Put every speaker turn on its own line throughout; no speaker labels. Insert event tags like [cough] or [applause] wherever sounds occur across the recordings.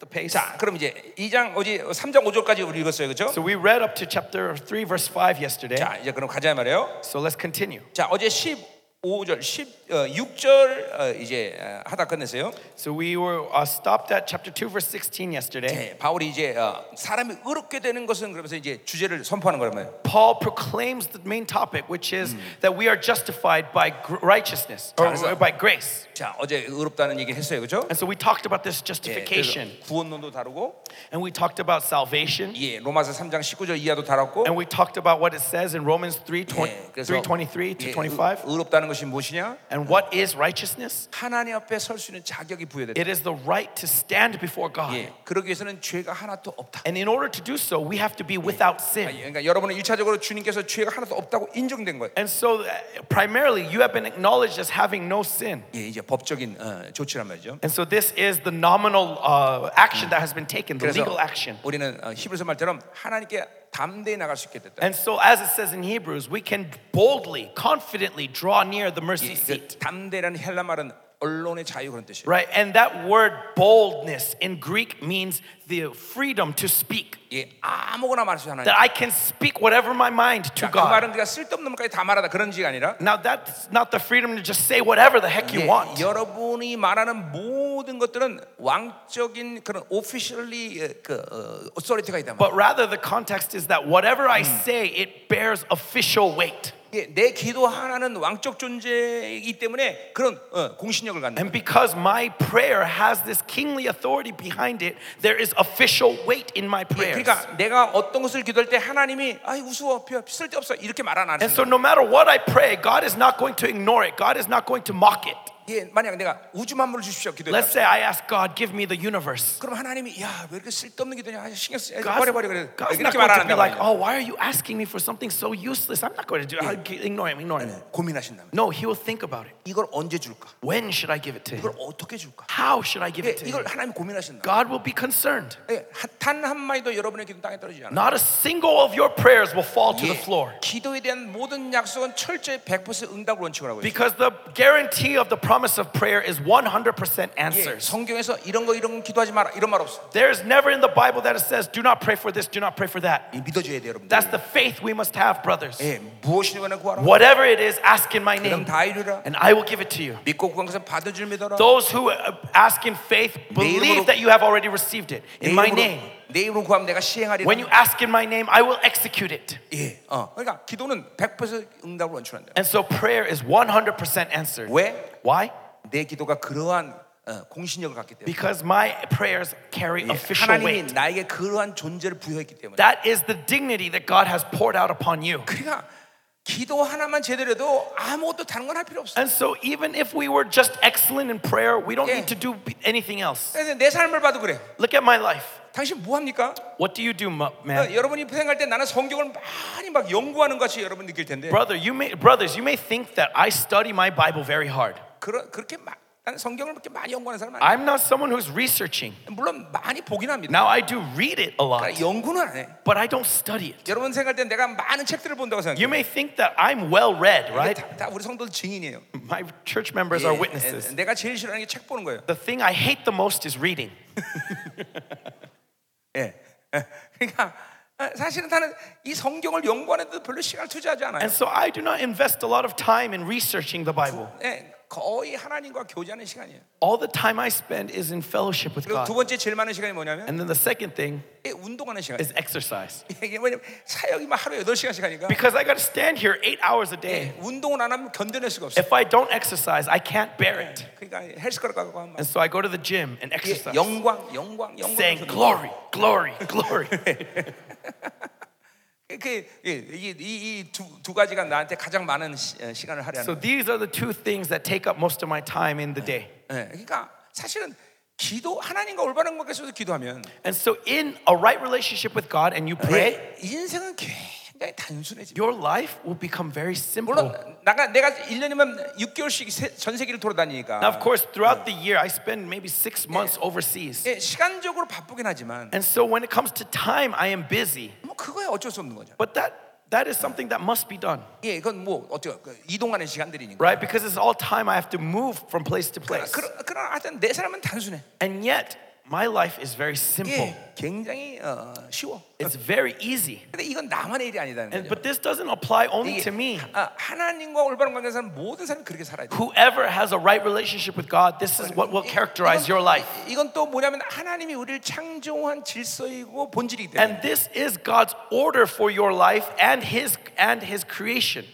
또 페이- 자, 그럼 이제 2장 어제 3장 5절까지 우리 읽었어요. 그렇죠?
So we read up to chapter 3, verse 5 yesterday.
자, 이제 그럼 가자 말이에요.
So let's continue.
자, 어제 15절, 10, 어, 6절 어, 이제 어, 하다 끝냈어요.
So we were uh, stopped at chapter 2, verse 16 yesterday.
예, 바울이 이제 어, 사람이 의롭게 되는 것은 그러면서 이제 주제를 선포하는 거라면
Paul proclaims the main topic, which is that we are justified by gr- righteousness, or,
Tarzan.
or by grace.
자, 어제 의롭다는 얘기를 했어요. 그렇죠?
And so we talked about this
예, 그래서
justification,
구원론도 다루고
and we talked about salvation,
예, 로마서 3장 19절 이하도 다뤘고
and we talked about what it says in Romans 3,
예,
23
예,
to
의-
25.
의롭다는 것이 무엇이냐?
And what is righteousness?
하나님 앞에 설 수 있는 자격이 부여됐다.
It is the right to stand before God.
예, 그러기 위해서는 죄가 하나도 없다.
And in order to do so, we have to be without sin.
아, 예, 그러니까 여러분은 일차적으로 주님께서 죄가 하나도 없다고 인정된 거예요.
And so, uh, primarily, you have been acknowledged as having no sin.
예, 이제 법적인 어, 조치란 말이죠.
And so, this is the nominal uh, action that has been taken, the
그래서
legal action.
우리는 어, 히브리서 말처럼 하나님께 담대히 나갈 수 있게 됐다.
And so, as it says in Hebrews, we can boldly, confidently draw near the mercy
예, 그
seat.
담대라는 헬라 말은 언론의 자유 그런 뜻이에요.
Right? And that word boldness in Greek means the freedom to speak.
예, 아무거나 말할 수 있는 하나님.
That I can speak whatever my mind to
자, 그
God.
말은 그가 쓸데없는 것까지 다 말하다 그런 지가 아니라
Now, that's not the freedom to just say whatever the heck you
예,
want.
여러분이 말하는 모든 것들은 왕적인 그런 오피셜리 그 어, 어소리티가 있단 말이에요.
But rather, the context is that whatever I say, it bears official weight.
예, 내 기도 하나는 왕적 존재이기 때문에 그런 어, 공신력을 갖는
And because my prayer has this kingly authority behind it, there is official weight in my
예,
prayers.
그러니까 내가 어떤 것을 기도할 때 하나님이 아이 우스워 비- 쓸데없어 이렇게 말 안 하는
And so, no matter what I pray, God is not going to ignore it, God is not going to mock it.
예, 만약 내가 우주 만물을 주십시오
Let's
기도했다
say I ask God, give me the universe.
그럼 하나님이 야 왜 이렇게 쓸데없는 기도냐 아, 신경 쓰
God's,
버려버려 그래
God's not
이렇게
going
말
to
안
be
한단
like,
말이야
oh, why are you asking me for something so useless? I'm not going to do it. I'll g- Ignore him, ignore him.
고민하신다면
No, he will think about it.
이걸 언제 줄까
When should I give it to him?
이걸 어떻게 줄까
How should I give
예,
it to him?
이걸 하나님 고민하신다
God will be concerned.
예, 단한 마디도 여러분의 기도 땅에 떨어지지 않아.
Not a single of your prayers will fall to
예,
the floor.
기도에 대한 모든 약속은 철저히 100% 응답 원칙을 하고 있어요.
Because the guarantee of the promise of prayer is 100%
예,
answers.
성경에서 이런 거 이런 거 기도하지 마라 이런 말 없어.
There is never in the Bible that it says, do not pray for this, do not pray for that.
예, 믿어줘야 돼요, 여러분들.
That's the faith we must have, brothers.
예, 무엇이든 구하라.
Whatever it is, ask in my name,
그럼 다 이루라.
and I will give it to you.
믿고 구한 것은 받을 줄 믿어라.
Those who uh, ask in faith believe that you have already received it in my name.
내 이름으로 구하면 내가 시행하리라.
When you ask in my name, I will execute it.
예, 어. 그러니까 기도는 100% 응답을 원출한다.
And so prayer is 100% answered.
왜?
Why?
내 기도가 그러한 어, 공신력을 갖기 때문에.
Because my prayers carry
예,
official weight.
하나님이 나에게 그러한 존재를 부여했기 때문에.
That is the dignity that God has poured out upon you.
그러니까 기도 하나만 제대로 해도 아무것도 다른 건 할 필요 없어.
And so, even if we were just excellent in prayer, we don't
Yeah.
need to do b- anything else.
그래서 내 삶을 봐도 그래.
Look at my life.
당신 뭐 합니까?
What do you do, mu- man?
그러니까 여러분이 생각할 때 나는 성경을 많이 막 연구하는 것 같이 여러분 느낄 텐데
Brother, you may, brothers, you may think that I study my Bible very hard.
그러, 그렇게 마, 나는 성경을 그렇게 많이 연구하는 사람 아니야.
I'm not someone who's researching.
물론 많이 보긴 합니다.
Now, I do read it a lot,
그러니까 연구는 안 해.
but I don't study it.
여러분 생각할 때 내가 많은 책들을 본다고 생각해.
You may think that I'm well read,
이게
right?
다, 다 우리 성도들 증인이에요.
My church members
예,
are
예,
witnesses.
내가 제일 싫어하는 게 책 보는 거예요.
The thing I hate the most is reading.
예. 예. [laughs] 그러니까 어, 사실은 나는 이 성경을 연구하는데도 별로 시간을 투자하지 않아요.
And so, I do not invest a lot of time in researching the Bible.
예, 거의 하나님과 교제하는 시간이에요.
All the time I spend is in fellowship with
그리고 두
God.
번째 제일 많은 시간이 뭐냐면
And then the second thing
예, 운동하는 시간.
is exercise.
이게 왜냐면 사역이 막 하루에 8시간씩 하니까
Because I gotta stand here eight hours a day.
운동을 안 하면 견뎌낼 수가 없어.
If I don't exercise, I can't bear it.
그러니까 헬스클럽 가고 하면 막
And so I go to the gym and
이게
exercise,
영광, 영광, 영광.
saying, Glory, glory, glory.
그, 이이두 두 가지가 나한테 가장 많은 시, 에, 시간을
so
할애하는.
these are the two things that take up most of my time in the day.
예, 그러니까 사실은 기도 하나님과 올바른 관계에서 기도하면
And so, in a right relationship with God and you pray,
예, 인생은 굉장히 단순해지.
your life will become very simple.
물론 나가 내가 1년이면 6개월씩 세, 전
Now, of
세계를 돌아다니니까
course, throughout the year, I spend maybe six months overseas.
예, 시간적으로 바쁘긴 하지만
And so, when it comes to time, I am busy.
뭐 그거야 어쩔 수 없는 거죠.
But that, that is something that must be done,
예, 그건 뭐 어때요? 그 이동하는 시간들이니까.
right? Because it's all time I have to move from place to place.
그러, 그러나 하여튼 내 사람은 단순해.
And yet, My life is very simple.
이게 굉장히 어, 쉬워.
It's very easy.
근데 이건 나만의 일이 아니다는
And,
거죠.
but this doesn't apply only
이게
to me.
아, 하나님과 올바른 관계에 사는 모든 사람이 그렇게 살아야 돼.
Whoever has a right relationship with God, this is what will characterize your life.
이건 또 뭐냐면 하나님이 우리를 창조한 질서이고 본질이기 때문에
And this is God's order for your life and his and his creation.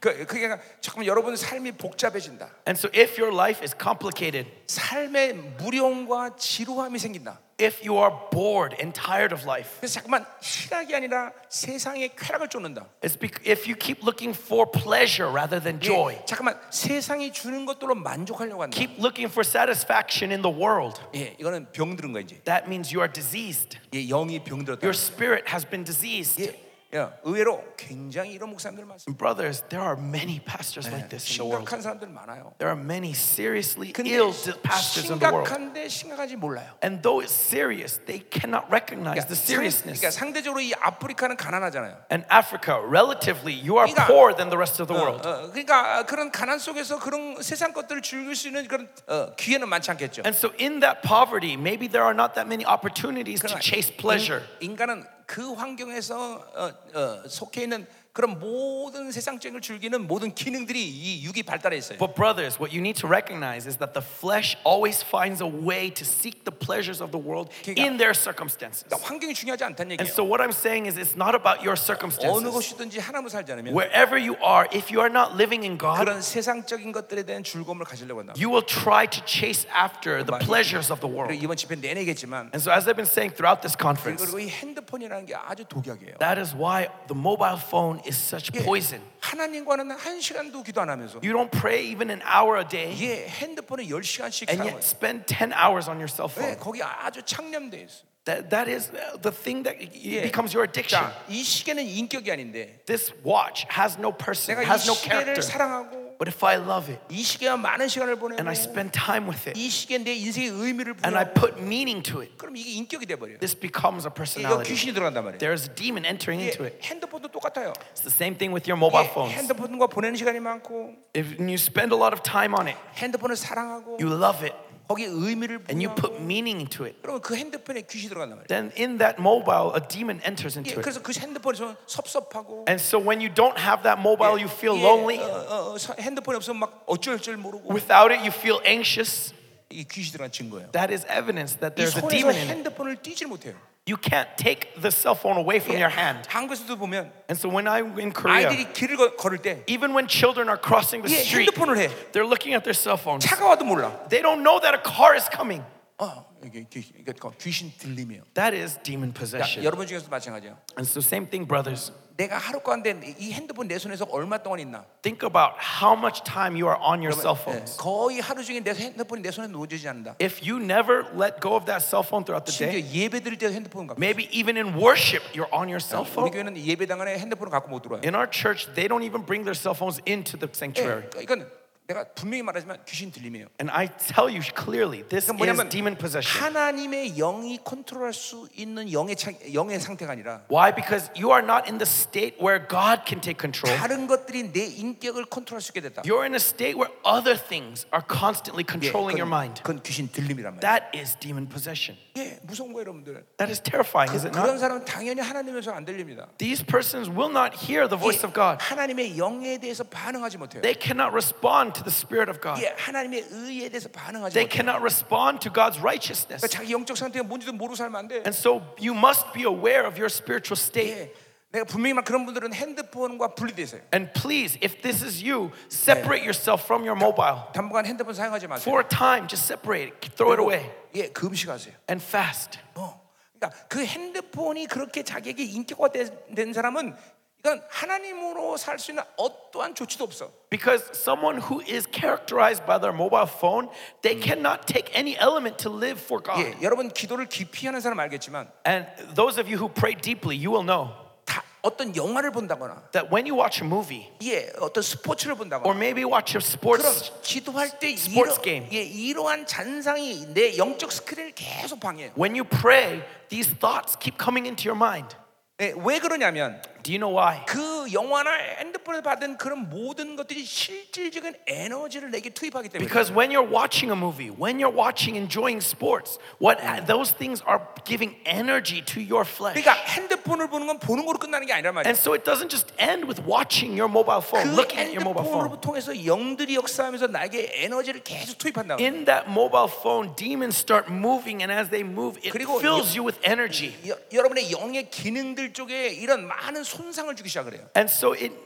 그, 그게 잠깐 여러분 삶이 복잡해진다
And so if your life is complicated,
삶의 무료함과 지루함이 생긴다
if you are bored and tired of life,
그래서 잠깐만 희락이 아니라 세상의 쾌락을 쫓는다
it's bec- if you keep looking for pleasure rather than
이게
joy,
예, 잠깐만 세상이 주는 것들로 만족하려고 한다
keep looking for satisfaction in the world,
예, 이거는 병들은 거야 이제
that means you are diseased.
예, 영이 병들었다
Your spirit has been diseased.
예, 예, 의외로 굉장히 이런 목사님들 많습니다
Brothers, there are many pastors
Eh,
like this in the world.
심각한 사람들 많아요
There are many seriously
근데
ill pastors in the world.
심각한데 심각한지 몰라요
And though it's serious, they cannot recognize the
상-
seriousness.
그러니까 상대적으로 이 아프리카는 가난하잖아요.
And Africa, relatively, you are
그러니까-
poor than the rest of the
어,
world.
어, 그러니까 그런 가난 속에서 그런 세상 것들을 즐길 수 있는 그런 어, 기회는 많지 않겠죠.
And so, in that poverty, maybe there are not that many opportunities to
그러나
chase pleasure.
인, 간은그 환경에서 어, 어, 속해 있는 그런 모든 세상적인 걸 즐기는 모든 기능들이 이 육이 발달해 있어요.
But, brothers, what you need to recognize is that the flesh always finds a way to seek the pleasures of the world
그러니까-
in their circumstances.
그러니까 환경이 중요하지 않다는
And
얘기예요.
so, what I'm saying is, it's not about your
어느
circumstances.
것이든지 하나로 살지 않으면
Wherever you are, if you are not living in God,
그런 세상적인 것들에 대한 즐거움을 가지려고 한다.
you will try to chase after the pleasures of the world.
그리고 이번 집회 내내겠지만
And so, as I've been saying throughout this conference,
그리고 이 핸드폰이라는 게 아주 독약이에요.
That is why the mobile phone is such poison.
하나님과는 한 시간도 기도 안 하면서
You don't pray even an hour a day,
이게 핸드폰을 10시간씩
and
사용해요.
yet spend 10 hours on your cell phone.
네, 거기 아주 창념돼 있어.
That, that is uh, the thing that it
Yeah.
becomes your addiction.
자, 이 시계는 인격이 아닌데
This watch has no person,
내가 이
has no
시계를
character.
사랑하고
But if I love it
이 시계와 많은 시간을 보내고
and I spend time with it
이 시계 내 인생의 의미를
and I
부여하고
put meaning to it,
그럼 이게 인격이 돼 버려요.
this becomes a
이거
personality.
귀신이 들어간단 말이에요.
There is a demon entering into
이게
it.
핸드폰도 똑같아요.
It's the same thing with your mobile
이게
phones.
핸드폰과 보내는 시간이 많고
If you spend a lot of time on it,
핸드폰을 사랑하고
you love it,
거기 의미를
and you
부여하고
put meaning into it.
그러면 그 핸드폰에 귀신이 들어간단 말이에요.
then in that mobile, a demon enters
예,
into it.
그래서 그 핸드폰에서 섭섭하고
And so when you don't have that mobile, you feel
예,
lonely.
어, 어, 어, 서- 핸드폰이 없으면 막 어쩔 줄 모르고
Without it, you feel anxious.
이 귀신이 들어간 증거예요.
That is evidence that
이
there's a
손에서
demon in it.
핸드폰을 띄질 못해요.
You can't take the cell phone away from your hand.
한국에서도 보면
And so when I'm in Korea,
아이들이 길을 걸- 걸을 때
even when children are crossing the
예,
street,
핸드폰을 해.
they're looking at their cell phones.
차가 와도 몰라.
They don't know that a car is coming.
어, 이게 귀- 이게 거- 귀신 들림이에요.
That is demon
야,
possession.
여러분 중에서도 마찬가지예요.
And so same thing, brothers.
내가 하루 가운데 이 핸드폰 내 손에서 얼마 동안 있나?
Think about how much time you are on your cell
예,
phones.
거의 하루 중에 내 핸드폰이 내 손에 놓여지지 않는다.
If you never let go of that cell phone throughout the day,
심지어 예배 드릴 때도 핸드폰 갖고.
Maybe even in worship, you're on your cell phone.
우리 교회는 예배당 안에 핸드폰을 갖고 못 들어와요.
In our church, they don't even bring their cell phones into the
예,
sanctuary.
그러니까 이건 내가 분명히 말하지만 귀신 들림이에요.
And I tell you clearly, this
그러니까
is
뭐냐면
demon possession.
하나님의 영이 컨트롤할 수 있는 영의 창, 영의 상태가 아니라
Why? Because you are not in the state where God can take control.
다른 것들이 내 인격을 컨트롤할 수 있게 됐다.
그렇죠. You're in a state where other things are constantly
예,
controlling your mind.
그건 귀신 들림이란 말이야.
That is demon possession.
예, 무서운 거예요, 여러분들.
That is terrifying, is it not?
그런 사람은 당연히 하나님에서 안 들립니다.
These persons will not hear the voice
예,
of God.
하나님의 영에 대해서 반응하지 못해요.
They cannot respond to the Spirit of God.
예, 하나님의 의에 대해서 반응하지
They
못해요.
cannot respond to God's righteousness.
그러니까 자기 영적 상태가 뭔지도 모르고 살면 안 돼.
And so you must be aware of your spiritual state.
예, 내가 분명히 말 그런 분들은 핸드폰과 분리돼 있어요.
And please, if this is you, separate yourself from your mobile.
당분간 핸드폰 사용하지 마세요.
For a time, just separate it, throw it away,
예, 금식하세요.
and fast.
어. 그러니까 그 핸드폰이 그렇게 자기에게 인격화 된, 된 사람은 이건 하나님으로 살 수 있는 어떠한 조치도 없어.
Because someone who is characterized by their mobile phone, they cannot take any element to live for God.
예, 여러분 기도를 깊이 하는 사람 알겠지만
And those of you who pray deeply, you will know
다 어떤 영화를 본다거나
that when you watch a movie,
예, 어떤 스포츠를
or
본다거나
maybe watch a
그럼
sports,
기도할 때
스포츠
이러,
게임.
예, 이러한 잔상이 내 영적 스크린을 계속 방해해요.
when you pray, these thoughts keep coming into your mind.
예, 왜 그러냐면
Do Do you know why?
그 영화나 핸드폰에서 받은 그런 모든 것들이 실질적인 에너지를 내게 투입하기 때문에
Because when you're watching a movie, when you're watching enjoying sports, what those things are giving energy to your flesh.
그러니까 핸드폰을 보는 건 보는 거로 끝나는 게 아니란 말이야
And so it doesn't just end with watching your mobile phone,
그
looking at your mobile phone.
핸드폰으로 통해서 영들이 역사하면서 나에게 에너지를 계속 투입한다고
In that mobile phone, demons start moving, and as they move, it
그리고
fills you with energy.
여, 여러분의 영의 기능들 쪽에 이런 많은 손상을 주기 시작을 해요
And so it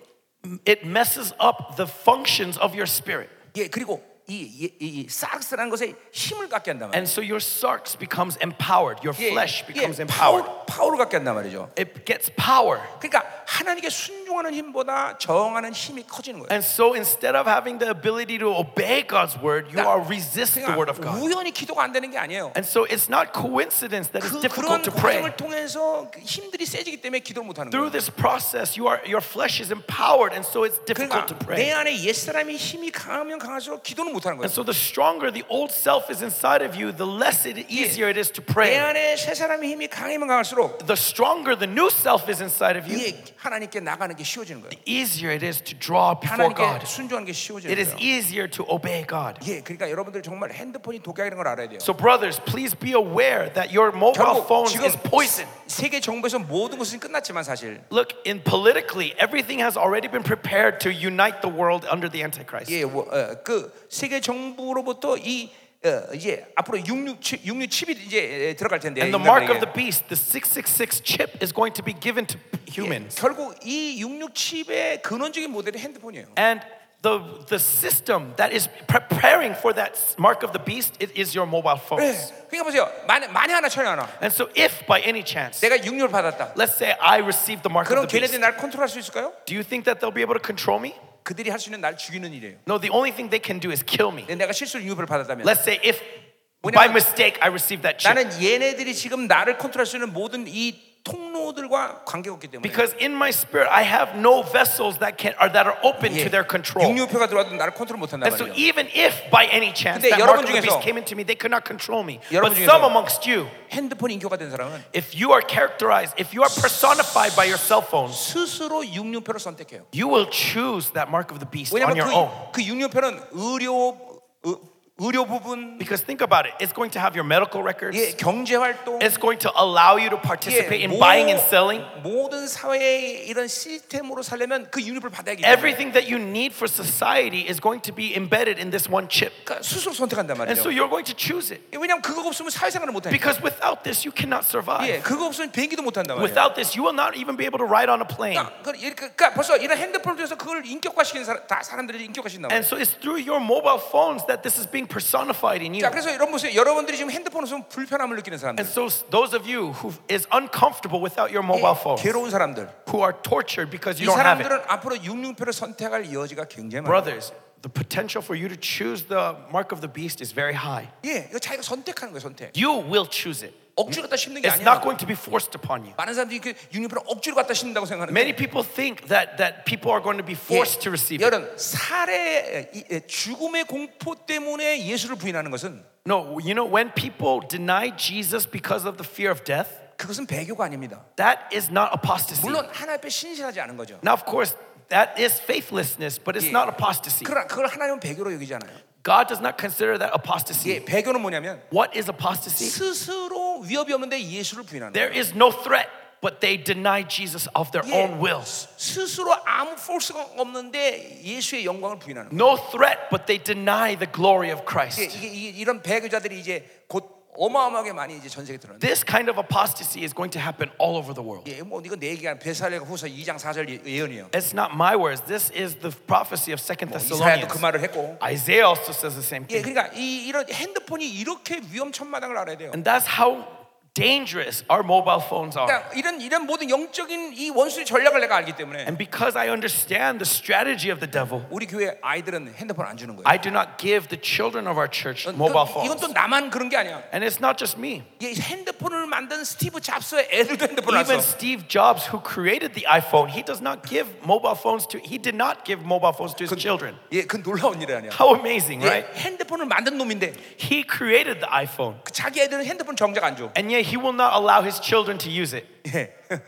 it messes up the functions of your spirit.
예, 그리고 이, 이, 이, 이 사르스라는 것에 힘을 갖게 한단 말이에요
And so your sarx becomes empowered, your
예,
flesh becomes
예,
empowered.
파워, 파워를 갖게 한단 말이죠
It gets power.
그러니까 하나님께 순종하는 힘보다 저항하는 힘이 커지는 거예요.
And so instead of having the ability to obey God's word, you
Now,
are resist the word of
그러니까
God.
우연히 기도가 안 되는 게 아니에요.
And so it's not coincidence that it's
그, 그런
difficult to pray.
과정을 통해서 그 힘들이 세지기 때문에 기도를 못 하는
Through
거예요.
this process, you are, your flesh is empowered, and so it's difficult to
그러니까 내
pray.
안에 옛 사람이 힘이 강하면 강할수록 기도는 못 하는
And
거예요.
so the stronger the old self is inside of you, the less it easier it is to
내
pray.
안에 새 사람의 힘이 강하면 강할수록
The stronger the new self is inside of you,
이게 하나님께 나가는 게 쉬워지는 거예요.
easier it is to draw before
하나님께
God.
순종하는 게
It
쉬워지는
is
거예요.
easier to obey God.
예, 그러니까 여러분들 정말 핸드폰이 독약이라는 걸 알아야 돼요.
So brothers, please be aware that your mobile
결국
phones
지금
is poison.
세계 정부에서 모든 것은 끝났지만 사실
Look, in politically, everything has already been prepared to unite the world under the Antichrist.
예, 뭐, 어, 그 세계 정부로부터 이 어, 이제 앞으로 667 667이 이제 에, 들어갈 텐데
And the mark of
인간에게.
the beast, the 666 chip, is going to be given to humans.
결국 이 667의 근원적인 모델이 핸드폰이에요.
And the, the system that is preparing for that mark of the beast, it is your mobile
예,
phones.
그러니까 보세요. 만에 만에 하나 천에 하나.
And so if by any chance,
내가 6를 받았다.
let's say I receive the mark
그럼
of the beast,
걔네들이 날 컨트롤할 수 있을까요?
do you think that they'll be able to control me?
그들이 할 수 있는 날 죽이는 일이에요.
No, the only thing they can do is kill me.
근데 내가 실수로 6을 받았다면
Let's say if
When
by
I-
mistake I receive that chip.
나는 얘네들이 지금 나를 컨트롤할 수 있는 모든 이 통로들과 관계가 없기 때문에
Because in my spirit I have no vessels that can are that are open to their control.
665가 예. 들어와도 나를 컨트롤 못 한단
And so
말이에요.
even if by any chance
근데
that mark of
여러분
the beast
중에서-
came into me, they could not control me.
여러분
But some
중에서-
amongst you,
핸드폰 인교가 된 사람은
if you are characterized, if you are personified by your cell phones,
스스로 665를 선택해요.
you will choose that mark of the beast on
왜냐면
your own.
그, 그 육류표는 의료 의, 의료 부분,
Because think about it, it's going to have your medical records.
예, 경제 활동,
It's going to allow you to
예,
participate in
모-
buying and selling.
모든 사회의 이런 시스템으로 살려면 그 유니를 받아야겠죠.
Everything that you need for society is going to be embedded in this one chip.
그러니까 스스로 선택한단
And
말이에요.
so you're going to choose it.
예, 왜냐면 그거 없으면 사회생활을 못 하니까.
Because without this, you cannot survive.
예, 그거 없으면 비행기도 못 한단 말이에요.
Without this, you will not even be able to ride on a plane.
그러니까, 그- 이렇게- 그러니까 벌써 이런 핸드폰을 통해서 그걸 인격화시키는 사람, 다 사람들이 인격화시킨단 말이에요.
And so it's through your mobile phones that this is being personified in you.
자, 그래서 여러분 보세요. 여러분들이 지금 핸드폰을 쓰면 불편함을 느끼는 사람들,
And so s- those of you who is uncomfortable without your mobile phone,
괴로운 사람들,
who are tortured because you
이
don't have it,
사람들은 앞으로 66표를 선택할 여지가 굉장히 많아요.
brothers, the potential for you to choose the mark of the beast is very high.
예, 이거 자기가 선택하는 거예요, 선택.
You will choose it.
억지로 갖다 심는 게
It's not
아니야.
going to be forced upon you.
많은 사람들이 그 유니폼을 억지로 갖다 신다고 생각하는
Many people think that that people are going to be forced to receive it.
여러분 살해 이- 이- 죽음의 공포 때문에 예수를 부인하는 것은
No, you know when people deny Jesus because of the fear of death,
그것은 배교가 아닙니다.
that is not apostasy.
물론 하나님 앞에 신실하지 않은 거죠.
Now, of course, that is faithlessness, but it's
Yeah.
not apostasy.
그러나 그걸 하나님은 배교로 여기지 않아요.
God does not consider that apostasy.
예, 배교는 뭐냐면
What is apostasy?
스스로 위협이 없는데 예수를 부인하는
네.
거예요.
There is no threat, but they deny Jesus of their
Yeah.
own will.
스스로 아무 포스가 없는데 예수의 영광을 부인하는 거예요.
No threat, but they deny the glory of Christ.
예, 이게, 이게 이런 배교자들이 이제 곧 어마어마하게 많이 이제 전 세계 드러나는.
This kind of apostasy is going to happen all over the world.
예, 뭐 이거 내 얘기가 아니라 베살레가 후서 2장 4절 예언이에요.
It's not my words. This is the prophecy of Second
이사야도
Thessalonians.
그 말을 했고.
Isaiah also says the same thing.
예, 그러니까 이 이런 핸드폰이 이렇게 위험천만한 걸 알아야 돼요.
And that's how dangerous our mobile phones are.
그러니까 이런 이런 모든 영적인 이 원수의 전략을 내가 알기
Oh.
때문에
And because I understand the strategy of the devil,
우리 교회 아이들은 핸드폰 안 주는 거예요.
I do not give the children of our church
이건
mobile
또- 이건
phones.
또 나만 그런 게 아니야.
And it's not just me.
이 핸드폰을 만든 스티브 잡스의 애들도 핸드폰 안 써.
Even Steve Jobs, who created the iPhone, he does not give mobile phones to. He did not give mobile phones to his children.
예, 그 놀라운 일 아니야.
How amazing,
예,
right?
핸드폰을 만든 놈인데
He created the iPhone,
그 자기 애들은 핸드폰 정작 안 줘.
and yet he will not allow his children to use it.
예. [laughs]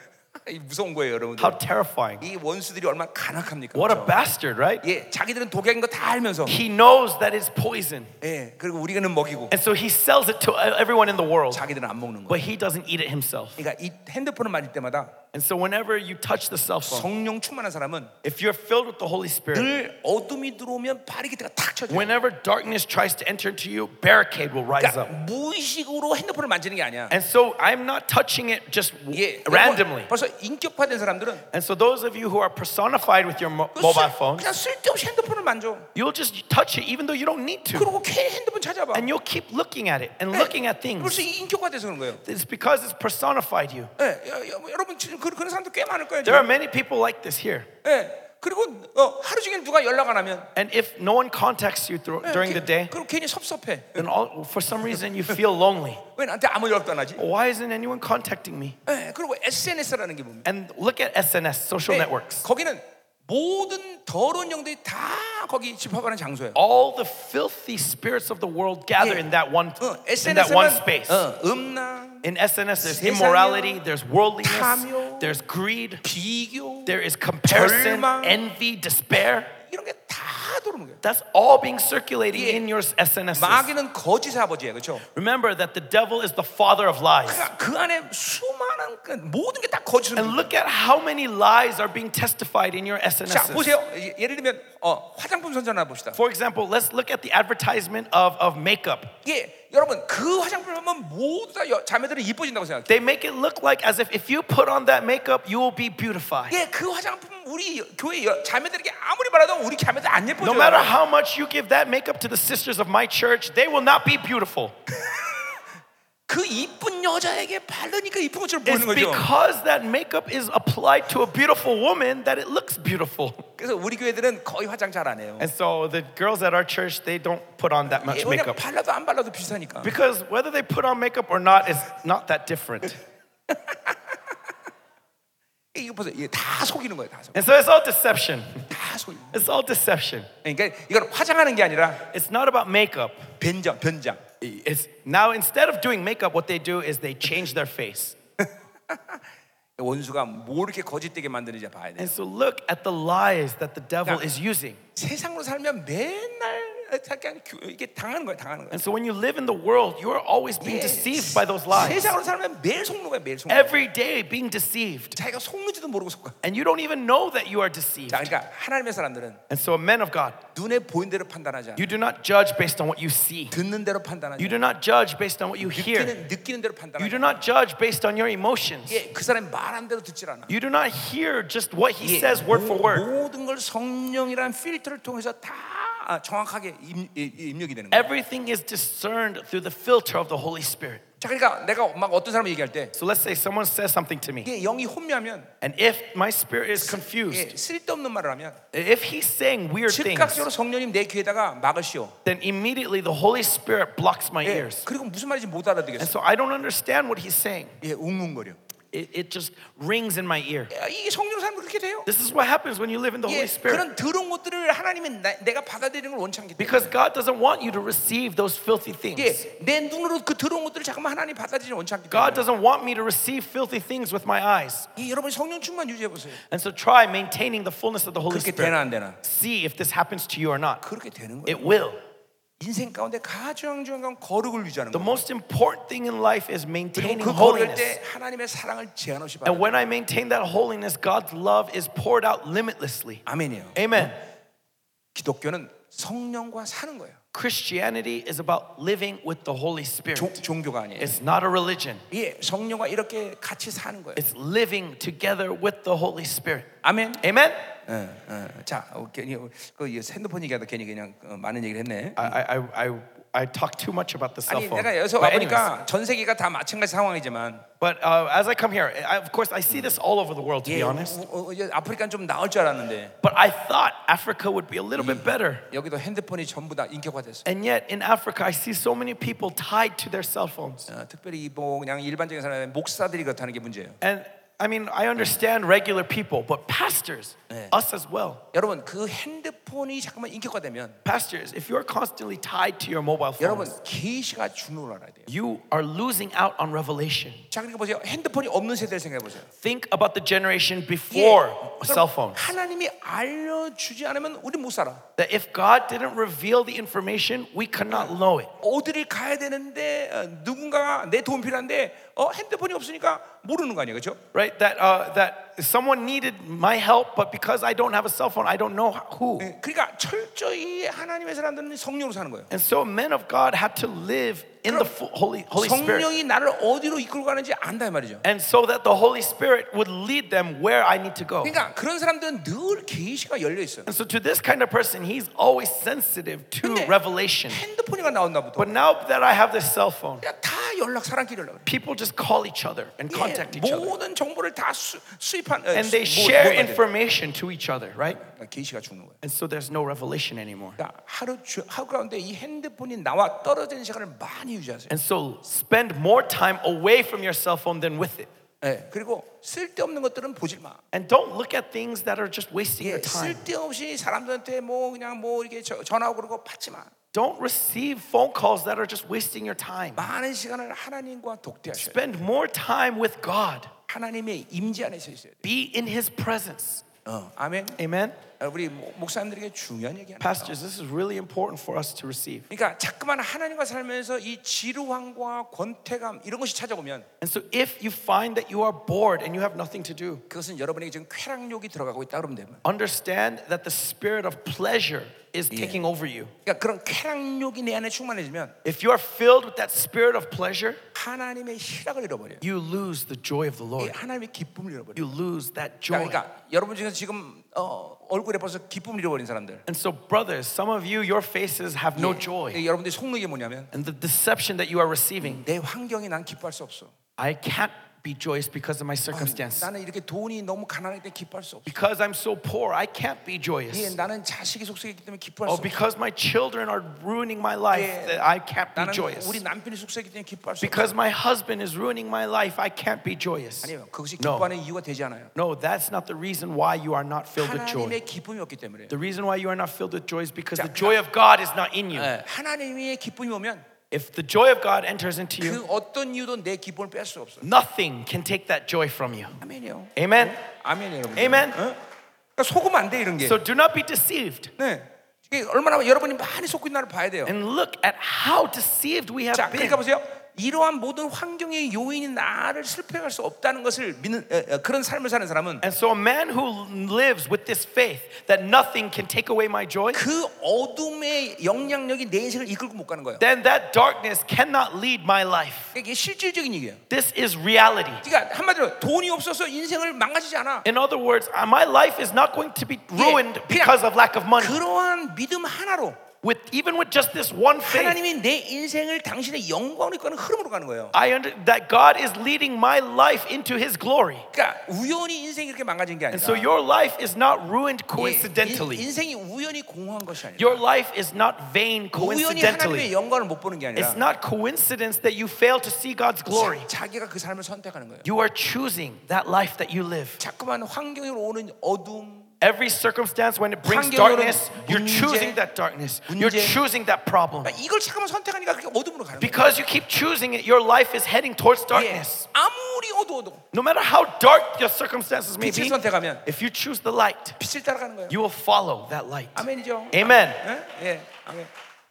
이 무서운 거예요, 여러분들.
How terrifying.
이 원수들이 얼마나 간악합니까?
What a
그렇죠?
bastard, right?
예, 자기들은 독약인 거 다 알면서
He knows that it's poison.
예, 그리고 우리는 먹이고
And so he sells it to e, everyone in the world,
자기들은 안 먹는 거예요.
but he doesn't eat it himself.
그러니까 이 핸드폰을 만질 때마다
And so whenever you touch the cell phone,
성령 충만한 사람은
if you're filled with the Holy Spirit,
늘 어둠이 들어오면 바리게트가 탁 쳐져요.
whenever darkness tries to enter into you, barricade will rise
그러니까
up.
무의식으로 핸드폰을 만지는 게 아니야.
And so I'm not touching it just
예,
randomly.
그리고 벌써 인격화된 사람들은
And so those of you who are personified with your mo-
그
mobile
쓸-
phone,
그냥 쓸데없이 핸드폰을 만져.
you'll just touch it even though you don't need to.
그리고 괜히 핸드폰 찾아봐.
And you'll keep looking at it and
예,
looking at
벌써
things.
이 인격화돼서 그런 거예요.
It's because it's personified you.
예, 여- 여- 여러분 지금 그- 그런 사람도 꽤 많을 거예요.
There are
지금.
many people like this here.
예, 그리고 어, 하루 종일 누가 연락 안 하면
And if no one contacts you through,
예,
during
게-
the day,
그리고 괜히 섭섭해.
then all, for some reason you feel lonely.
왜 나한테 아무 연락도 안 하지?
Why isn't anyone contacting me?
예, 그리고 SNS라는 게 뭡니까?
And look at SNS, social
예,
networks.
거기는 모든 더러운 영들이 다 거기 집합하는 장소예요.
All the filthy spirits of the world gather in that one Oh.
Uh, 어,
in that one space.
SNS는 어, 음란,
In SNS, there's
세상이요.
immorality, there's worldliness,
탐욕.
there's greed,
비교
there is comparison,
절망.
envy, despair.
이런 게 다 들어오는 거예요.
That's all being circulating
Yeah.
in your SNSs.
마귀는 거짓 아버지예요, 그렇죠?
Remember that the devil is the father of lies.
그러니까 그 안에 수많은 그 모든 게 다 거짓으로.
And look at how many lies are being testified in your
자
SNSs.
보세요. 예- 예를 들면 어, 화장품 선전 하나 봅시다.
For example, let's look at the advertisement of, of makeup.
예, 여러분 그 화장품을 보면 모두 다 여- 자매들은 이뻐진다고 생각해.
They make it look like as if if you put on that makeup, you will be beautified.
예, 그 화장품 우리 여- 교회 여- 자매들에게 아무리 말해도 우리 자매들 안 예뻐져요.
No matter how much you give that makeup to the sisters of my church, they will not be beautiful.
그 이쁜 여자에게 바르니까 이쁜 것처럼
It's
보이는 거죠.
because that makeup is applied to a beautiful woman that it looks beautiful.
그래서 우리 교회들은 거의 화장 잘 안 해요.
And so the girls at our church, they don't put on that
예,
much makeup.
왜냐면 발라도 안 발라도 비슷하니까.
Because whether they put on makeup or not is not that different.
예, 이거 보세요. 이게 다 속이는 거예요. 다 속.
And so it's all deception.
다 속이는. 거예요.
It's all deception.
그러니까 이걸 화장하는 게 아니라
It's not about makeup.
변장, 변장.
It's now instead of doing makeup, what they do is they change their face.
원수가 뭐 이렇게 거짓되게 만드는지 봐야 돼.
And so look at the lies that the devil
Yeah.
is using.
세상으로 살면 맨날 그냥 교- 이게 당하는 거야, 당하는 거야.
And so when you live in the world, you are always being
예,
deceived by those lies.
세상으로 살면 매일 속는 거야, 매일 속는 거야.
Every day being deceived.
자기가 속는지도 모르고 속아.
And you don't even know that you are deceived.
자, 그러니까 하나님의 사람들은
And so, men of God,
눈에 보인 대로 판단하지 않아.
you do not judge based on what you see.
듣는 대로 판단하지
You
않아.
do not judge based on what you hear.
느끼는, 느끼는 대로
You
판단하지
do
않아.
not judge based on your emotions.
예, 그 사람이 말한 대로 듣질 않아.
You do not hear just what he
예,
says word for word.
모- 모든 걸 성령이란 필터를 통해서 다 아, 정확하게 임, 예, 예, 입력이 되는 거야.
Everything is discerned through the filter of the Holy Spirit.
자, 그러니까 내가 막 어떤 사람을 얘기할 때
So let's say someone says something to me,
이게 영이 혼미하면
and if my spirit is
예,
confused,
쓸데없는 말을 하면
if he's saying weird things,
즉각적으로 성령님 내 귀에다가 막으시오.
then immediately the Holy Spirit blocks my
예,
ears.
그리고 무슨 말인지 못
And
알아듣겠어.
so I don't understand what he's saying.
예, 웅웅거려.
It, it just rings in my ear.
야, 아, 이게 성령 사람 그렇게 돼요.
This is what happens when you live in the
예,
Holy Spirit.
그런 더러운 것들을 하나님이 나- 내가 받아들이는 걸 원치 않기 때문에.
Because God doesn't want you to receive those filthy things.
예, 내 눈으로 그 더러운 것들을 잠깐만 하나님 받아들이는 원치 않기
God
때문에.
doesn't want me to receive filthy things with my eyes.
예, 여러분 성령 충만 유지해 보세요.
And so try maintaining the fullness of the Holy
그렇게
Spirit.
되나 안 되나?
See if this happens to you or not.
그렇게 되는 거예요.
It will.
인생 가운데 가장 중요한 건 거룩을 유지하는
The
거예요.
most important thing in life is
그리고
maintaining
그 거룩할
holiness.
때 하나님의 사랑을 제한 없이 받아.
And when I maintain that holiness, God's love is poured out limitlessly.
아멘이에요.
Amen.
기독교는 성령과 사는 거예요.
Christianity is about living with the Holy
종,
Spirit.
종교가 아니에요.
It's not a religion.
예, 성령과 이렇게 같이 사는 거예요.
It's living together with the Holy Spirit.
아멘.
Amen.
어, 어. 자, 어, 괜히 어, 그 이거 핸드폰 얘기하다 괜히 그냥 어, 많은 얘기를 했네.
I I I I talk too much about the cell
아니,
phone.
내가 여기서
But, anyways,
와보니까 전 세계가 다 마찬가지 상황이지만,
but uh, as I come here, I, of course, I see this all over the world. To
예,
be
어,
honest,
어, 이제 아프리카는 좀 나을 줄 알았는데
but I thought Africa would be a little bit better,
여기도 핸드폰이 전부 다 인격화됐어.
and yet in Africa, I see so many
아,
people tied to their cell phones.
어, 특별히 뭐 그냥 일반적인 사람의 목사들이 그렇다는 게 문제예요.
And I mean, I understand regular people, but pastors, us as well.
여러분 그 핸드폰이 잠깐만 인격화되면
Pastors, if you're constantly tied to your mobile
여러분
phones,
계시가 주는 걸 알아야 돼요.
you are losing out on revelation.
자 그러니까 보세요. 핸드폰이 없는 세대를 생각해 보세요.
Think about the generation
예,
before
그럼
cell phones.
하나님이 알려주지 않으면 우리 못 살아.
That if God didn't reveal the information, we could not know it.
어디를 가야 되는데 어, 누군가가 내 도움 필요한데 어, 핸드폰이 없으니까 모르는 거 아니에요, 그렇죠?
Right? That uh, that someone needed my help, but because I don't have a cell phone, I don't know who.
그러니까 철저히 하나님의 사람들은 성령으로 사는 거예요.
And so men of God had to live in the fu- Holy Holy Spirit.
성령이 나를 어디로 이끌고 가는지 안다 이 말이죠.
And so that the Holy Spirit would lead them where I need to go.
그러니까 그런 사람들은 늘 계시가 열려 있어요.
And so to this kind of person, he's always sensitive to
근데
revelation.
핸드폰이가 나왔나 보다.
But now that I have this cell phone,
그냥 다 연락 사람끼리 연락.
people just call each other and contact each other.
예, 모든 정보를 다 수, 수입한.
And they share information to each other, right?
계시가 죽는 거예요.
And so there's no revelation anymore.
그러니까 하루 주, 하루 가운데 이 핸드폰이 나와 떨어지는 시간을 많이 유지하세요.
And so spend more time away from your cell phone than with it.
예, 그리고 쓸데없는 것들은 보질 마.
And don't look at things that are just wasting
예,
your time.
쓸데없이 사람들한테 뭐 그냥 뭐 이렇게 저- 전화하고 그러고 받지 마.
Don't receive phone calls that are just wasting your time.
많은 시간을 하나님과 독대하셔야 돼요.
Spend more time with God.
하나님의 임재 안에서 있어야 돼요.
Be in his presence.
어, 아멘.
Amen.
어, 우리 모- 목사님들에게 중요한 얘기 하나.
Pastors, this is really important for us to receive.
그러니까 자꾸만 하나님과 살면서 이 지루함과 권태감 이런 것이 찾아오면
And so if you find that you are bored and you have nothing to do,
그것은 여러분에게 지금 쾌락욕이 들어가고 있다 그러면 됩니다.
understand that the spirit of pleasure is taking over you.
그러니까 그런 쾌락욕이 내 안에 충만해지면
If you are filled with that spirit of pleasure,
하나님의 희락을 잃어버려요.
you lose the joy of the
이
Lord.
하나님의 기쁨을 잃어버려요.
You lose that joy.
그러니까, 그러니까 여러분 중에서 지금 어, 얼굴에 벌써 기쁨을 잃어버린 사람들.
And so, brothers, some of you, your faces have no joy.
예, 여러분들이 속는 게 뭐냐면
And the deception that you are receiving,
내 환경이 난 기뻐할 수 없어.
I can't be joyous because of my circumstance.
나는 이렇게 돈이 너무 가난할 때 기뻐할 수 없어.
Because I'm so poor, I can't be
예,
joyous.
나는 자식이 속세이기 때문에 기뻐할
Oh,
수 없어.
because my children are ruining my life, that
Yeah.
I can't be
나는
joyous.
우리 남편이 속세이기 때문에 기뻐할 수 없어.
Because my husband is ruining my life, I can't be joyous.
아니요, 그것이
No.
기뻐하는 이유가 되지 않아요.
No, that's not the reason why you are not filled with joy.
하나님의 기쁨이 없기 때문에.
The reason why you are not filled with joy is because the joy of God is not in you.
Uh. 하나님의 기쁨이 오면
If the joy of God enters into you,
그 어떤 이유도 내 기쁨을 뺄 수 없어.
nothing can take that joy from you.
아멘이요.
Amen.
아멘 여러분.
Amen.
어? 그러니까 속으면 안 돼 이런 게.
So do not be deceived.
네. 이게 얼마나 여러분이 많이 속고 있나를 봐야 돼요.
And look at how deceived we have
자,
been.
그러니까 보세요. 이러한 모든 환경의 요인이 나를 실패할 수 없다는 것을 믿는 에, 에, 그런 삶을 사는 사람은
And so a man who lives with this faith that nothing can take away my joy,
그 어둠의 영향력이 내 인생을 이끌고 못 가는 거예요.
then that darkness cannot lead my life.
이게 실질적인 얘기예요.
This is reality.
그러니까 한마디로 돈이 없어서 인생을 망가지지 않아.
In other words, uh, my life is not going to be ruined
그냥
because of lack of money.
그러한 믿음 하나로
With even with just this one faith,
하나님이 내 인생을 당신의 영광으로 이끄는 흐름으로 가는 거예요.
I under, that God is leading my life into His glory.
그러니까 우연히 인생이 이렇게 망가진 게
And so
아니라
your life is not ruined
예,
coincidentally.
인- 인생이 우연히 공허한 것이 아니라
Your life is not vain
우연히 하나님의
coincidentally.
영광을 못 보는 게 아니라
It's not coincidence that you fail to see God's glory.
자- 자기가 그 삶을 선택하는 거예요.
You are choosing that life that you live.
자꾸만 환경으로 오는 어둠,
Every circumstance when it brings
환경으로
darkness, you're
문제,
choosing that darkness. You're
문제.
choosing that problem.
그러니까 이걸 자꾸만 선택하니까 그게 어둠으로 가는 거예요.
Because you keep choosing it, your life is heading towards
예,
darkness.
아무리 어두워도
No matter how dark your circumstances may be,
빛을 선택하면
if you choose the light,
빛을 따라가는 거예요.
you will follow that light.
아멘이죠.
Amen.
아멘. 예, 예, 아멘.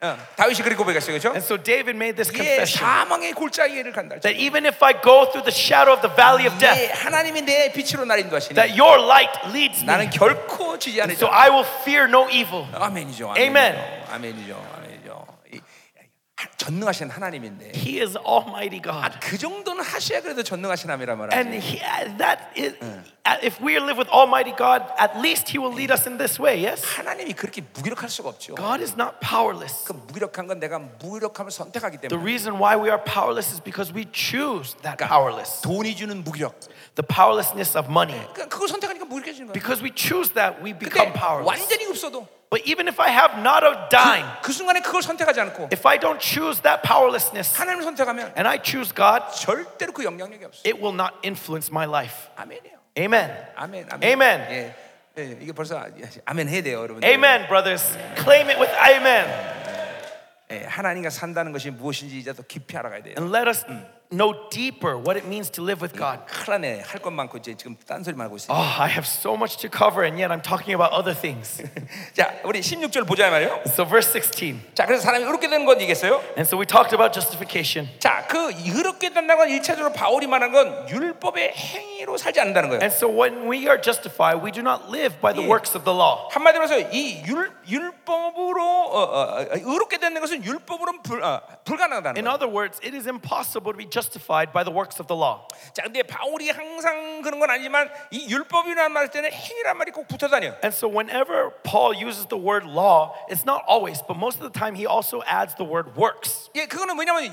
어, 다윗이 그리고 고백했어요, 그렇죠?
And so David made this
예,
confession
사망의 골짜기를 간다.
that even if I go through the shadow of the valley of
예,
death,
하나님이 내 빛으로 날 인도하시니
that your light leads me.
나는 결코 지지 않으리.
So I will fear no evil.
아멘이죠.
Amen.
아멘이죠. 아멘이죠. 아멘이죠. 이- 하- 전능하신 하나님인데
He is Almighty God.
그 정도는 하셔야 그래도 전능하신 하나님이란
And
말이야.
he, uh, that is, uh, if we live with Almighty God, at least He will lead us in this way, yes?
하나님이 그렇게 무기력할 수가 없죠.
God is not powerless.
그 무기력한 건 내가 무기력함을
The
선택하기 때문에
reason why we are powerless is because we choose that powerless,
돈이 주는 무기력.
the powerlessness of money.
그러니까 그걸 그, 선택하니까 무기력해지는 거야.
Because we choose that, we become
근데
powerless.
완전히 없어도
But even if I have not a dime,
그 순간에 그걸 선택하지 않고
if I don't choose that powerlessness
하나님을 선택하면
and I choose God,
절대로 그 영향력이 없어.
it will not influence my life.
아멘이요.
Amen.
아멘. 아멘.
Amen.
예. 예, 이게 벌써 아멘 해야 돼요, 여러분.
Amen, brothers. Claim it with amen.
예, 하나님과 산다는 것이 무엇인지 이제 더 깊이 알아가야 돼요.
And let us know deeper what it means to live with God.
큰일 나네. 할 것 많고 이제 지금 딴소리만 하고 있어요.
Oh, I have so much to cover, and yet I'm talking about other things. [laughs]
자, 우리 16절 보자 이 말이에요.
So, verse 16.
자, 그래서 사람이 의롭게 되는 건 얘기했어요.
And so we talked about justification.
자, 그 의롭게 된다는 건 1차적으로 바울이 말한 건 율법의 행위로 살지 않는다는 거예요.
And so when we are justified, we do not live by the
Yeah.
works of the law.
한마디로 해서 이 율, 율법으로 어, 어, 어, 의롭게 되는 것은 율법으로는 불, 어, 불가능하다는
In
거예요.
other words, it is impossible to be justified by the works of the law.
자, 근데 바울이 항상 그런 건 아니지만 이 율법이라는 말 할 때는 행위란 말이 꼭 붙어 다녀요.
And so whenever Paul uses the word law, it's not always, but most of the time he also adds the word works.
예, 그거는 뭐냐면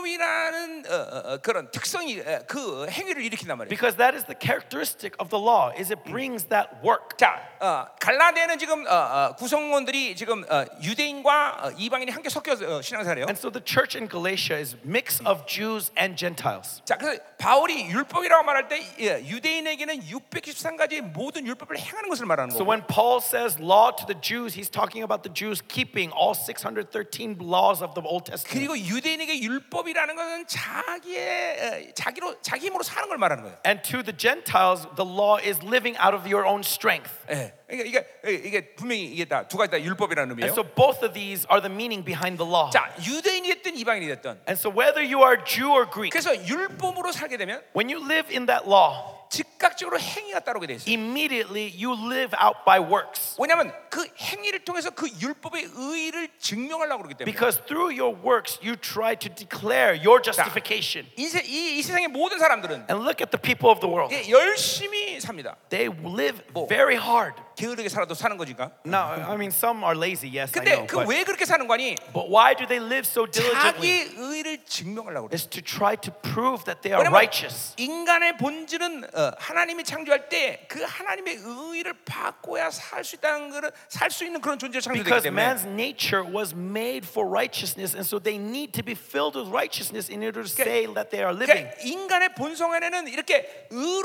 율법이라는 어, 어, 어, 그런 특성이 어, 그 행위를 일으킨단 말이에요.
Because that is the characteristic of the law, is it brings that work.
자, 어, 갈라디아는 지금 어, 어, 구성원들이 지금 어, 유대인과 어, 이방인이 함께 섞여서 어, 신앙생활해요.
And so the church in Galatia is mix of Jews and Gentiles.
자, 그래서 바울이 율법이라고 말할 때 예, 유대인에게는 613가지 모든 율법을 행하는 것을 말하는
So
거고
when Paul says law to the Jews, he's talking about the Jews keeping all 613 laws of the Old Testament.
그리고 유대인에게 율법이라는 것은 자기의 에, 자기로 자기 힘으로 사는 걸 말하는 거예요.
And to the Gentiles, the law is living out of your own strength.
예. 그러니까 이게 이게- 이게 분명히 이게 다 두 가지 다 율법이라는
And
의미예요.
so both of these are the meaning behind the law.
자, 유대인이 됐든 이방인이 됐든
And so whether you are Jew or Greek,
그래서 율법으로 살게 되면
when you live in that law,
즉각적으로 행위가 따르게 돼 있어요.
immediately you live out by works.
왜냐하면 그 행위를 통해서 그 율법의 의를 증명하려고 그러기 때문에
Because through your works, you try to declare your justification.
인세, 이, 이 세상의 모든 사람들은
And look at the people of the world.
이게 열심히 삽니다.
They live very hard.
게으르게 살아도 사는 거니까.
Now, I mean, some are lazy, yes, I
근데
know.
그
But,
왜 그렇게 사는 거니?
but why do they live so diligently?
자기 의를 증명하려고 그래.
Is to try to prove that they are
왜냐면
righteous.
인간의 본질은 어, 하나님이 창조할 때 그 하나님의 의를 바꿔야 살 수 있다는 거를 살 수 있는 그런 존재를 창조했기
Because
때문에
man's nature was made for righteousness, and so they need to be filled with righteousness in order to say that they are living.
그러니까 인간의 본성 안에는 이렇게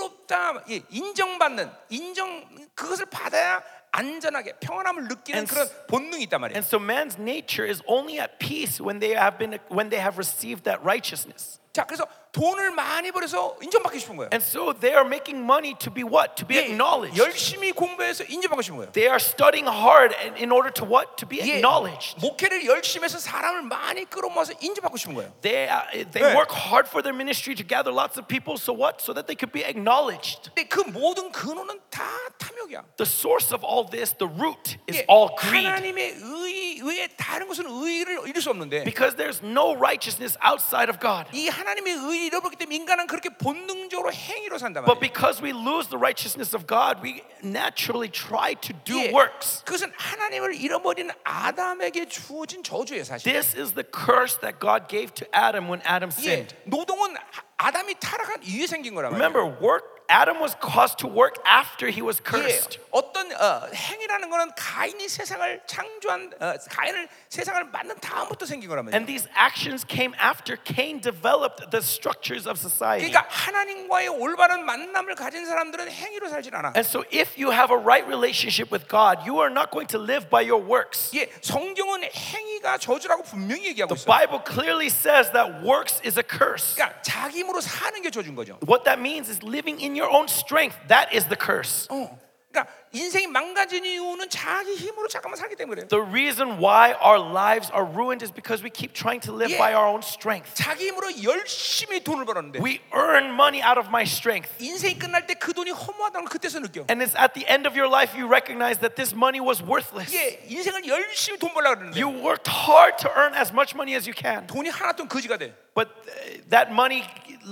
의롭다 예, 인정받는 인정 그것을 받아야 안전하게 평안함을 느끼는
And
그런 본능이 있단 말이에요.
And so man's nature is only at peace when they have been when they have received that righteousness.
자, 그래서 돈을 많이 벌어서 인정받기 싶은 거예요.
And so they are making money to be what? To be
예,
acknowledged.
열심히 공부해서 인정받고 싶은 거예요.
They are studying hard in- in order to what? To be
예,
acknowledged.
목회를 열심히 해서 사람을 많이 끌어모아서 인정받고 싶은 거예요.
They, are- they
네.
work hard for their ministry to gather lots of people, so what? So that they could be acknowledged.
근데 그 모든 근원은 다 탐욕이야.
The source of all this, the root, is
예,
all greed.
하나님의 의 외에 다른 것은 의를 잃을 수 없는데
Because there's no righteousness outside of God.
이 하나님의 의를 잃어버리기 때문에 인간은 그렇게 본능적으로 행위로 산단
But
말이에요.
because we lose the righteousness of God, we naturally try to do
예,
works.
그것은 하나님을 잃어버린 아담에게 주어진 저주예요, 사실.
This is the curse that God gave to Adam when Adam
예,
sinned.
노동은 하- 아담이 타락한 이후에 생긴 거란 말이에요.
Remember, work Adam was caused to work after he was
예,
cursed.
어떤 어, 행위라는 거는 가인이 세상을 창조한 어, 가인을 세상을 만든 다음부터 생긴 거란 말이에요.
And these actions came after Cain developed the structures of society.
그러니까 하나님과의 올바른 만남을 가진 사람들은 행위로 살진 않아.
And so if you have a right relationship with God, you are not going to live by your works.
예, 성경은 행위가 저주라고 분명히 얘기하고
The
있어.
Bible clearly says that works is a curse.
그러니까 자기 힘으로 사는 게 저주인 거죠.
What that means is living in your own strength. That is the curse.
어. 그러니까 인생이 망가진 이유는 자기 힘으로 잠깐만 살기 때문에 그래요.
The reason why our lives are ruined is because we keep trying to live
Yeah.
by our own strength.
자기 힘으로 열심히 돈을 벌었는데
We earn money out of my strength.
인생이 끝날 때 그 돈이 허무하다는 걸 그때서 느껴.
And it's at the end of your life you recognize that this money was worthless.
예, 인생을 열심히 돈 벌려고 그러는데
You worked hard to earn as much money as you can,
돈이 하나도 거지가 돼.
but uh, that money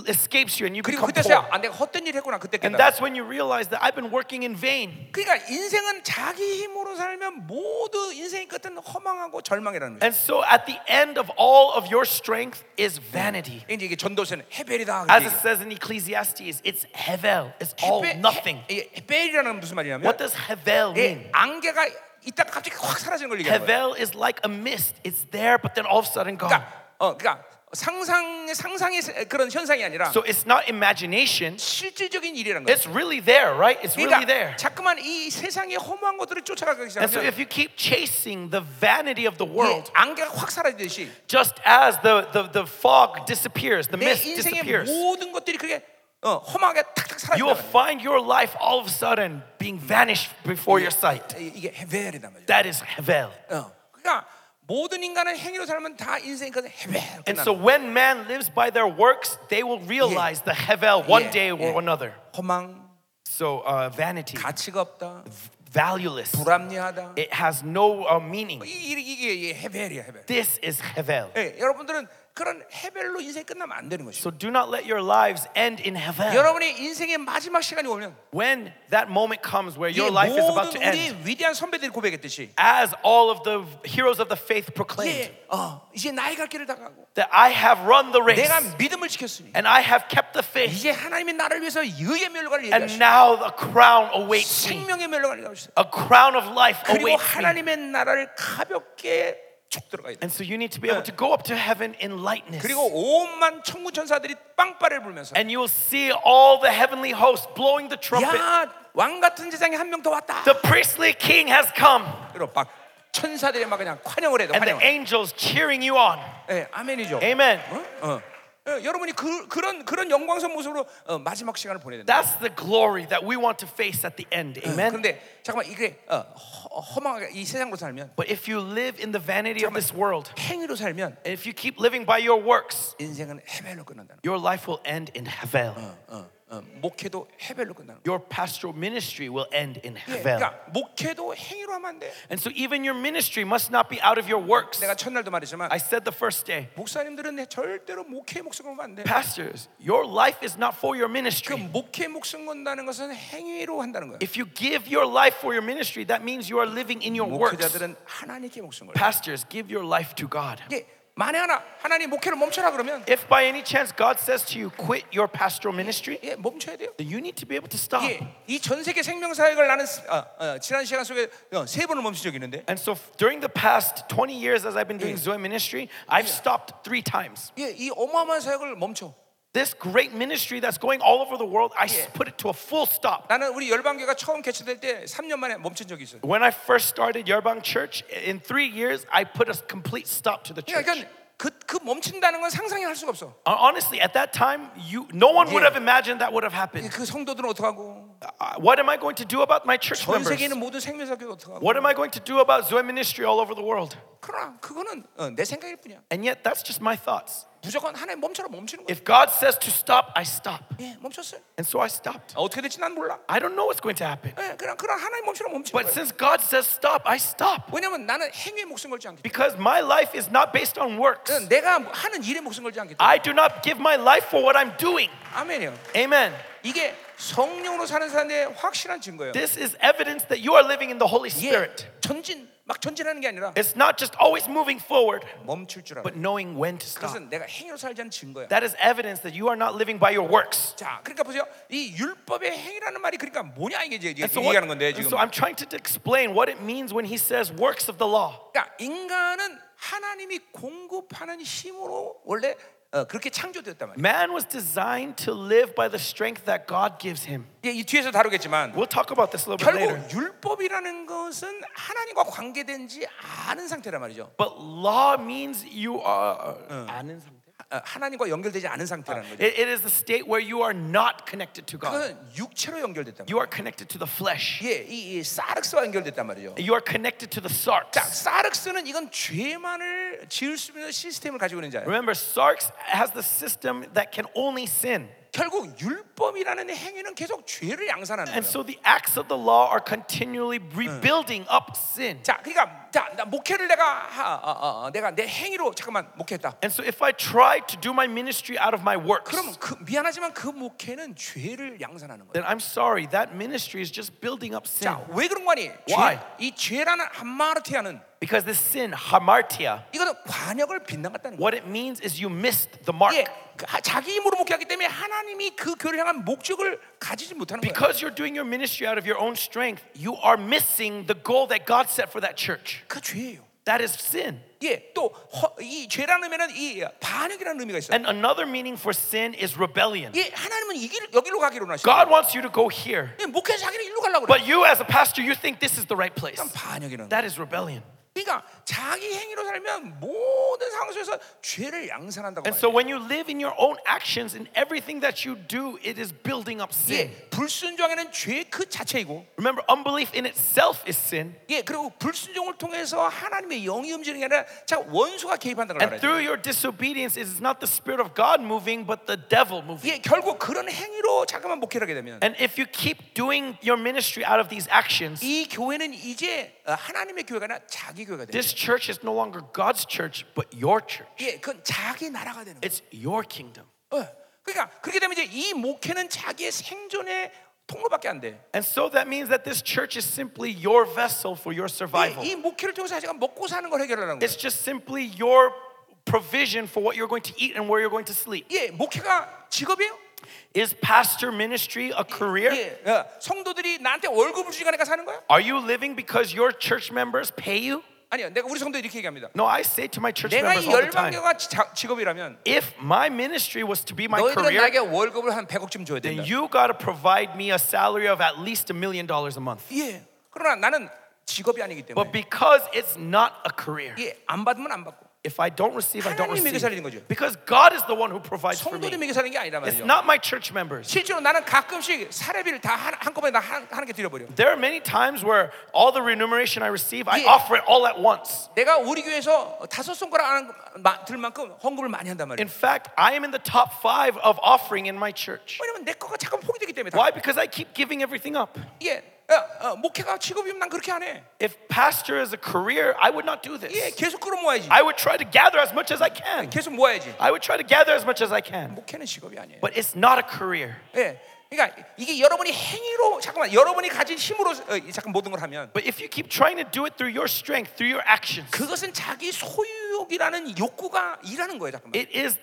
escapes you and you become
그리고 그때서야
poor.
아 내가 헛된 일 했구나 그때
And
깨달아.
that's when you realize that I've been working in vain.
그러니까 인생은 자기 힘으로 살면 모두 인생의 끝은 허망하고 절망이라는 거예요.
And so at the end of all of your strength is vanity.
이제 이게 전도서는 헤벨이다.
As it says in Ecclesiastes, it's hevel. It's all nothing.
예, 헤벨이라는 건 무슨 말이냐면
What does hevel
예,
mean?
안개가 있다가 갑자기 확 사라지는 걸 얘기하는
Hevel
거예요.
is like a mist. It's there, but then all of a sudden gone.
그러니까 어 그러니까 상상 상상의 세- 그런 현상이 아니라
So it's not imagination.
실질적인 일이라는 거예요.
It's really there, right? It's really there.
그러니까 자꾸만 이 세상의 허무한 것들을 쫓아가기
And so
시작하면
if you keep chasing the vanity of the
이
world,
안개가 확 사라지듯이
just as the, the, the fog disappears, the
내
mist
인생의
disappears,
모든 것들이 그게 어, 허망하게 탁탁
you will
사라진다.
find your life all of a sudden being vanished before your sight.
예, 이게 헤벨이란 말이야.
That is Hevel.
어. 그러니까 모든 인간은 행위로 살면 다 인생이 그 헤벨.
And so when man lives by their works, they will realize the Hevel
Yeah,
one day
yeah.
or another.
허망,
So uh, vanity,
가치가 없다,
valueless,
불합리하다.
it has no uh, meaning.
이- 이- 이게 이게 헤벨이야 헤벨.
This is Hevel.
예, 여러분들은 그런 헤벨로 인생 끝나면 안 되는 것이죠.
So do not let your lives end in Hevel.
여러분의 인생의 마지막 시간이 오면
When that moment comes where
이
your life is about to
모든
end,
우리 위대한 선배들이 고백했듯이
as all of the heroes of the faith proclaimed,
이제, 어, 이제 나의 갈 길을 다 가고
that I have run the race
내가 믿음을 지켰으니
and I have kept the faith,
이제 하나님이 나를 위해서 의의 멸관을
and
예비하시고
now a crown awaits me.
생명의 멸관을 예비하시고
A crown of life
그리고
awaits me.
하나님의 나라를 가볍게 쭉 들어가야 돼.
And so you need to be able to go up to heaven in lightness.
그리고 온만 천군 천사들이 빵빠를 불면서
And you will see all the heavenly hosts blowing the trumpet.
야, 왕 같은 세상에 한 명 더 왔다.
The priestly king has come.
그리고 막 천사들이 막 그냥 환영을 해도
And the
환영을.
angels cheering you on.
예, 아멘이죠.
Amen.
어? 어. 예, 여러분이 그, 그런 그런 영광선 모습으로 어, 마지막 시간을 보내야 된다.
That's the glory that we want to face at the end.
Uh,
Amen.
그런데 잠깐만 이게 어, 허- 허망하게 이 세상으로 살면
But if you live in the vanity of this world,
행위로 살면
and if you keep living by your works,
인생은 헤벨로 끝난다는.
your life will end in Havel.
거. 어, 어, 목회도 헤벨로 끝나는. 거.
Your pastoral ministry will end in
예,
Havel.
그러니까 목회도 행위로 하면 안 돼.
And so even your ministry must not be out of your works.
내가 첫날도 말했지만
I said the first day,
목사님들은 절대로 목회 목숨 걸면 안 돼.
pastors, your life is not for your
그
ministry.
목회 목숨 건다는 것은 행위로 한다는 거예요.
If you give your life for your ministry, that means you are living in your works.
목회자들은 하나님께 목숨 걸어요.
Pastors, give your life to God.
이게 만에 하나 하나님 목회를 멈춰라 그러면
If by any chance God says to you, quit your pastoral ministry,
예, 멈춰야 돼요.
then you need to be able to stop.
이 전 세계 생명 사역을 나는 스- 어, 어, 지난 시간 속에 어, 세 번을 멈춘 적이 있는데
And so f- during the past 20 years as I've been doing
Yeah.
Zoe ministry, I've stopped three times.
예, 이 어마어마한 사역을 멈춰.
This great ministry that's going all over the world, I s-
Yeah.
put it to a full stop.
나는 우리 열방교가 처음 개최될 때 3년 만에 멈춘 적이 있어요.
When I first started Yerbang Church, i- in three years, I put a s- complete stop to the church.
그러니까 그, 그 멈춘다는 건 상상이 할 수가 없어.
Hon- Honestly, at that time, you, no one would
Yeah.
have imagined that would have
예,
happened.
그 성도들은 어떡하고
Uh, What am I going to do about my church
전
members?
세계 있는 모든 생명 사역이 어떡하고
What am I going to do about Zoe ministry all over the world?
그러나 그거는 어, 내 생각일 뿐이야.
And yet, that's just my thoughts.
무조건 하나님 멈춰라 멈추는 거야.
If God says to stop, I stop.
예, 멈췄어요.
And so I stopped.
아, 어떻게 될지 난 몰라.
I don't know what's going to happen.
예, 그냥 그냥 하나님 멈춰라 멈추는
But
거야.
since God 사ys stop, I stop.
왜냐면 나는 행위에 목숨 걸지 않기.
Because my life is not based on works.
때문에. 내가 하는 일에 목숨 걸지 않기. 때문에.
I do not give my life for what I'm doing.
아멘이요.
Amen.
이게 성령으로 사는 사람의 확실한 증거예요.
This is evidence that you are living in the Holy
예,
Spirit.
전진 막 전진하는 게 아니라
It's not just always moving forward,
멈출 줄 알아.
but knowing when to stop.
그것은 내가 행위로 살지 않는 증거야.
That is evidence that you are not living by your works.
자, 그러니까 보세요. 이 율법의 행위라는 말이 그러니까 뭐냐 이게 이제
And so,
얘기하는 건데
and
지금.
so I'm trying to explain what it means when he says works of the law.
그러니까 인간은 하나님이 공급하는 힘으로 원래 어, 그렇게 창조되었단 말이에요.
Man was designed to live by the strength that God gives him.
이제 이 뒤에서 다루겠지만
We'll talk about this a little bit
결국
later.
율법이라는 것은 하나님과 관계된지 않은 상태란 말이죠.
But law means you are. 아는 상태?
어, 하나님과 연결되지 않은 상태라는 거죠.
It- it is the state where you are not connected to God.
그건 육체로 연결됐단 말이에요.
You are connected to the flesh.
예, 이, 이 사륵스와 연결됐단 말이죠.
You are connected to the
자,
sarks.
사륵스는 이건 죄만을 지을 수 있는 시스템을 가지고 있는 자예요.
Remember, sarks has the system that can only sin.
결국 율법이라는 행위는 계속 죄를 양산하는
And
거예요.
so the acts of the law are continually rebuilding up sin.
자, 그러니까 자, 나 목회를 내가 하, 어, 어, 어, 내가 내 행위로 잠깐만 목회했다.
And so if I try to do my ministry out of my works,
그럼 그, 미안하지만 그 목회는 죄를 양산하는 거예요.
then I'm sorry, that ministry is just building up sin.
자, 왜 그런 거니? 죄,
Why?
이 죄라는 한마르티아는
Because this sin, hamartia,
이거는 관역을 빗나갔다는 거예요.
what it means is you missed the mark.
예, 그 하- 자기 힘으로 목회하기 때문에 하나님이 그 교회를 향한 목적을 가지지 못하는 거예요.
Because you're doing your ministry out of your own strength, you are missing the goal that God set for that church.
그 죄예요.
That is sin.
예, 또 이 죄라는 의미는 이 반역이라는 의미가 있어요.
And another meaning for sin is rebellion.
예, 하나님은 이 길, 여기로 가기로 하시고
God wants you to go here,
예, 목회자 자기는 일로 가려고 그래.
but you as a pastor, you think this is the right place.
그러니까 반역이라는 거예요.
That is rebellion.
그러니까 자기 행위로 살면 모든 상황 속에서 죄를 양산한다고
And
말해요.
so when you live in your own actions in everything that you do, it is building up sin.
예, 불순종에는 죄 그 자체이고
Remember, unbelief in itself is sin.
예, 그리고 불순종을 통해서 하나님의 영이 움직이는 게 아니라 자 원수가 개입한다고
And
말해요.
through your disobedience, it is not the Spirit of God moving, but the devil moving.
예, 결국 그런 행위로 잠깐만 목회를 하게 되면
And if you keep doing your ministry out of these actions,
이 교회는 이제 어, 하나님의 교회가 아니라 자기 교회가 돼요.
this church is no longer God's church, but your church.
예, 그건 자기 나라가 되는 거예요.
It's your kingdom.
어, 그러니까 그렇게 되면 이제 이 목회는 자기의 생존의 통로밖에 안 돼.
And so that means that this church is simply your vessel for your
이,
survival.
이 목회를 통해서 자기가 먹고 사는 걸 해결하는 거예요.
It's just simply your provision for what you're going to eat and where you're going to sleep.
예, 목회가 직업이에요?
Is pastor ministry a career?
예, 어, 성도들이 나한테 월급을 주니까 사는 거야?
Are you living because your church members pay you?
아니요, 내가 우리 성도 이렇게 얘기합니다.
No, I say to my church
내가
members
이
all the time
열방교가 자- 직업이라면
if my ministry was to be my
너희들은
career,
나에게 월급을 한 100억쯤 줘야 된다.
then you got to provide me a salary of at least a million dollars a month.
예. 그러나 나는 직업이 아니기 때문에
But because it's not a career,
예, 안 받으면 안 받고
if I don't receive, I don't
하나님이 이렇게 살리는 거죠.
receive. Because God is the one who provides for
성도들이
me.
먹여 사는 게 아니란
It's
말이죠.
not my church members.
실제로 나는 가끔씩 사례비를 다 한- 한꺼번에 다 한- 하나님께 드려버려.
There are many times where all the remuneration I receive, I
Yeah.
offer it all at once.
내가 우리 교회에서 다섯 손가락 안 마- 들 만큼 헌금을 많이 한단 말이에요.
In fact, I am in the top five of offering in my church.
왜냐면 내 거가 자꾸 포기되기 때문에. 다.
Why? Because I keep giving everything up.
예, 어, 어, 목회가 직업이면 난 그렇게 안 해.
If pastor is a career, I would not do
예,
this.
계속 끌어모아야지.
I would try to gather as much as I can.
계속 모아야지.
I would try to gather as much as I can.
목회는 직업이 아니에요.
But it's not a career.
예, 그러니까 이게 여러분이 행위로 잠깐만 여러분이 가진 힘으로 어, 잠깐 모든 걸 하면
But if you keep trying to do it through your strength, through your actions,
그것은 자기 소유욕이라는 욕구가 일하는 거예요, 잠깐만.
it is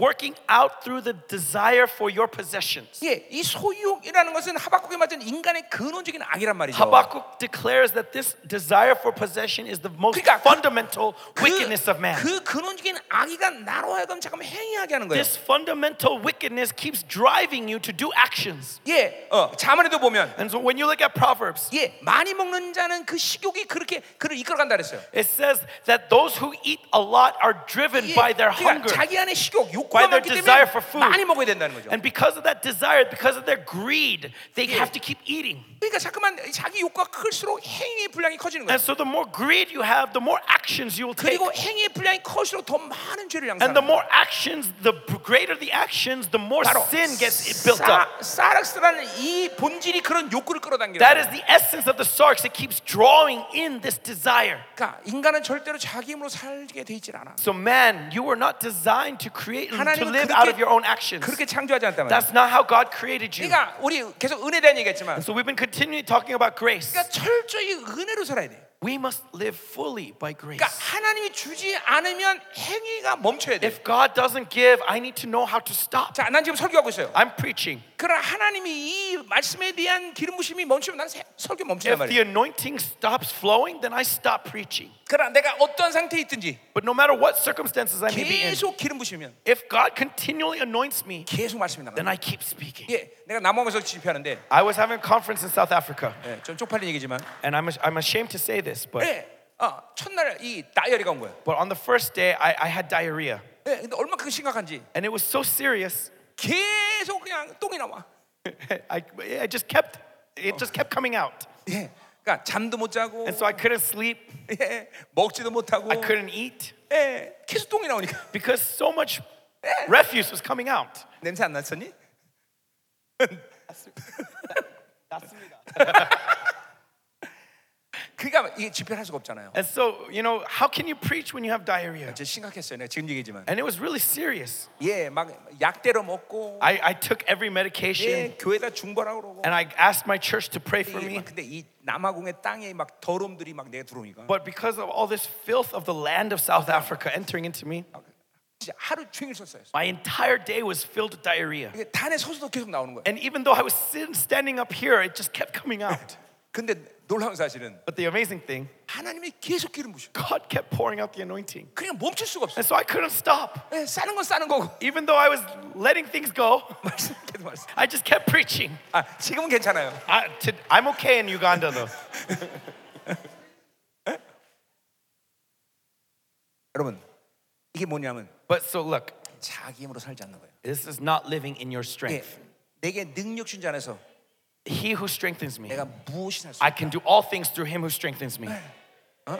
working out through the desire for your possessions.
예, 이 소유욕이라는 것은 하박국에 맞은 인간의 근원적인 악이란 말이죠.
Habakkuk declares that this desire for possession is the most
그러니까 그-
fundamental wickedness of man.
그 근원적인 악의가 나로 하여금 잠깐 행위하게 하는 거예요.
this fundamental wickedness keeps driving you to do actions.
예, 어, 자문에도 보면
And so when you look at Proverbs,
예, 많이 먹는 자는 그 식욕이 그렇게 그를 이끌어간다 그랬어요.
it says that those who eat a lot are driven
예,
by their
그러니까
hunger.
자기 안에 식욕, 욕구가
By their
많기 때문에
desire for food.
많이 먹어야 된다는 거죠.
And because of that desire, because of their greed, they
Yeah.
have to keep eating.
그러니까 자꾸만 자기 욕구가 클수록 행위의 분량이 커지는
And
거예요.
so the more greed you have, the more actions you will take.
그리고 행위의 분량이 커질수록 더 많은 죄를
And the
양산하는
more actions, the greater the actions, the more
바로
sin gets built up.
사- 사락스라는 이 본질이 그런 욕구를 끌어당기는
That
거예요.
is the essence of the sarx. It keeps drawing in this desire.
그러니까 인간은 절대로 자기 힘으로 살게 돼 있질 않아.
So, man, you were not designed to create and to
하나님은
live
그렇게-
out of your own actions.
그렇게 창조하지 않단 말이야.
That's not how God created you.
그러니까 우리 계속 은에 대한 얘기했지만
So, we've been continually talking about grace.
그러니까 철저히 은혜로 살아야 돼.
We must live fully by grace.
그러니까 하나님이 주지 않으면 행위가 멈춰야 돼.
If God doesn't give, I need to know how to stop.
자, 난 지금 설교하고 있어요.
I'm preaching.
그러나 하나님이 이 말씀에 대한 기름 부심이 멈추면 난 세- 설교
If
멈추단 말이에요.
the anointing stops flowing, then I stop preaching.
그러나 내가 어떠한 상태에 있든지
But no matter what circumstances I may be in,
계속 기름 부시면
if God continually anoints me,
계속 말씀이 나가.
then I keep speaking.
예, 내가 남원에서 집회하는데
I was having a conference in South Africa,
예, 좀 쪽팔린 얘기지만
and I'm, I'm ashamed to say this, but,
예, 어, 첫날 이 다이어리가 온 거야.
but on the first day, I, I had diarrhea.
예, 근데 얼마큼 심각한지
And it was so serious, [laughs]
계속 그냥 똥이 나와.
I, I just kept, it just kept coming out.
예, 그러니까 잠도 못 자고
And so I couldn't sleep,
예, 먹지도 못하고
I couldn't eat,
예, 계속 똥이 나오니까
because so much refuse was coming out.
냄새
[laughs]
안 났었니? [laughs] 그 그러니까 이게 집회를 할 수가 없잖아요.
And so, you know, how can you preach when you have diarrhea?
이제 심각했어요. 내가 지금 얘기지만
And it was really serious.
예, 막 약대로 먹고
I, I took every medication
예, 교회다 중보라고 그러고
and I asked my church to pray for
이게
me.
막 근데 이 남아공의 땅에 막 더러움들이 막 내가 들어오니까
But because of all this filth of the land of South Africa entering into me,
진짜 하루 종일 썼어요.
my entire day was filled with diarrhea.
이게 단에 서서도 계속 나오는 거예요.
And even though I was sitting, standing up here, it just kept coming out.
근데 놀라운 사실은
But the amazing thing,
하나님이 계속 기름 부셔.
God kept pouring out the anointing.
그냥 멈출 수가 없어.
And so I couldn't stop.
예, 싸는 건 싸는 거고 [laughs]
Even though I was letting things go,
말씀 계속 말씀.
I just kept preaching.
아 지금은 괜찮아요.
I, to, I'm okay in Uganda though.
여러분 이게 뭐냐면
But so look,
자기 힘으로 살지 않는 거예요.
this is not living in your
예,
strength.
내게 능력 준자 안에서
He who strengthens me,
내가 무엇이나 할수
I can do all things through him who strengthens me.
어.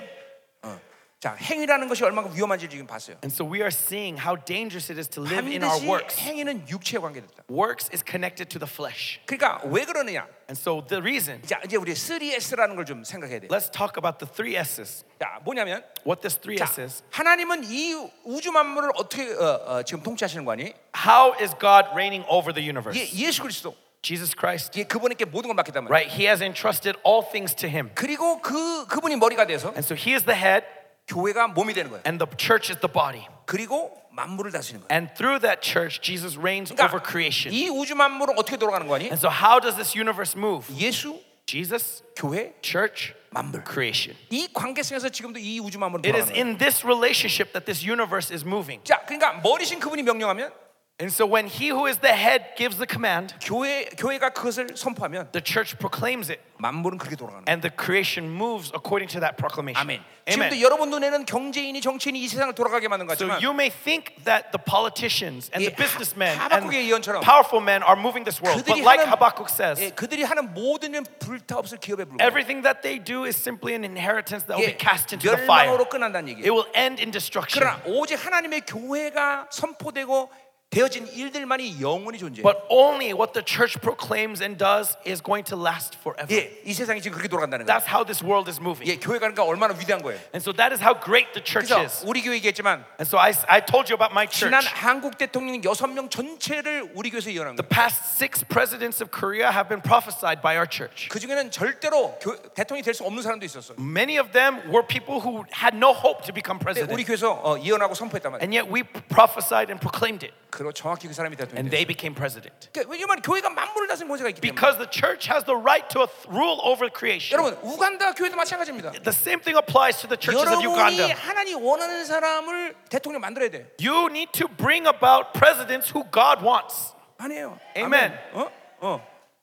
자 행위라는 것이 얼마나 위험한지 지금 봤어요.
And so we are seeing how dangerous it is to live in our
반드시
works.
행위는 육체에 관계됐다.
Works is connected to the flesh.
그러니까 왜 그러느냐?
And so the reason,
자 이제 우리 3S라는 걸 좀 생각해야 돼.
let's talk about the three S's.
자 뭐냐면
What this
자,
3S is.
하나님은 이 우주 만물을 어떻게 어, 어, 지금 통치하시는 거니?
How is God reigning over the universe?
예, 예수 그리스도
Jesus Christ,
예, 그분에게 모든 걸 맡겼단 말이야.
right? He has entrusted all things to him.
그리고 그 그분이 머리가 돼서
And so he is the head,
교회가 몸이 되는 거야.
and the church is the body.
그리고 만물을 다스리는 거야.
And through that church, Jesus reigns over creation.
이 우주 만물은 어떻게 돌아가는 거니?
And so, how does this universe move?
예수,
Jesus,
교회,
church,
만물.
creation.
이 관계성에서 지금도 이 우주 만물은
It is
돌아가는 거야.
in this relationship that this universe is moving.
자, 그러니까 머리신 그분이 명령하면
And so, when he who is the head gives the command,
교회 교회가 그것을 선포하면
the church proclaims it,
만물은 그렇게 돌아가는 거야.
and the creation moves according to that proclamation.
아멘. 지금도
Amen.
여러분 눈에는 경제인이 정치인이 이 세상을 돌아가게 만든
So
거지만
you may think that the politicians and
예,
the businessmen
하-
and
하박국의 예언처럼
powerful men are moving this world. But
그들이
like
하는-
Habakkuk says,
예, 그들이 하는 모든 일은 불타 없을 기업에 불과.
everything that they do is simply an inheritance that will be
예,
cast into the fire.
멸망으로 끝난다는 얘기예요.
It will end in destruction.
그러나 오직 하나님의 교회가 선포되고 되어진 일들만이 영원히 존재해요.
But only what the church proclaims and does is going to last forever.
예, 이 세상이 지금 그렇게 돌아간다는 거예요.
That's how this world is moving.
예, 교회 가니까 얼마나 위대한 거예요.
And so that is how great the church
그래서
is.
우리 교회 얘기했지만
And so I, I told you about my church.
지난 한국 대통령 여섯 명 전체를 우리 교회에서 예언한
The
거예요.
past six presidents of Korea have been prophesied by our church.
그 중에는 절대로 교- 대통령이 될 수 없는 사람도 있었어. 요
Many of them were people who had no hope to become
근데
president.
우리 교회에서 어, 예언하고 선포했단 말이에요.
And yet we prophesied and proclaimed it.
그리고 정확히 그 사람이 대통령이
And
됐어요.
they became president.
그러니까 왜냐면 교회가 만물을 다스리는 권세가 있기 때문에.
Because the church has the right to auth- rule over creation.
여러분 우간다 교회도 마찬가지입니다.
The same thing applies to the churches of
여러분이
Uganda.
하나님 원하는 사람을 대통령 만들어야 돼.
You need to bring about presidents who God wants.
아니에요.
Amen.
어? 어.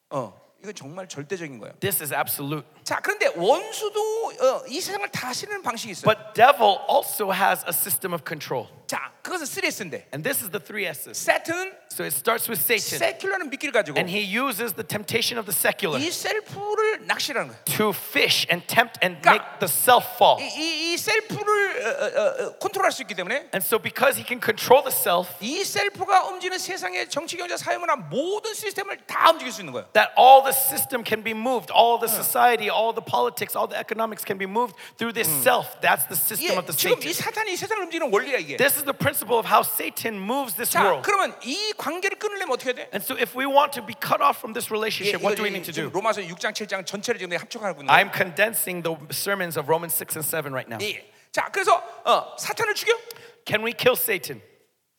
어. 이건 정말 절대적인 거예요.
This is absolute.
자, 그런데 원수도 어, 이 세상을 다스리는 방식이 있어요.
But devil also has a system of control.
자, 그것은 3S인데.
And this is the three S's.
세트는
So it starts with Satan.
세큘러는 미끼를 가지고
And he uses the temptation of the secular
이 셀프를 낚시라는 거예요.
to fish and tempt and make the self fall.
이, 이, 이 셀프를 어, 어, 어, 컨트롤할 수 있기 때문에
And so because he can control the self,
이 셀프가 움직이는 세상의 정치, 경제, 사회, 문화 모든 시스템을 다 움직일 수 있는 거예요.
that all the system can be moved, all the society, all the politics, all the economics can be moved through this self. That's the system
이게
of the
Mm. 지금 이
Satan.
사탄이 이 세상을 움직이는 원리야 이게.
This is the principle of how Satan moves this
자,
world.
그러면 이 관계를 끊으려면 어떻게 해야 돼?
And so if we want to be cut off from this relationship, what do we
이거
need to
지금
do?
로마서 6장 7장 전체를 지금 내가 합쳐가고 있는 거야.
I'm condensing the sermons of Romans 6 and 7 right now.
예. 자, 그래서 어, 사탄을 죽여?
Can we kill Satan?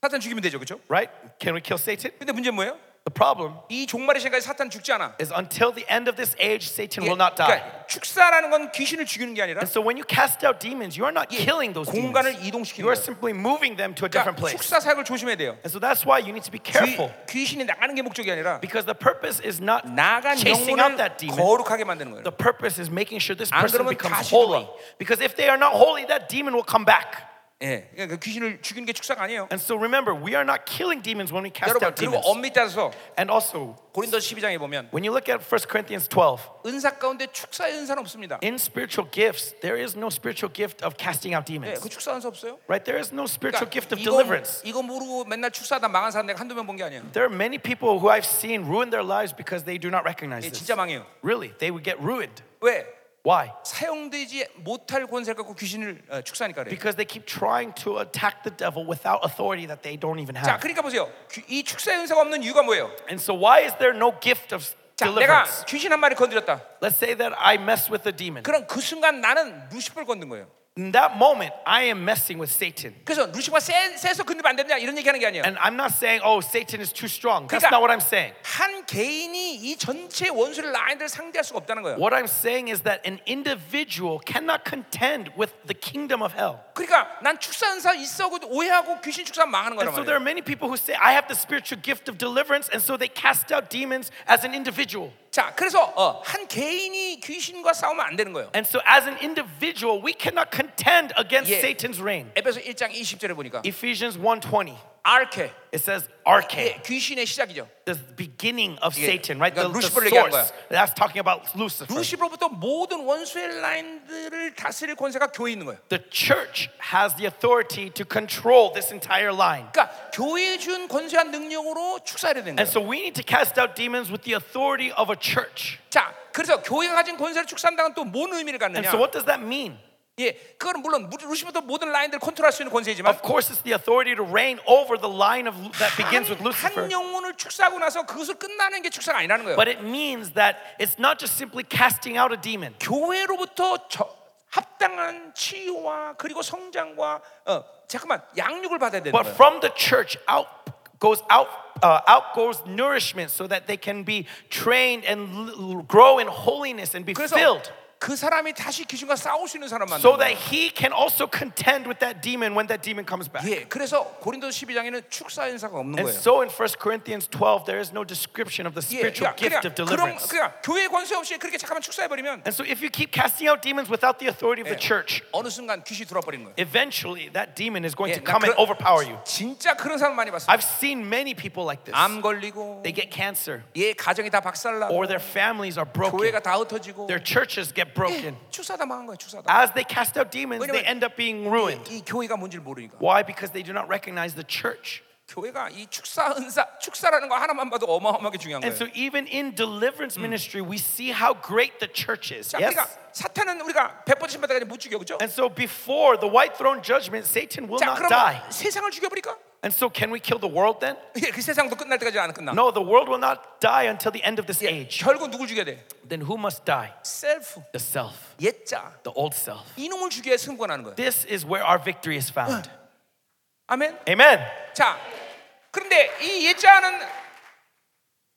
사탄 죽이면 되죠, 그렇죠?
Right? Can we kill Satan?
근데 문제는 뭐예요?
The problem
이 종말의 시간까지 사탄 죽지 않아.
is until the end of this age, Satan
예,
will not die.
그러니까 축사라는 건 귀신을 죽이는 게 아니라
And so when you cast out demons, you are not killing those
공간을
demons. You
이동시키는
are
거예요.
simply moving them to a different
그러니까
place.
축사 사역을 조심해야 돼요.
And so that's why you need to be
귀,
careful.
귀신이 나가는 게 목적이 아니라
Because the purpose is not
나간
chasing out
영혼을
that demon.
거룩하게 만드는 거예요.
The purpose is making sure this
안
person
그러면
becomes
다시
holy.
들어와.
Because if they are not holy, that demon will come back.
예. 그러니까 그 귀신을 죽이는 게 축사가 아니에요.
And so remember, we are not killing demons when we cast
여러분
out
그리고
demons.
엄밀히 따져서
And also,
고린도 12장에 보면
when you look at 1 Corinthians 12,
은사 가운데 축사의 은사는 없습니다. 예,
in spiritual gifts, there is no spiritual gift of casting out
예,
demons.
그 축사 은사 없어요? 그러니까
Right? There is no spiritual gift of
이거-
deliverance.
이거 모르고 맨날 축사하다 망한 사람 내가 한두 명 본 게 아니에요.
There are many people who I've seen ruin their lives because they do not recognize
예,
this.
진짜 망해요.
Really, they would get ruined.
왜?
Why?
사용되지 못할 권세를 갖고 귀신을 어, 축사하니까 그래요.
Because they keep trying to attack the devil without authority that they don't even have.
자, 그러니까 보세요. 귀- 이 축사 은사가 없는 이유가 뭐예요?
And so, why is there no gift of
자, 내가
deliverance?
귀신 한 마리 건드렸다.
Let's say that I mess with a demon.
그럼 그 순간 나는 루시퍼를 건든 거예요.
In that moment, I am messing with Satan.
그래서 루시퍼가 세, 세서 건드리면 안 된다 이런 얘기하는 게 아니에요.
And I'm not saying, oh, Satan is too strong. That's
그러니까-
not what I'm saying.
한 개인이 이 전체 원수를 라인들을 상대할 수가 없다는 거예요.
What I'm saying is that an individual cannot contend with the kingdom of hell.
그러니까 난 축사 은사 있어고 오해하고 귀신 축사 망하는 거란
And so there are
말이에요.
many people who say, I have the spiritual gift of deliverance, and so they cast out demons as an individual.
자, 그래서 어, 한 개인이 귀신과 싸우면 안 되는 거예요.
And so as an individual, we cannot contend against
Yeah.
Satan's reign.
에베소 1장 20절에 보니까
Ephesians 1:20,
아르케
it says
예,
arche,
귀신의 시작이죠.
the beginning of
Yeah.
Satan, right? The, the
그러니까 루시퍼를 얘기하는
source. That's talking about Lucifer.
루시로부터 모든 원수의 라인들을 다스릴 권세가 교회에 있는 거예요.
The church has the authority to control this entire line.
그러니까 교회에 준 권세한 능력으로 축사해야 되는
And
거예요.
so we need to cast out demons with the authority of a church.
자, 그래서 교회가 가진 권세를 축사한다는 건 또 뭔 의미를
And
갖느냐?
so what does that mean?
예, 그거는 물론 루시부터 모든 라인들을 컨트롤할 수 있는 권세이지만
Of course, it's the authority to reign over the line of that begins with
한,
Lucifer.
한 영혼을 축사하고 나서 그것을 끝나는 게 축사가 아니라는 거예요.
But it means that it's not just simply casting out a demon.
교회로부터 저, 합당한 치유와 그리고 성장과 어, 잠깐만 양육을 받아야 되는
But
거예요.
from the church out goes out uh, out goes nourishment, so that they can be trained and l- l- grow in holiness and be
그래서
filled,
그 사람이 다시 귀신과 싸울 수 있는 사람만.
so that he can also contend with that demon when that demon comes back.
예, 그래서 고린도 12장에는 축사 행사가 없는
And
거예요.
so in 1 Corinthians 12, there is no description of the
예,
spiritual gift of
그런
deliverance.
그냥 교회 권세 없이 그렇게 잠깐만 축사해 버리면
And so if you keep casting out demons without the authority of the church,
어느 순간 귀신 이 들어와 버리는 거예요.
eventually that demon is going to
예, 나
come and
그런-
overpower you.
진짜 그런 사람 많이 봤어요.
I've seen many people like this.
암 걸리고
They get cancer
예, 가정이 다 박살나고
or their families are broken.
교회가 다 흩어지고
Their churches get
예,
broken.
축사다 망한 거예요. 축사다.
As they cast out demons, they
왜냐면-
end up being ruined.
이 교회가 뭔지를 모르니까.
Why? Because they do not recognize the church.
교회가 이 축사 은사 축사라는 거 하나만 봐도 어마어마하게 중요한
And
거예요.
so even in deliverance ministry, we see how great the church is.
자,
Yes?
그러니까 사탄은 우리가 100번 심판까지 못 죽여 그죠?
And so before the white throne judgment, Satan will
자,
not
그럼
die.
세상을 죽여 버릴까?
And so can we kill the world then?
예, 그 세상도 끝날 때까지 안 끝나.
No, the world will not die until the end of this
예,
age.
결국 누굴 죽여야 돼?
Then who must die?
셀프,
The self,
옛자.
the old self.
이놈을 죽여야 승부가 나는 거예요.
This is where our victory is found.
아멘.
Amen.
자, 그런데 이 옛자는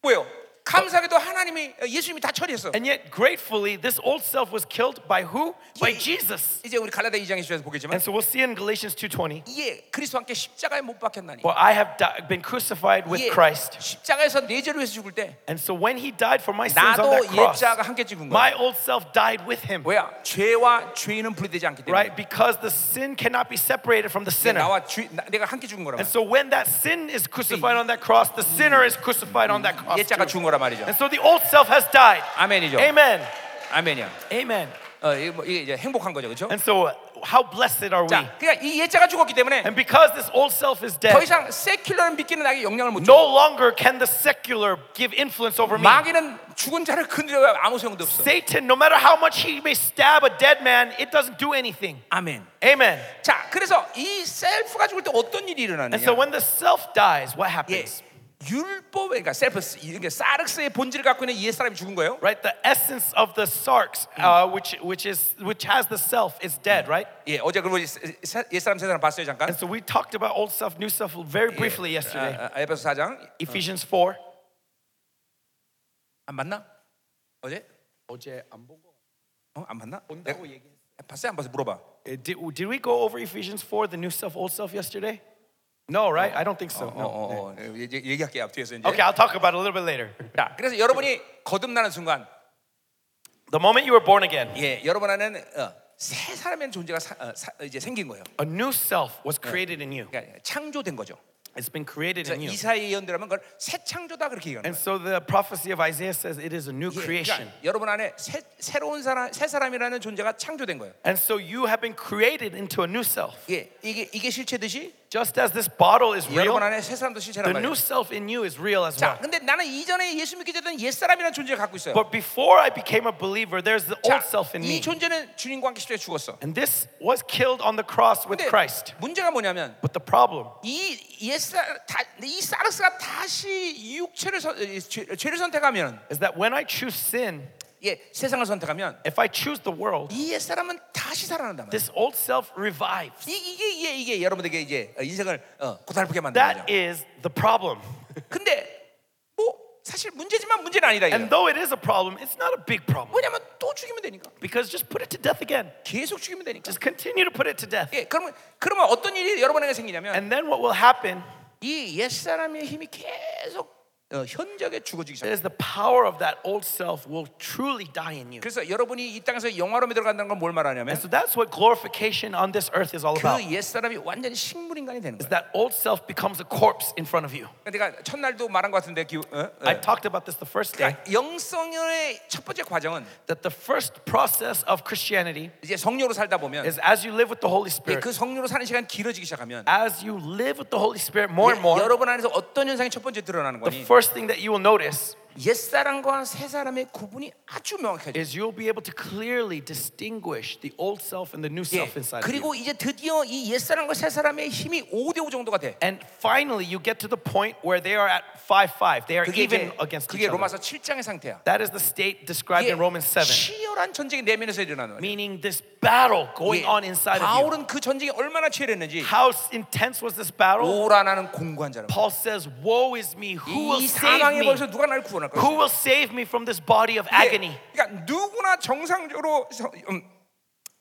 뭐예요? 감사하게도 하나님이 예수님이 다 처리했어.
And yet, gratefully, this old self was killed by who? By
Yeah.
Jesus.
이제 우리 갈라디아 2장에 서 보겠지만
And so we'll see in Galatians 2:20.
이에 그리스도와 함께 십자가에 못 박혔나니.
For I have di- been crucified with
이에
Christ.
십자가에서 내 죄를 위해서 죽을 때
And so when he died for my sins on that
나도
cross,
옛자가 함께 죽은 거야.
my old self died with him.
뭐야? 죄와 죄인은 분리되지 않기 때문에
Right? Because the sin cannot be separated from the sinner.
나와 죄, 나, 내가 함께 죽은 거란
And
말이야.
so when that sin is crucified on that cross, the sinner is crucified on that cross.
옛자가
Too.
죽은 거란 말이죠.
And so the old self has died.
아멘이죠.
Amen.
아멘이야.
Amen.
어, 이게, 뭐, 이게 이제 행복한 거죠, 그렇죠?
And so uh, how blessed are we?
자, 그러니까 이 옛자가 죽었기 때문에
And because this old self is
더
dead,
이상 세큘러는 믿기는 나에게 영향을 못 줘.
no longer can the secular give influence over me.
마귀는 죽은 자를 건드려 아무 소용도 없어.
Satan, no matter how much he may stab a dead man, it doesn't do anything.
아멘.
Amen.
자, 그래서 이 셀프가 죽을 때 어떤 일이
And
일어나느냐?
so when the self dies, what
예,
happens?
율법, 그러니까 셀프, 이게 사르스의 본질을 갖고 있는 옛 사람이 죽은 거예요.
Right? The essence of the sarx, uh, which, which, is, which has the self, is dead, right?
예, 어제 그리고 옛 사람 세 사람 봤어요 잠깐.
And so we talked about old self, new self very briefly
아,
yesterday.
아, 에베소 4장
Ephesians 4.
안 맞나? 어제?
어제 안 보고
어, 안 맞나?
본다고
내가-
얘기했어.
봤어요 안 봤어요 물어봐.
Uh, Did, did we go over Ephesians 4, the new self, old self yesterday? No, right? I don't think so.
어,
no. 네.
어, 어, 얘기- 얘기할게요 뒤에서 이제.
Okay, I'll talk about it a little bit later.
자, 그래서 여러분이 거듭나는 순간,
The moment you were born again,
예, 여러분 안에는 어, 새 사람의 존재가 사- 어, 사- 이제 생긴 거예요.
a new self was created in you.
그러니까 창조된 거죠.
It's been created
그래서
in you.
이사의 예언대로면 그걸 새 창조다 그렇게
And
얘기하는 거예요.
so the prophecy of Isaiah says it is a new
예,
creation.
그러니까 여러분 안에 새, 새로운 사람, 새 사람이라는 존재가 창조된 거예요.
And so you have been created into a new self.
예, 이게 이게 실체듯이
Just as this bottle is real,
여러분 안에 새 사람도 신체란
the
말이에요.
new self in you is real as
자,
well.
근데 나는 이전에 예수 믿기 전에는 옛사람이라는 존재를 갖고 있어요.
But before I became a believer, there's the
자,
old self in
이
me.
존재는 주님과 함께 십자에 죽었어.
And this was killed on the cross with
근데
Christ.
문제가 뭐냐면
But the problem
이 옛사 다- 이 사르스가 다시 육체를 선- 이 죄- 죄를 선택하면
is that when I choose sin,
예, 세상을 선택하면
if I choose the world,
이 옛사람은 다시 살아난다 말이야.
this old self revives.
이- 이게 이게 이게 여러분에게 이제 인생을 어, 고달프게 만드는
That
거죠.
is the problem.
근데 뭐 사실 문제지만 문제는 아니다 이거.
And though it is a problem, it's not a big problem.
뭐냐면 또 죽이면 되니까.
Because just put it to death again.
계속 죽이면 되니까.
Just continue to put it to death.
예, 그러면 그러면 어떤 일이 여러분에게 생기냐면
And then what will happen
이 옛사람의 힘이 계속 어, 현저하게 죽어지기 시작.
is the power of that old self will truly die in you.
그래서 여러분이 이 땅에서 영화로움에 들어간다는 건 뭘 말하냐면
And so that's what glorification on this earth is all about.
그 옛사람이 완전히 식물 인간이 되는
Is
거야.
that old self becomes a corpse in front of you.
내가 첫날도 말한 것 같은데 기, 어? 어.
I talked about this the first day.
그러니까 영성의 첫 번째 과정은
That the first process of Christianity
이제 성료로 살다 보면
is as you live with the Holy
예,
Spirit,
그 성료로 사는 시간 길어지기 시작하면
as you live with the Holy Spirit more and
예,
more,
여러분 안에서 어떤 현상이 첫 번째 드러나는
the
거니?
first thing that you will notice
옛사람과 새 사람의 구분이 아주 명확해져.
is you'll be able to clearly distinguish the old self and the new
예,
self inside of you.
그리고 이제 드디어 이 옛사람과 새 사람의 힘이 5대5 정도가 돼.
And finally, you get to the point where they are at 5 5. They are
그게
even
이제
against each
그게
other.
로마서 7장의 상태야.
That is the state described in Romans 7,
치열한 전쟁이 내면에서 일어나는 거야.
meaning this battle going
예,
on inside of you.
바울은 그 전쟁이 얼마나 치열했는지
How intense was this battle?
오라 나는 공고한 자라.
Paul says, Woe is me, who will
이
save
상황에 벌써
me?
누가 날 구원할 것이야?
Who will save me from this body of
이게
agony?
그러니까 누구나 정상적으로 성- 음,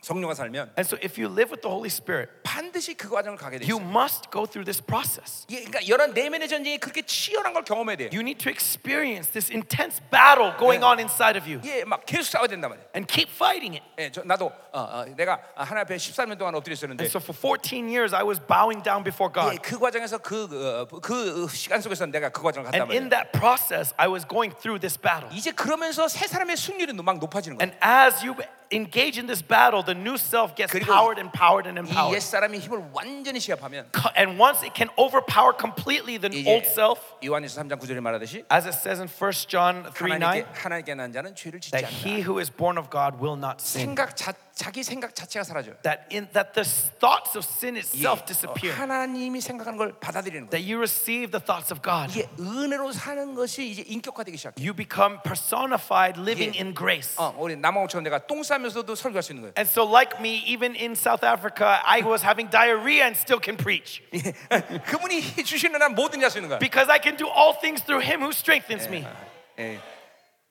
성령과 살면
And so, if you live with the Holy Spirit,
반드시 그 과정을 가게 돼.
you
있어.
must go through this process.
예, 그러니까 여러 내면의 전쟁이 그렇게 치열한 걸 경험해야 돼.
You need to experience this intense battle going on inside of you
예, 막 계속 싸워야 된단 말이야.
and keep fighting it.
예, 저, 나도 어, 어, 내가 아, 하나님 앞에 13년 동안 엎드렸었는데
And so, for 14 years, I was bowing down before
예,
God.
그 과정에서 그, 어, 그 시간 속에서 내가 그 과정을 갔단
And
말이야.
in that process, I was going through this battle.
이제 그러면서 새 사람의 승률이 막 높아지는 거야.
And as you engage in this battle, the new self gets
그리고
powered, empowered, and
이
empowered.
옛사람의 힘을 완전히 제압하면
Co- And once it can overpower completely the
이제
old self,
요한일서 3장 9절에 말하듯이
as it says in 1 John 3
하나님께
9,
하나님께 난 자는 죄를 짓지
that
않는다.
he who is born of God will not sin.
생각 자, 자기 생각 자체가 사라져.
That, in, that the thoughts of sin itself disappear. 네.
하나님이 생각하는 걸 받아들이는 거예요.
That you receive the thoughts of God.
이게 은혜로 사는 것이 이제 인격화되기 시작해.
You become personified living
Yeah.
in grace.
어, 우리 남아공처럼 내가 똥 싸면서도 설교할 수 있는 거예요.
And so, like me, even in South Africa, I was having diarrhea and still can
[laughs]
preach 네.
예. 그분이 주시는 한 뭐든지 할 수 있는 거야.
because I can do all things through Him who strengthens me.
예.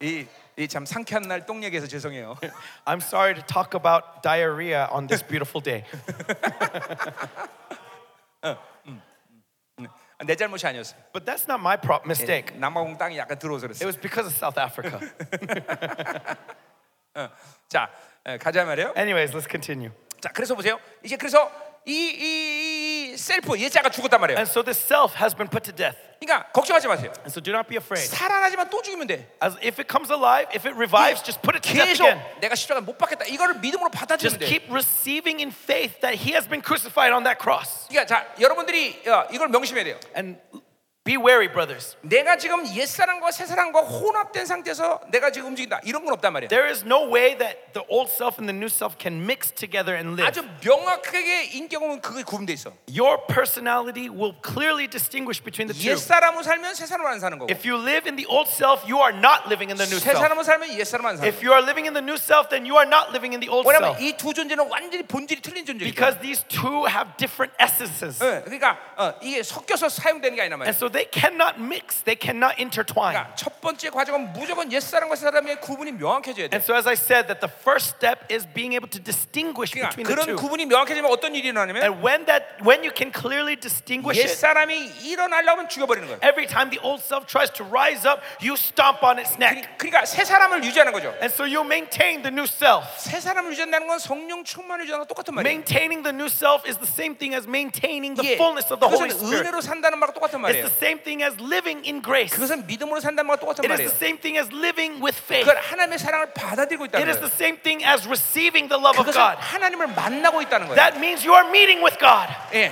이, 이 참 상쾌한 날 똥 얘기해서 죄송해요.
네. I'm sorry to talk about diarrhea on [laughs] this beautiful day.
내 잘못이 아니었어요.
But that's not my prop mistake.
남아공 땅이 약간 들어오서
It
그랬어요.
was because of South [laughs] Africa. 네.
자, 예, 가자 말이에요.
Anyways, let's continue.
자, 그래서 보세요. 이제 그래서 이, 이, 이 셀프 예자가 죽었단 말이에요.
And so the self has been put to death.
그러니까 걱정하지 마세요.
And so do not be afraid.
살아나지만 또 죽이면 돼.
As if it comes alive, if it revives, just put it to death
계속
again.
내가 십자가 못 받겠다. 이거를 믿음으로
Just
받아들이면 돼.
keep receiving in faith that he has been crucified on that cross.
그러니까 자, 여러분들이 어, 이걸 명심해야 돼요.
And be wary, brothers.
내가 지금 옛사람과 새사람과 혼합된 상태에서 내가 지금 움직인다. 이런 건 없단 말이야.
There is no way that the old self and the new self can mix together and live.
아주 명확하게 인격은 그게 구분돼 있어.
Your personality will clearly distinguish between the two.
옛사람은 살면 새사람은 안 사는 거고.
If you live in the old self, you are not living in the new self.
새사람은 살면 옛사람은 안 사는
If
거고.
you are living in the new self, then you are not living in the old
왜냐면
self.
이 두 존재는 완전히 본질이 틀린 존재니까.
Because these two have different essences.
예, 그러니까 어, 이게 섞여서 사용되는 게 아니란 말이야.
And so they cannot mix, they cannot intertwine.
그러니까 첫 번째 과정은 무조건 옛사람과 새사람의 구분이 명확해져야
And
돼.
so, as I said, that the first step is being able to distinguish
그러니까
between the
그런
two.
구분이 명확해지면 어떤 일이 일어나냐면
And when that, when you can clearly distinguish it,
옛사람이 일어나려면 죽여버리는 거야.
every time the old self tries to rise up, you stomp on its neck.
그니- 그러니까 새 사람을 유지하는 거죠.
And so you maintain the new self.
새 사람을 유지한다는 건 성령 충만을 유지하는 거 똑같은 말이에요.
Maintaining the new self is the same thing as maintaining the
예,
fullness of the Holy
그것은
Spirit.
은혜로 산다는 말과 똑같은 말이에요.
It's the same thing as living in grace.
그것은 믿음으로 산다는 말과 똑같은
It is
말이에요.
the same thing as living with faith.
그건 하나님의 사랑을 받아들이고 있다는
It is the
거예요.
same thing as receiving the love of
그것은
God.
하나님을 만나고 있다는 거예요.
That means you are meeting with God.
예.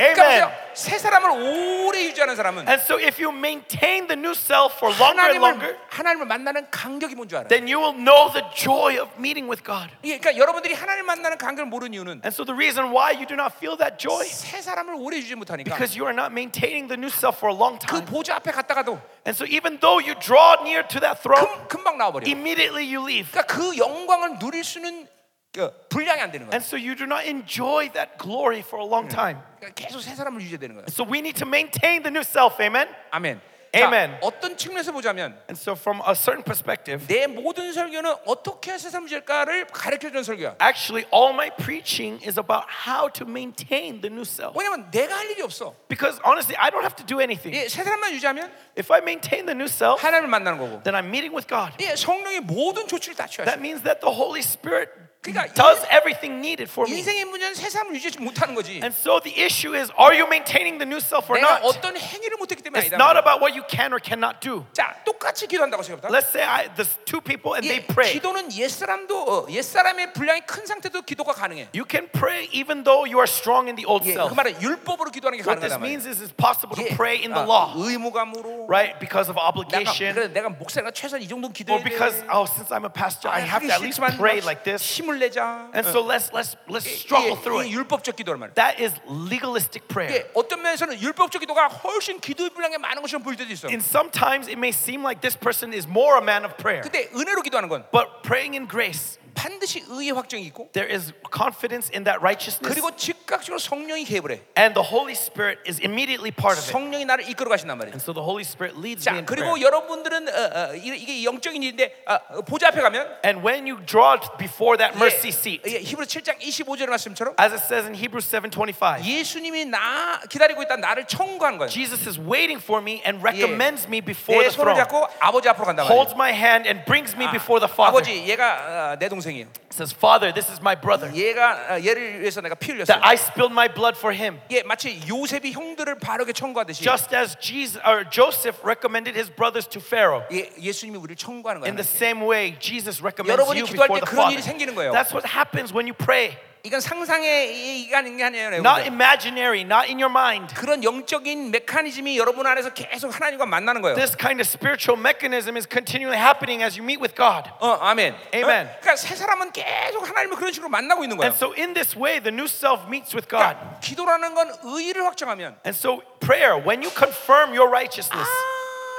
그러니까
Amen.
보세요. 새 사람을 오래 유지하는 사람은
And so if you maintain the new self for longer and longer,
하나님을 하나님을 만나는 간격이 뭔 줄 알아요?
then you will know the joy of meeting with God.
이게 그러니까 여러분들이 하나님 만나는 간격을 모르는 이유는
And so the reason why you do not feel that joy
새 사람을 오래 유지 못하니까
because you are not maintaining the new self for a long time.
그 보좌 앞에 갔다가도
And so even though you draw near to that throne,
금, 금방 나와버려. 요
immediately you leave.
그러니까 그 영광을 누릴 수는 그 분량이 안 되는 거예요.
And so you do not enjoy that glory for a long time.
그러니까 계속 새 사람을 유지되는 거예요.
So we need to maintain the new self, amen?
아멘.
Amen.
자, 어떤 측면에서 보자면
And so from a certain perspective,
내 모든 설교는 어떻게 새 사람 유지할까를 가르쳐 주는 설교야.
actually all my preaching is about how to maintain the new self.
왜냐면 내가 할 일이 없어.
Because honestly, I don't have to do anything.
예, 새 사람만 유지하면
If I maintain the new self,
하나님을 만나는 거고.
then I'm meeting with God.
예, 성령의 모든 조치를 다 취하셔.
That means that the Holy Spirit
그러니까
does everything needed for me.
인생의 문제는 새 사람을 유지하지 못하는 거지.
And so the issue is are you maintaining the new self or not?
내가 어떤 행위를 못했기 때문에
It's
아니다.
not about what you can or cannot do.
자, 똑같이 기도한다고 생각합니다.
Let's say I, there's two people and they
예,
pray.
기도는 옛 사람도 어, 옛 사람의 분량이 큰 상태도 기도가 가능해.
You can pray even though you are strong in the old
예,
self.
그 말은 율법으로 기도하는 게
What this
가능하다 말이야.
means is it's possible to
예,
pray in the
아,
law,
의무감으로
right? Because of
내가,
obligation
그래, 내가 목사가 최소한 이 정도
or
기도해야
because
돼.
oh, since I'm a pastor, I
아,
have
하기
to at least
싫지만
pray like this.
힘을 내자.
And so let's let's let's
예,
struggle through
이
it.
율법적 기도란 말이야.
That is legalistic prayer.
예, 어떤 면에서는 율법적 기도가 훨씬 기도의 분량이 많은 것처럼 보일 때도 있어.
And sometimes it may seem like this person is more a man of prayer.
근데 은혜로 기도하는 건
But praying in grace,
반드시 의의 확정이 있고
there is confidence in that righteousness,
그리고 즉각적으로 성령이 개입을 해.
and the Holy Spirit is immediately part of it.
성령이 나를 이끌어 가신단 말이에요.
And so the Holy Spirit leads me
자,
in prayer.
그리고 여러분들은 어, 어, 이- 이게 영적인 일인데 아, 어, 보좌 앞에 가면
And when you draw before that mercy
예,
seat,
예, 히브리 7장 25절 말씀처럼
as it says in Hebrews 7:25,
예수님이 나 기다리고 있다 나를 청구한 거예요.
Jesus is waiting for me and
예.
recommends me before
내
the throne,
손을 잡고 아버지 앞으로 간단 말이에요.
holds my hand and brings me before the
아,
Father.
아버지 얘가 어, 내 동생이에요.
Says, "Father, this is my brother.
얘가 어, 얘를 위해서 내가 피 흘렸어요.
That I spilled my blood for him."
예, 마치 요셉이 형들을 바르게 청구하듯이
Just as Jesus or Joseph recommended his brothers to Pharaoh.
예, 예수님이 우리를 청구하는
In
거예요.
the same way, Jesus recommends
여러분이
you
기도할
before
때
the
그런
Father.
일이 생기는 거예요.
That's what happens when you pray.
이건 상상의 이가 아닌 게 아니에요.
Not
여러분들.
imaginary, not in your mind.
그런 영적인 메커니즘이 여러분 안에서 계속 하나님과 만나는 거예요.
This kind of spiritual mechanism is continually happening as you meet with God.
어, 아멘.
Amen.
어? 그러니까 새 사람은 계속 하나님을 그런 식으로 만나고 있는 거예요.
And so, in this way, the new self meets with God.
그러니까 기도라는 건 의의를 확정하면
And so, prayer, when you confirm your righteousness,
Ah.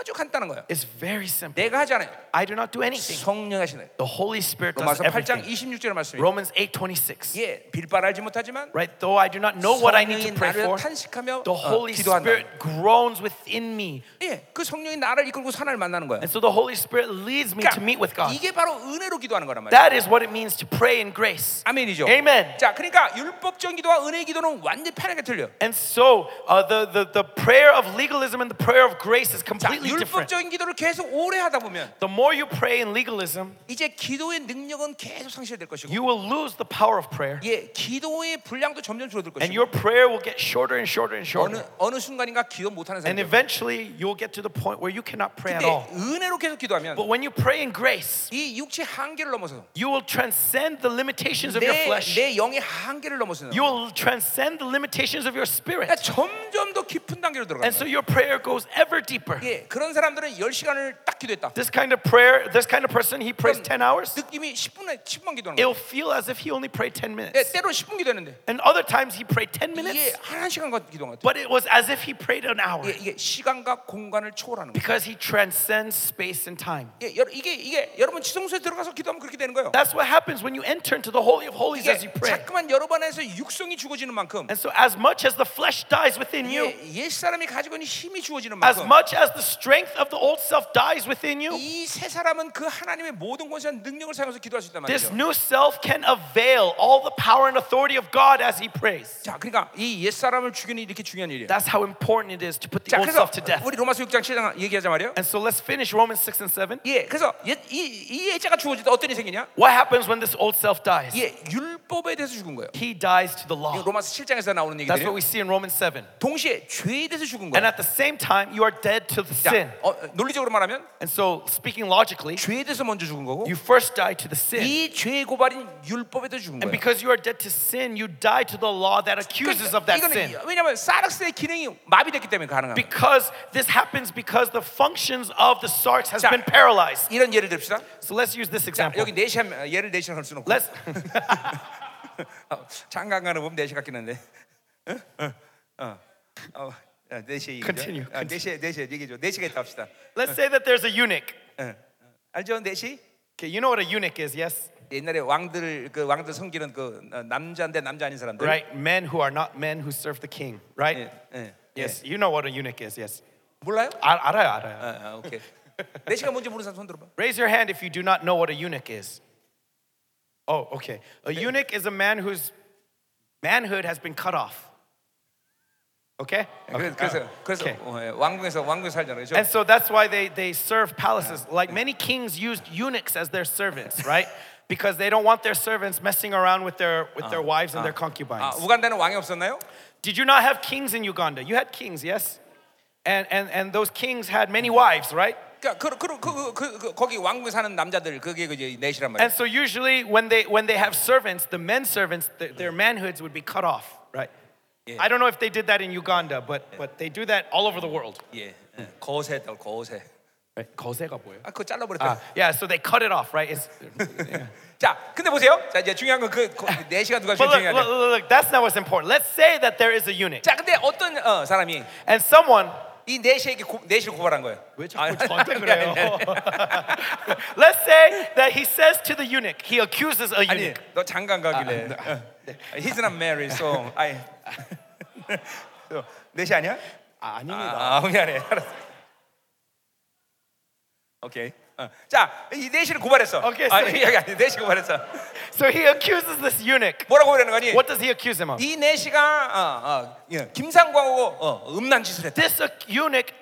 아주 간단한 거예요.
is very simple.
내가 하지 않아요.
I do not do anything.
성령이 하시는 거예요.
The Holy Spirit does
로마서 8장
everything.
26절 말씀이
Romans 8 26.
예, 빌바를 알지 못하지만
Right? Though I do not know what I need to
성령이
pray
나를
for,
탄식하며
the
어,
Holy
기도한다.
Spirit groans within me.
예, 그 성령이 나를 이끌고 하나님을 만나는 거예요.
And
그러니까
so, the Holy Spirit leads me to meet with God.
이게 바로 은혜로 기도하는 거란 말이에요.
That is what it means to pray in grace.
아멘이죠.
Amen.
자, 그러니까 율법적인 기도와 은혜 의 기도는 완전히 편하게 틀려.
And so uh, the, the, the prayer of legalism and the prayer of grace is
자,
completely different.
율법적인 기도를 계속 오래 하다 보면
The more you pray in legalism,
이제 기도의 능력은 계속 상실될 것이고,
you will lose the power of prayer.
예, 기도의 분량도 점점 줄어들
And
것이고,
your prayer will get shorter and shorter and
어느
shorter.
어느 순간인가 기도 못하는
And
사람이.
eventually, you'll get to the point where you cannot pray at
근데
all.
은혜로 계속 기도하면
But when you pray in grace,
이 육체 한계를 넘어서
you will transcend the limitations of your
내,
flesh.
내 영의 한계를 넘어서는.
You will transcend the limitations of your
그러니까
spirit.
점점 더 깊은 단계로 들어가는.
And so your prayer goes ever deeper.
예, 그런 사람들은 10시간을 딱 기도했다.
This kind of prayer, this kind of person, he prays
그럼
10 hours.
느낌이 10분에 10분 기도하는 거야.
It'll feel as if he only prayed 10
예,
minutes.
때로 10분 기도했는데
And other times he prayed 10
이게
minutes,
한 시간 같은 기도인 것 같아.
but it was as if he prayed an hour
예, 이게 시간과 공간을 초월하는 거야.
because he transcends space and time.
예, 여러- 이게 이게 여러분 지성소에 들어가서 기도하면 그렇게 되는 거예요.
That's what happens when you enter into the Holy of Holies
이게
as you pray.
자꾸만 여러분에서 육성이 죽어지는 만큼
And so, as much as the flesh dies within you,
예, 옛 사람이 가지고 있는 힘이 죽어지는
as
만큼
much as the strength of the old self dies within you,
이 세 사람은 그 하나님의 모든 권세와 능력을 사용해서 기도할 수 있단
this
말이죠.
new self can avail all the power and authority of God as he prays.
자, 그러니까 이 옛 사람을 죽이는 일이 이렇게 중요한 일이에요.
That's how important it is to put the
자,
old
그래서
self to death.
우리 로마서 6장 7장 얘기하자 말이에요.
And so, let's finish Romans 6 and 7.
예, 그래서 옛, 이, 이 예자가 죽어질 때 어떤 일이 생기냐?
What happens when this old self dies?
예, 율법에 대해서 죽은 거예요.
He dies to the law.
이거 로마서 7장에서 나오는
That's what
얘기들이에요.
we see in Romans 7.
동시에 죄에 대해서 죽은
And
거예요.
at the same time, you are dead to the
자,
sin. sin.
어, 논리적으로 말하면
And so, speaking logically,
죄에 대해서 먼저 죽은 거고
you first die to the sin.
이 죄의 고발인 율법에 대해서 죽은
And
거예요.
because you are dead to sin, you die to the law that accuses of that
그러니까 이거는
sin.
왜냐하면 사르스의 기능이 마비됐기 때문에 가능한 거예요.
Because this happens because the functions of the sarx has
자.
been paralyzed.
이런 예를 듭시다.
So let's use this
자,
example.
여기 네 내시 하면 예를 내시 할 수는 없고.
어. Let's [laughs]
어, 장관 가는 보면 내시 같긴 한데. [laughs] 응? 응, 어. 어. 야, 내시 얘기죠.
Continue,
아, 내시 내시 얘기해 줘. 네 내시가 있다 합시다.
let's say that there's a eunuch.
응. 알죠? 네 내시?
Okay, you know what a eunuch is, yes?
옛날에 왕들 그 왕들 섬기는 그 어, 남자인데 남자 아닌 사람들.
Right? Men who are not men who serve the king, right?
예, 예,
Yes, you know what a eunuch is, yes.
예. 몰라요?
알- 알아요, 알아요.
아, 아, 오케이. 내시가 뭔지 모르는 사람 손 들어 봐.
Raise your hand if you do not know what a eunuch is. Oh, okay. A eunuch is a man whose manhood has been cut off. Okay? Okay,
그래서 그래서,
uh,
그래서
okay.
어, 예, 왕궁에서 왕궁에 살잖아요. 그죠?
And so that's why they, they serve palaces. Like many kings used eunuchs as their servants, right? Because they don't want their servants messing around with their, with their wives and their
아,
concubines.
우간다는 왕이 없었나요?
Did you not have kings in Uganda? You had kings, yes? And, and, and those kings had many wives, right?
그러니까 그, 그, 그, 그, 그, 그 거기 왕궁에 사는 남자들 그게 그제 내시란 말이에요.
And so usually when they when they have servants, the men servants, th- their manhoods would be cut off, right? I don't know if they did that in Uganda, but but they do that all over the world.
예. 예. 거세들 거세.
Right? 거세가 뭐예요?
아, 그거 잘라 버렸다.
yeah, so they cut it off, right? It's, but
자, 근데 보세요. 자, 이제 중요한 건그 네 내시가 누가 제일
look, look,
중요하냐.
look, look, that's not what's important. Let's say that there is a eunuch
자, 근데 어떤 어, 사람이
and someone.
이네 내시에게 고, 내시를 고발한 거예요.
Let's
아,
say
[laughs]
[laughs] that he says to the eunuch, he accuses a
아니, 아, 네.
eunuch.
너 장관 가길래. 어. He's not married, so I. so, 네 내시 아니야?
아, 아닙니다.
아, 아, 미안해. 알았어. 오케이. 어. 자, 이 내시를 고발했어.
오케이,
아,
sorry.
여기 아니, 내시 고발했어.
So he accuses this eunuch.
뭐라고 그러는 거니?
What does he accuse him of?
이 내시가 어, 어, 예, 김상광하고 어, 음란 짓을 했대.
this eunuch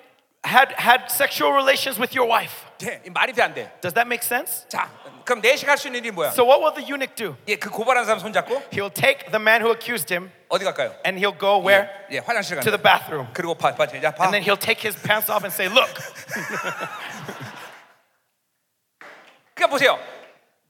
had had sexual relations with your wife.
돼. 이 말이 돼 안 돼?
Does that make sense?
자, 그럼 네 내시가 할 수 있는 일이 뭐야?
So what will the eunuch do?
예, 그 고발한 사람 손잡고
He'll take the man who accused him
어디 갈까요?
and he'll go where?
예, 예, 화장실
To
가는.
the bathroom.
그리고 봐, 봐, 자, 봐.
And then he'll take his pants off and say, "Look,
그러니까 보세요.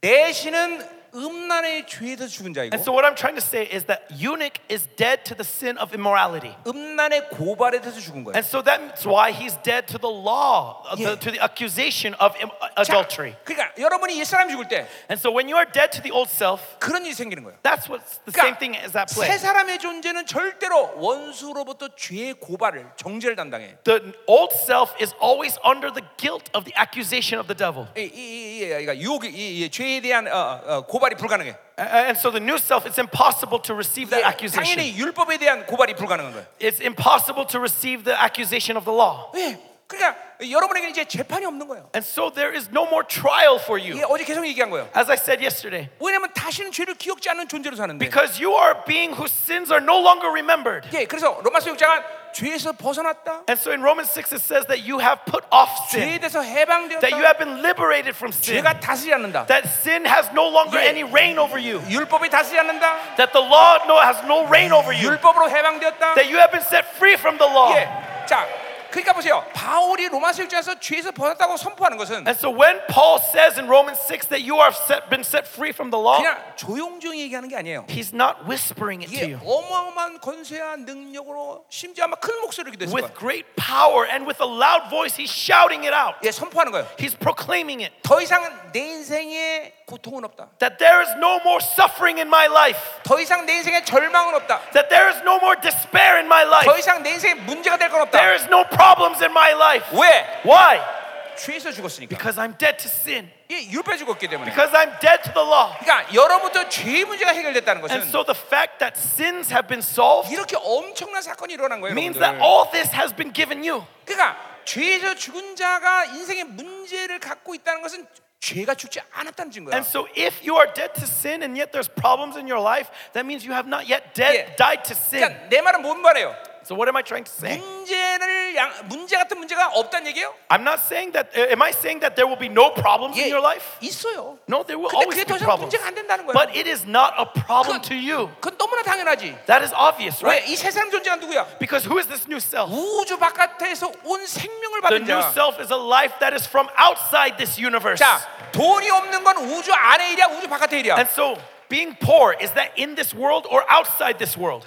네 내시는 음란의 죄에서 죽은 자이고
And so what I'm trying to say is that eunuch is dead to the sin of immorality.
음란의 고발에 대해서 죽은 거예요.
And so that's why he's dead to the law, uh,
Yeah.
the, to the accusation of im- uh,
자,
adultery.
그러니까 여러분이 옛 사람 죽을 때
And so when you are dead to the old self,
그런 일이 생기는 거예요.
that's what's the
그러니까
same thing as at
새
play.
사람의 존재는 절대로 원수로부터 죄의 고발을 정죄를 담당해.
The old self is always under the guilt of the accusation of the devil.
이, 이, 이, 이, 그러니까 유혹, 이, 이 죄에 대한 어, 어, 고발이 불가능해.
A- And so the new self, it's impossible to receive that
이게
accusation.
당연히 율법에 대한 고발이 불가능한 거예요.
It's impossible to receive the accusation of the law.
예, 그러니까 여러분에게는 이제 재판이 없는 거예요.
And so there is no more trial for
이게
you.
어제 계속 얘기한 거예요.
As I said yesterday,
왜냐면 다시는 죄를 기억지 않는 존재로 사는데.
because you are a being whose sins are no longer remembered.
예, 그래서 로마서 6장은 죄에서 벗어났다.
And so in Romans 6, it says that you have put off sin,
죄에 대해서
that you
해방되었다.
have been liberated from sin,
죄가 다스리지 않는다.
that sin has no longer
Yeah.
any reign over you,
율법이 다스리지 않는다.
that the law no, has no reign over you,
율법으로 해방되었다.
that you have been set free from the law.
예. 자, 그러니까 보세요. 바울이 로마서 6장에서 죄에서 벗었다고 선포하는 것은
And so when Paul says in Romans 6 that you are set, been set free from the law,
그냥 조용조용히 얘기하는 게 아니에요.
he's not whispering it to
이게
you.
어마어마한 권세와 능력으로 심지어 아마 큰 목소리로 기도했을
With
거예요.
great power and with a loud voice, he's shouting it out.
예, 선포하는 거예요.
He's proclaiming it
더 이상은 내 인생에 고통은 없다.
that there is no more suffering in my life,
더 이상 내 인생에 절망은 없다.
that there is no more despair in my
더
life,
이상 내 인생에 문제가 될 건
there
없다.
is no problems in my life.
왜?
Why?
죄에서 죽었으니까.
Because I'm dead to sin,
이 율법에 죽었기 때문에.
because I'm dead to the law.
그러니까 여러분부터 죄의 문제가 해결됐다는
And
것은
so the fact that sins have been solved
이렇게 엄청난 사건이 일어난 거예요.
means that
여러분들.
all this has been given you.
그러니까 죄에서 죽은 자가 인생의 문제를 갖고 있다는 것은 죄가 죽지 않았다는 증거야.
And so if you are dead to sin and yet there's problems in your life, that means you have not yet dead
Yeah.
died to sin.
그러니까 내 말은 뭔 말이에요?
So what am I trying to say?
문제를 양, 문제 같은 문제가 없다는 얘기예요?
I'm not saying that. uh, Am I saying that there will be no problems in your life?
있어요.
No, there will
근데
always
그게
be
더 이상
problems.
문제가 안 된다는 거예요.
But it is not a problem
그-
to you.
그건 너무나 당연하지.
That is obvious,
왜
right?
이 세상 존재가 누구야?
Because who is this new self?
우주 바깥에서 온 생명을
The
받은
new
자.
self is a life that is from outside this universe.
자, 돈이 없는 건 우주 안의 일이야, 우주 바깥의 일이야.
And so, being poor is that in this world or outside this world?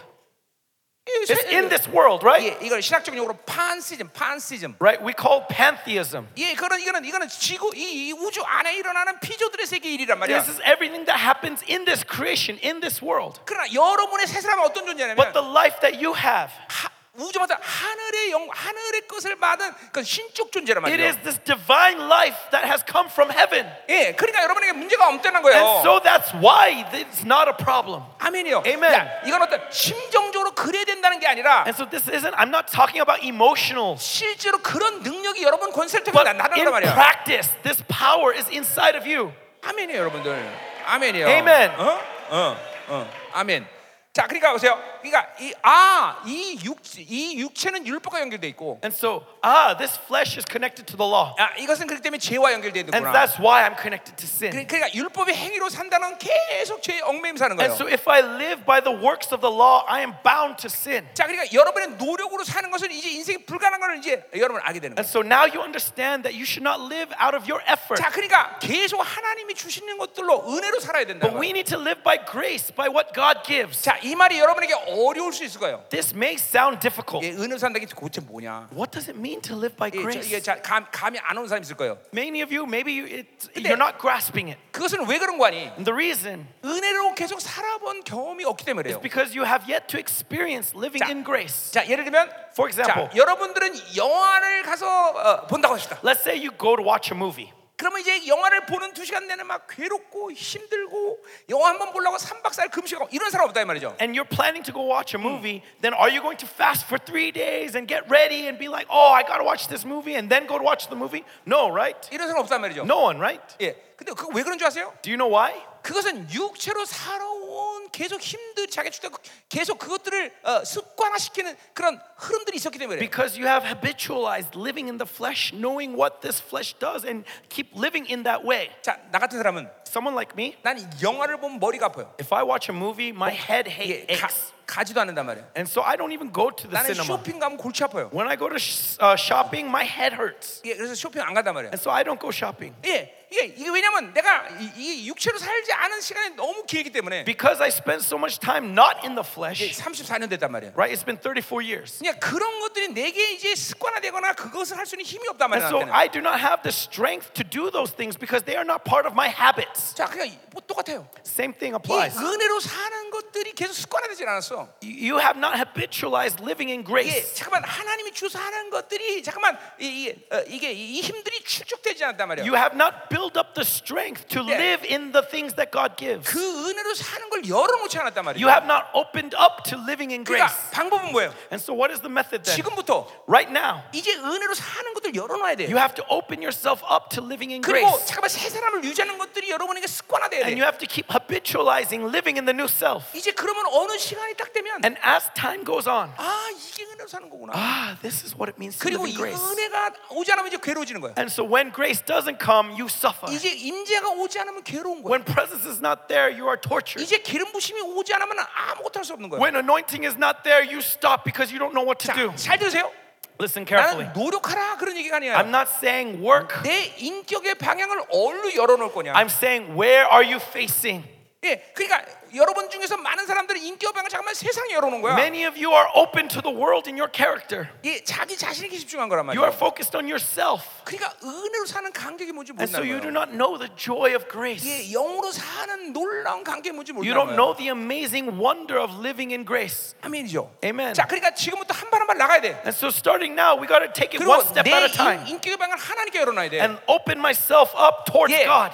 이 예, 세-
It's in this world, right?
예, 이걸 신학적인 용어로 판시즘, 판시즘.
Right? We call pantheism.
예, 그런 이거는 이거는 지구 이, 이 우주 안에 일어나는 피조들의 세계 일이란 말이야.
This is everything that happens in this creation, in this world.
그러나 여러분의 세 사람은 어떤
But
존재냐면
the life that you have,
하- 우주마다 하늘의 영 하늘의 것을 받은 그 신적 존재란
it
말이에요.
is this divine life that has come from heaven.
예, 그러니까 여러분에게 문제가
And
없다는 거예요.
so that's why it's not a problem.
아멘이요.
Amen.
야, 이건 어떤 심정적으로 그래야 된다는 게 아니라
And so this isn't, I'm not talking about emotional,
실제로 그런 능력이 여러분 권세를 통해
but
나- 나라는
in
거란 말이야.
practice, this power is inside of you.
아멘이에요, 여러분들. 아멘이요.
Amen.
어? 어. 어. 아멘. 자, 그러니까 보세요. 그러니까 이 아, 이 육체 이 육체는 율법과 연결돼 있고
And so, ah, this flesh is connected to the law.
아, 이것은 그렇기 때문에 죄와 연결돼
And
있구나.
that's why I'm connected to sin.
그- 그러니까 율법의 행위로 산다는 계속 죄의 얽매임 사는
And
거예요.
so if I live by the works of the law, I am bound to sin.
자, 그러니까 여러분의 노력으로 사는 것은 이제 인생이 불가능한 걸 이제 여러분 알게 되는
And
거예요.
so now you understand that you should not live out of your effort.
자, 그러니까 계속 하나님이 주시는 것들로 은혜로 살아야 된다.
But we need to live by grace, by what God gives.
자, 이 말이 여러분에게 어려울 수 있을 거예요.
This may sound difficult.
예, 은혜로 산다는 게 도대체 뭐냐?
What does it mean to live by
예, 저, 이게
grace?
자, 감, 감이 안 오는 사람이 있을 거예요.
Many of you, maybe you, it,
근데-
you're not grasping it.
그것은 왜 그런 거 아니?
And the reason
은혜로 계속 살아본 경험이 없기 때문에요.
is because you have yet to experience living
자.
in grace.
자, 예를 들면,
For example.
자, 여러분들은 영화를 가서 어, 본다고 합시다.
Let's say you go to watch a movie.
그러면 이제 영화를 보는 두 시간 내내 막 괴롭고 힘들고 영화 한 번 보려고 3박 4일 금식하고 이런 사람 없다 이 말이죠.
and you're planning to go watch a movie, then are you going to fast for three days and get ready and be like, oh, I gotta watch this movie and then go to watch the movie? No, right?
이런 사람 없단 말이죠.
No one, right?
예. 근데 그 왜 그런 줄 아세요?
Do you know why?
그것은 육체로 살아온 계속 힘들 자기 주다 계속 그것들을 어, 습관화시키는 그런 흐름들이 있었기 때문에 그래요.
Because you have habitualized living in the flesh, knowing what this flesh does, and keep living in that way.
자, 나 같은 사람은
Someone like me,
난 영화를 보면 머리가 아파요.
if I watch a movie, my head ha-
예, 가,
aches.
가지도 않는단 말이에요.
And so I don't even go to the
나는
cinema.
쇼핑 가면 골치 아파요.
When I go to sh- uh, shopping, my head hurts.
예, 그래서 쇼핑 안 간단 말이에요.
And so I don't go shopping.
예, 이게, 이게 왜냐면 내가 이, 이 육체로 살지 않은 시간이 너무 길기 때문에
Because I spend so much time not in the flesh,
34년 됐단 말이에요.
right? It's been 34 years.
그냥 그런 것들이 내게 이제 습관화되거나 그것을 할 수 있는 힘이 없단
And
말이야.
so
나한테는.
I do not have the strength to do those things because they are not part of my habits.
자, 그냥 뭐 똑같아요.
Same thing
이
applies.
은혜로 사는 것들이 계속 습관화되질 않았어.
You have not habitualized living in
예,
grace.
잠깐만 하나님이 주사하는 것들이 잠깐만 이, 이, 어, 이게 이 힘들이 축적되지 않단 말이야.
You have not built up the strength to
Yeah.
live in the things that God gives.
그 은혜로 사는 걸 열어놓지 않았단
You
말이야.
have not opened up to living in
그러니까
grace.
방법은 뭐예요?
And so, what is the method then?
지금부터
Right now,
이제 은혜로 사는 것들 열어놔야 돼.
you have to open yourself up to living in
그리고
grace.
잠깐만 새 사람을 유지하는 것들이 여러분에게 습관화돼야
And you
돼.
have to keep habitualizing living in the new self.
이제 그러면 어느 시간이 딱 되면
And as time goes on,
아 이게 은혜로 사는 거구나.
ah, this is what it means to live
그리고
in
이
grace.
은혜가 오지 않으면 이제 괴로워지는 거야.
And so, when grace doesn't come, you suffer.
이제 임재가 오지 않으면 괴로운 거야.
When presence is not there, you are tortured.
이제 기름 부심이 오지 않으면 아무것도 할 수 없는 거야.
When anointing is not there, you stop because you don't know what to do.
자, 잘 들으세요.
Listen carefully.
나는 노력하라 그런 얘기가
I'm
아니야.
not saying work.
내 인격의 방향을 어디로 열어놓을 거냐.
I'm saying where are you facing?
예, 그러니까 여러분 중에서 많은 사람들은 인격의 방향을 잠깐만 세상에 열어놓은 거야.
Many of you are open to the world in your character.
예, 자기 자신에게 집중한 거란
You are
말이야.
focused on yourself.
그러니까 은혜로 사는 간격이 뭔지
And so you do not
모른다는 거야.
know the joy of grace.
예, 영으로 사는 놀라운 관계 뭔지
You
모른다는
don't know
거야.
the amazing wonder of living in grace.
아멘이죠.
Amen.
자, 그러니까 지금부터 한 발 한 발 나가야 돼.
And so starting now, we got to take it one
그리고
step
내
at a time
인, 인격의 방향을 하나님께 열어놔야 돼.
and open myself up towards
Yeah.
God.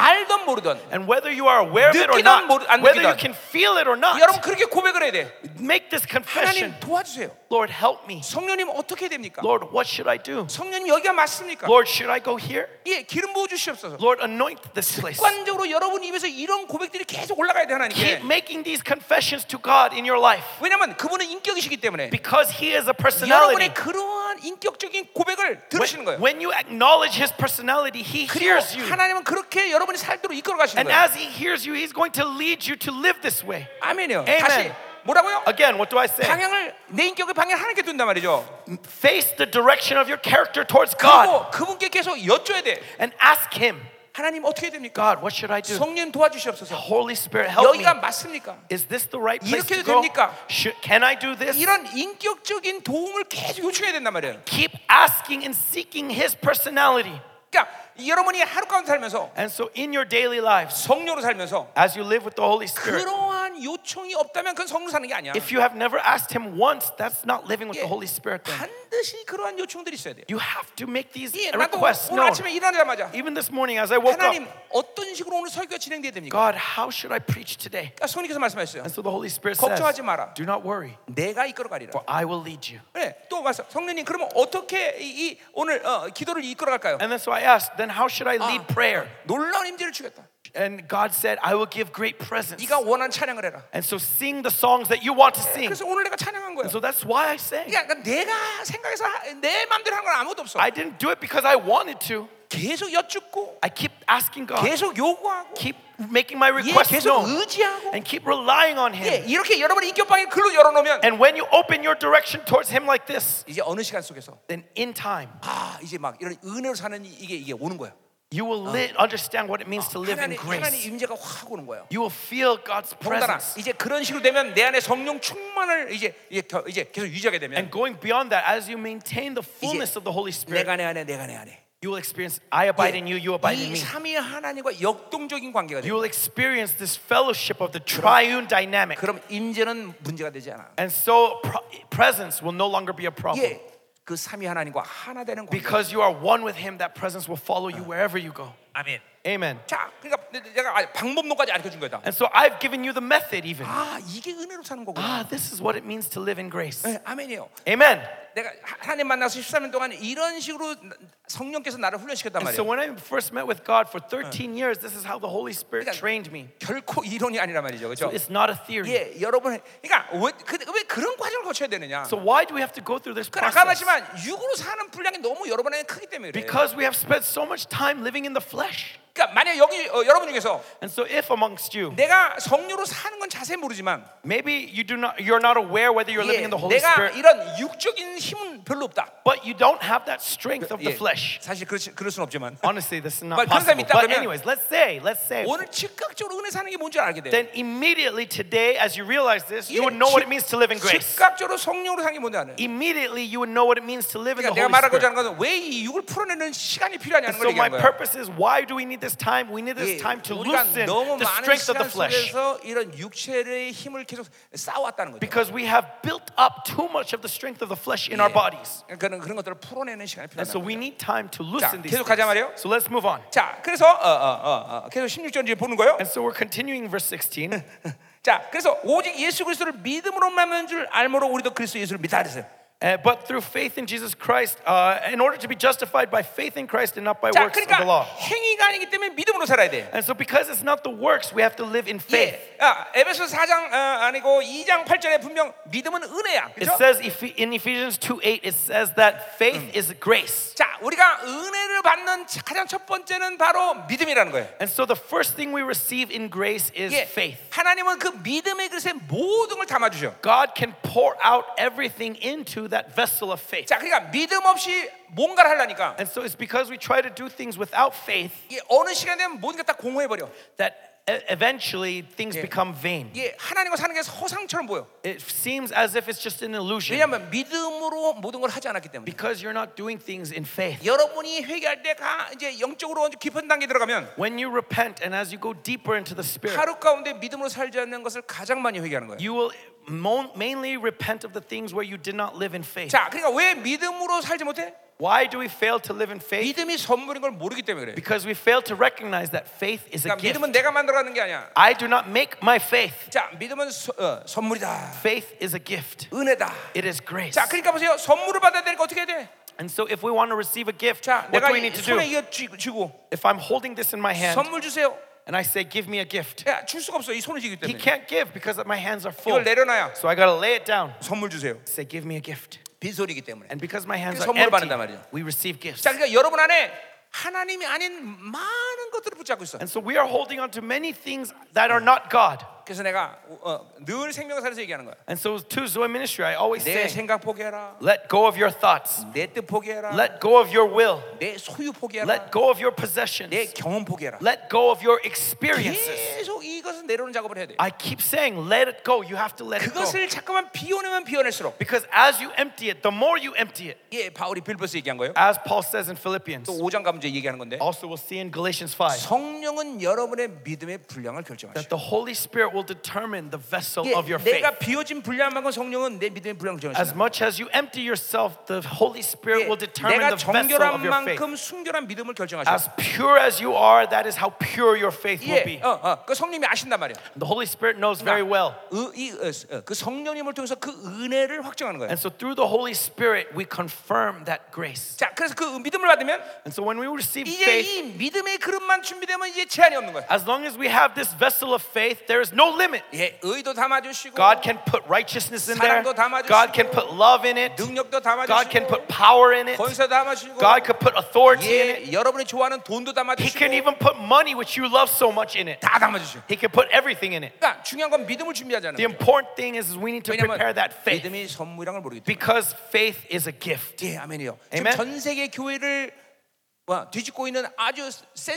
알던 모르던
And whether you are aware of it or
느끼든
not,
모르- 안
whether you
느끼든.
can feel it or
여러분
not,
그렇게 고백을 해야 돼.
make this confession.
하나님 도와주세요.
Lord, help me.
성령님 어떻게 해야 됩니까?
Lord, what should I do?
성령님 여기가 맞습니까?
Lord, should I go here?
예, 기름 부어 주시옵소서.
Lord, anoint this place.
습관적으로 여러분 입에서 이런 고백들이 계속 올라가야 돼 하나님께.
Keep making these confessions to God in your life
왜냐면 그분은 인격이시기 때문에
because He is a personality.
여러분의 그러한 인격적인 고백을
When,
들으시는 거예요.
when you acknowledge His personality, He
그리고
hears you.
하나님은 그렇게 여러분이 살도록 이끌어 가시는
And
거예요.
as He hears you, He's going to lead you to live this way.
아멘이요.
Amen.
다시 뭐라고요?
Again, what do I say?
방향을 내 인격의 방향 하나님께 둔단 말이죠.
Face the direction of your character towards God
그리고 그분께 계속 여쭤야 돼.
and ask Him,
하나님 어떻게 해야 됩니까?
God, what should I do?
성님 도와주시옵소서.
Holy Spirit, help me.
여기가 맞습니까?
Is this the right place to
이렇게도
go?
됩니까?
Should, can I do this?
이런 인격적인 도움을 계속 요청해야 된단 말이에요.
Keep asking and seeking His personality.
그러니까 여러분이 하루 가운데 살면서
And so, in your daily lives,
성령으로 살면서
as you live with the Holy Spirit,
그러니까 그러한 요청이 없다면 그건 성령 사는 게 아니야.
if you have never asked Him once, that's not living with
Yeah.
the Holy Spirit. Then.
반드시 그러한 요청들이 있어야 돼요.
You have to make these
예, 나도
requests
오늘
known.
아침에 일어나자마자
Even this morning, as I woke up,
하나님 어떤 식으로 오늘 설교가 진행돼야 됩니까?
God, how should I preach today?
그러니까 성령께서 말씀하셨어요.
And so the Holy Spirit says,
걱정하지 마라.
Do not worry,
내가 이끌어 가리라.
for I will lead you.
네, 뭐, 또 와서 성령님 그러면 어떻게 이, 이 오늘 어, 기도를 이끌어 갈까요?
And then so I asked, Then how should I lead prayer?
놀라운 임재를 주겠다.
And God said, I will give great presence.
네가 원하는 찬양을 해라.
And so sing the songs that you want to sing.
그래서 오늘 내가 찬양한 거예요.
And so that's why I sang.
그러니까 내가 생각해서 하- 내 마음대로 한 건 아무것도 없어.
I didn't do it because I wanted to.
계속 여쭙고
I keep asking God,
계속 요구하고
keep making my
예,
requests
계속
known,
의지하고
and keep relying on
예,
Him.
이렇게 여러분의 인격 방향 글로 열어놓으면
And when you open your direction towards Him like this,
이제 어느 시간 속에서
then in time,
아 이제 막 이런 은혜로 사는 이- 이게 이게 오는 거야.
you will li- understand what it means
Oh,
to live in
하나님 하나님
grace.
임재가 확 오는 거예요.
You will feel God's
더군다나
presence.
이제 그런 식으로 되면 내 안에 성령 충만을 이제 이제, 겨- 이제 계속 유지하게 되면 그
And going beyond that, as you maintain the fullness of the Holy Spirit,
내가 내 안에 내가 내 안에
you will experience I abide in you, you abide in me.
이 삼위 하나님과 역동적인 관계가 돼.
You will experience this fellowship of the triune dynamic.
그럼 임재는 문제가 되지 않아.
And so pro- presence will no longer be a problem.
예, 그 삼위 하나님과 하나 되는 관계.
Because you are one with Him, that presence will follow you wherever you go.
아멘.
Amen.
자, 그러니까 내- 내가 아예 방법론까지 알려 준 거다.
And so I've given you the method, even.
아, 이게 은혜로 사는 거구나.
Ah, this is what it means to live in grace.
네, 아멘이에요.
Amen.
내가 하- 하나님 만나서 13년 동안 이런 식으로 나- 성령께서 나를 훈련시켰단
And so
말이에요.
when I first met with God for 13 years, this is how the Holy Spirit trained me.
결코 이론이 아니란 말이죠. 그렇죠?
It's not a theory.
예, 여러분 그러니까 왜, 그, 왜 그런 과정을 거쳐야 되느냐?
So why do we have to go through this
그 아까
process?
말했지만 육으로 사는 분량이 너무 여러분에게 크기 때문에 그래요.
Because we have spent so much time living in the flesh.
그러니까 만약 여기 어, 여러분 중에서
And so if amongst you,
내가 성료로 사는 건 자세히 모르지만
maybe you do not you're not aware whether you're living
예,
in the Holy
내가
Spirit,
이런 육적인 힘은 별로 없다.
but you don't have that strength of the
예,
flesh.
사실 그렇지, 그럴 순 없지만
Honestly, this is
But
not
그런
possible.
사람이 있다
But
그러면-
anyways, let's say, let's say
오늘 즉각적으로 은혜 사는 게 뭔지 알게 돼.
then immediately today, as you realize this, you
예,
would know what it
즉-
means to live in grace.
즉각적으로 성령으로 사는 게 뭔지 알아요.
Immediately, you would know what it means to live in the
그러니까 내가
Holy Spirit.
말하고자 하는 것은 왜 이 육을 풀어내는 시간이 필요하냐는
So
걸
my
얘기하는 거예요.
purpose is, why do we need this time? We need this
예,
time to
우리가
loosen
너무
the
많은
strength of the
시간
flesh
속에서 이런 육체의 힘을 계속 쌓아왔다는 거죠.
because we have built up too much of the strength of the flesh in our
예.
bodies.
그런 그런 것들을 풀어내는 시간이
And so
필요하다.
we need time to loosen these
계속
things.
가자 말이에요.
So let's move on.
자, 그래서 어, 어, 어, 어, 계속 16절 이제 보는 거예요.
And so we're continuing verse 16.
자, 그래서 오직 예수 그리스도를 믿음으로 만난 줄 알므로 우리도 그리스도 예수를 믿다 그랬어요.
Uh, but through faith in Jesus Christ, uh, in order to be justified by faith in Christ and not by
자,
works of the
그러니까
law.
행위가 아니기 때문에 믿음으로 살아야 돼.
And so because it's not the works, we have to live in faith.
예. 아, 에베소 4장 어, 아니고 2장 8절에 분명 믿음은 은혜야.
It
그렇죠?
says Ephe- in Ephesians 2 8, it says that faith is grace.
자, 우리가 은혜를 받는 가장 첫 번째는 바로 믿음이라는 거예요.
And so the first thing we receive in grace is
예.
faith.
하나님은 그 믿음의 그릇에 모든 걸 담아 주셔.
God can pour out everything into that vessel of faith.
자, 그러니까 믿음 없이 뭔가를 하려니까
And so it's because we try to do things without faith
예, 어느 시간 되면 모든 게 다 공허해 버려.
that e- eventually things become vain.
예, 하나님과 사는 게 허상처럼 보여.
It seems as if it's just an illusion
왜냐하면 믿음으로 모든 걸 하지 않았기 때문에.
because you're not doing things in faith.
여러분이 회개할 때가 이제 영적으로 아주 깊은 단계 들어가면
When you repent and as you go deeper into the Spirit,
하루 가운데 믿음으로 살지 않는 것을 가장 많이 회개하는 거예요.
you will mo- mainly repent of the things where you did not live in faith.
자, 그러니까 왜 믿음으로 살지 못해?
Why do we fail to live in faith?
믿음이 선물인 걸 모르기 때문에 그래.
Because we fail to recognize that faith is a
그러니까
gift.
믿음은 내가 만들어가는 게 아니야.
I do not make my faith.
자, 믿음은 서- 어, 선물이다.
Faith is a gift.
은혜다.
It is grace.
자, 그러니까 보세요. 선물을 받아야 되니까 어떻게 해야 돼?
And so if we want to receive a gift,
자,
what
내가
do we
이
need to
손에
do?
이거 쥐- 쥐고
If I'm holding this in my hand
선물 주세요.
and I say give me a gift,
야, 줄 수가 없어. 이 손을 쥐기
he
때문에.
can't give because my hands are full.
이걸 내려놔야
So I got to lay it down.
선물 주세요.
Say give me a gift.
빈손이기 때문에.
And because my hands
그래서
are
선물을 받는단
empty,
말이죠.
we receive gifts.
자, 그러니까 여러분 안에 하나님이 아닌 많은 것들을 붙잡고 있어.
And so we are holding on to many things that are not God.
그래서 내가 어, 어, 늘 생명사에서 얘기하는 거야.
And so to Zoe Ministry, I always
내
say,
생각 포기해라.
let go of your thoughts.
내 뜻 포기해라.
Let go of your will.
내 소유 포기해라.
Let go of your possessions.
내 경험 포기해라.
Let go of your experiences. 아,
계속 이것을 내려오는 작업을 해야 돼.
I keep saying, let it go. You have to let it go.
그것을 자꾸만 비워내면 비워낼수록
Because as you empty it, the more you empty it,
예 바울이 빌보스 얘기한 거예요.
as Paul says in Philippians,
또 5장 가면 이제 얘기하는 건데
also we'll see in Galatians 5,
성령은 여러분의 믿음의 분량을 결정하시오.
that the Holy Spirit will determine the vessel
예,
of your faith.
내가 비워진 분량만큼 성령은 내 믿음의 분량을
As
결정하시오.
much as you empty yourself, the Holy Spirit will determine
내가
the vessel of
정결한
your faith.
만큼 순결한 믿음을 결정하시오.
As pure as you are, that is how pure your faith will
예,
be.
어, 어, 그 성령이 아신단 말이야.
The Holy Spirit knows very well.
어, 이, 어, 어, 그 성령님을 통해서 그 은혜를 확정하는 거예요.
And so through the Holy Spirit, we confirm that grace.
자, 그래서 그 믿음을 받으면
And so when we receive
이제
faith,
이 믿음의 그릇만 준비되면 이제 제한이 없는 거예요.
as long as we have this vessel of faith, there is no limit.
예, 의도 담아주시고
God can put righteousness in there.
사랑도 담아주시고,
God can put love in it.
능력도
God can
담아주시고
put power in it.
권세 담아주시고
God could put authority in it.
예, 여러분이 좋아하는
He
돈도 담아주시고
can even put money, which you love so much, in it.
다 담아주시고
He can put everything in it.
그러니까 중요한 건 믿음을 준비하자는
The
거예요
important thing is, is we need to prepare
왜냐면
that faith
믿음이 선물이란 걸 모르기 때문에
because faith is a gift.
예, 아멘이요 지금
Amen.
전 세계 교회를 와, 뒤집고 있는 아주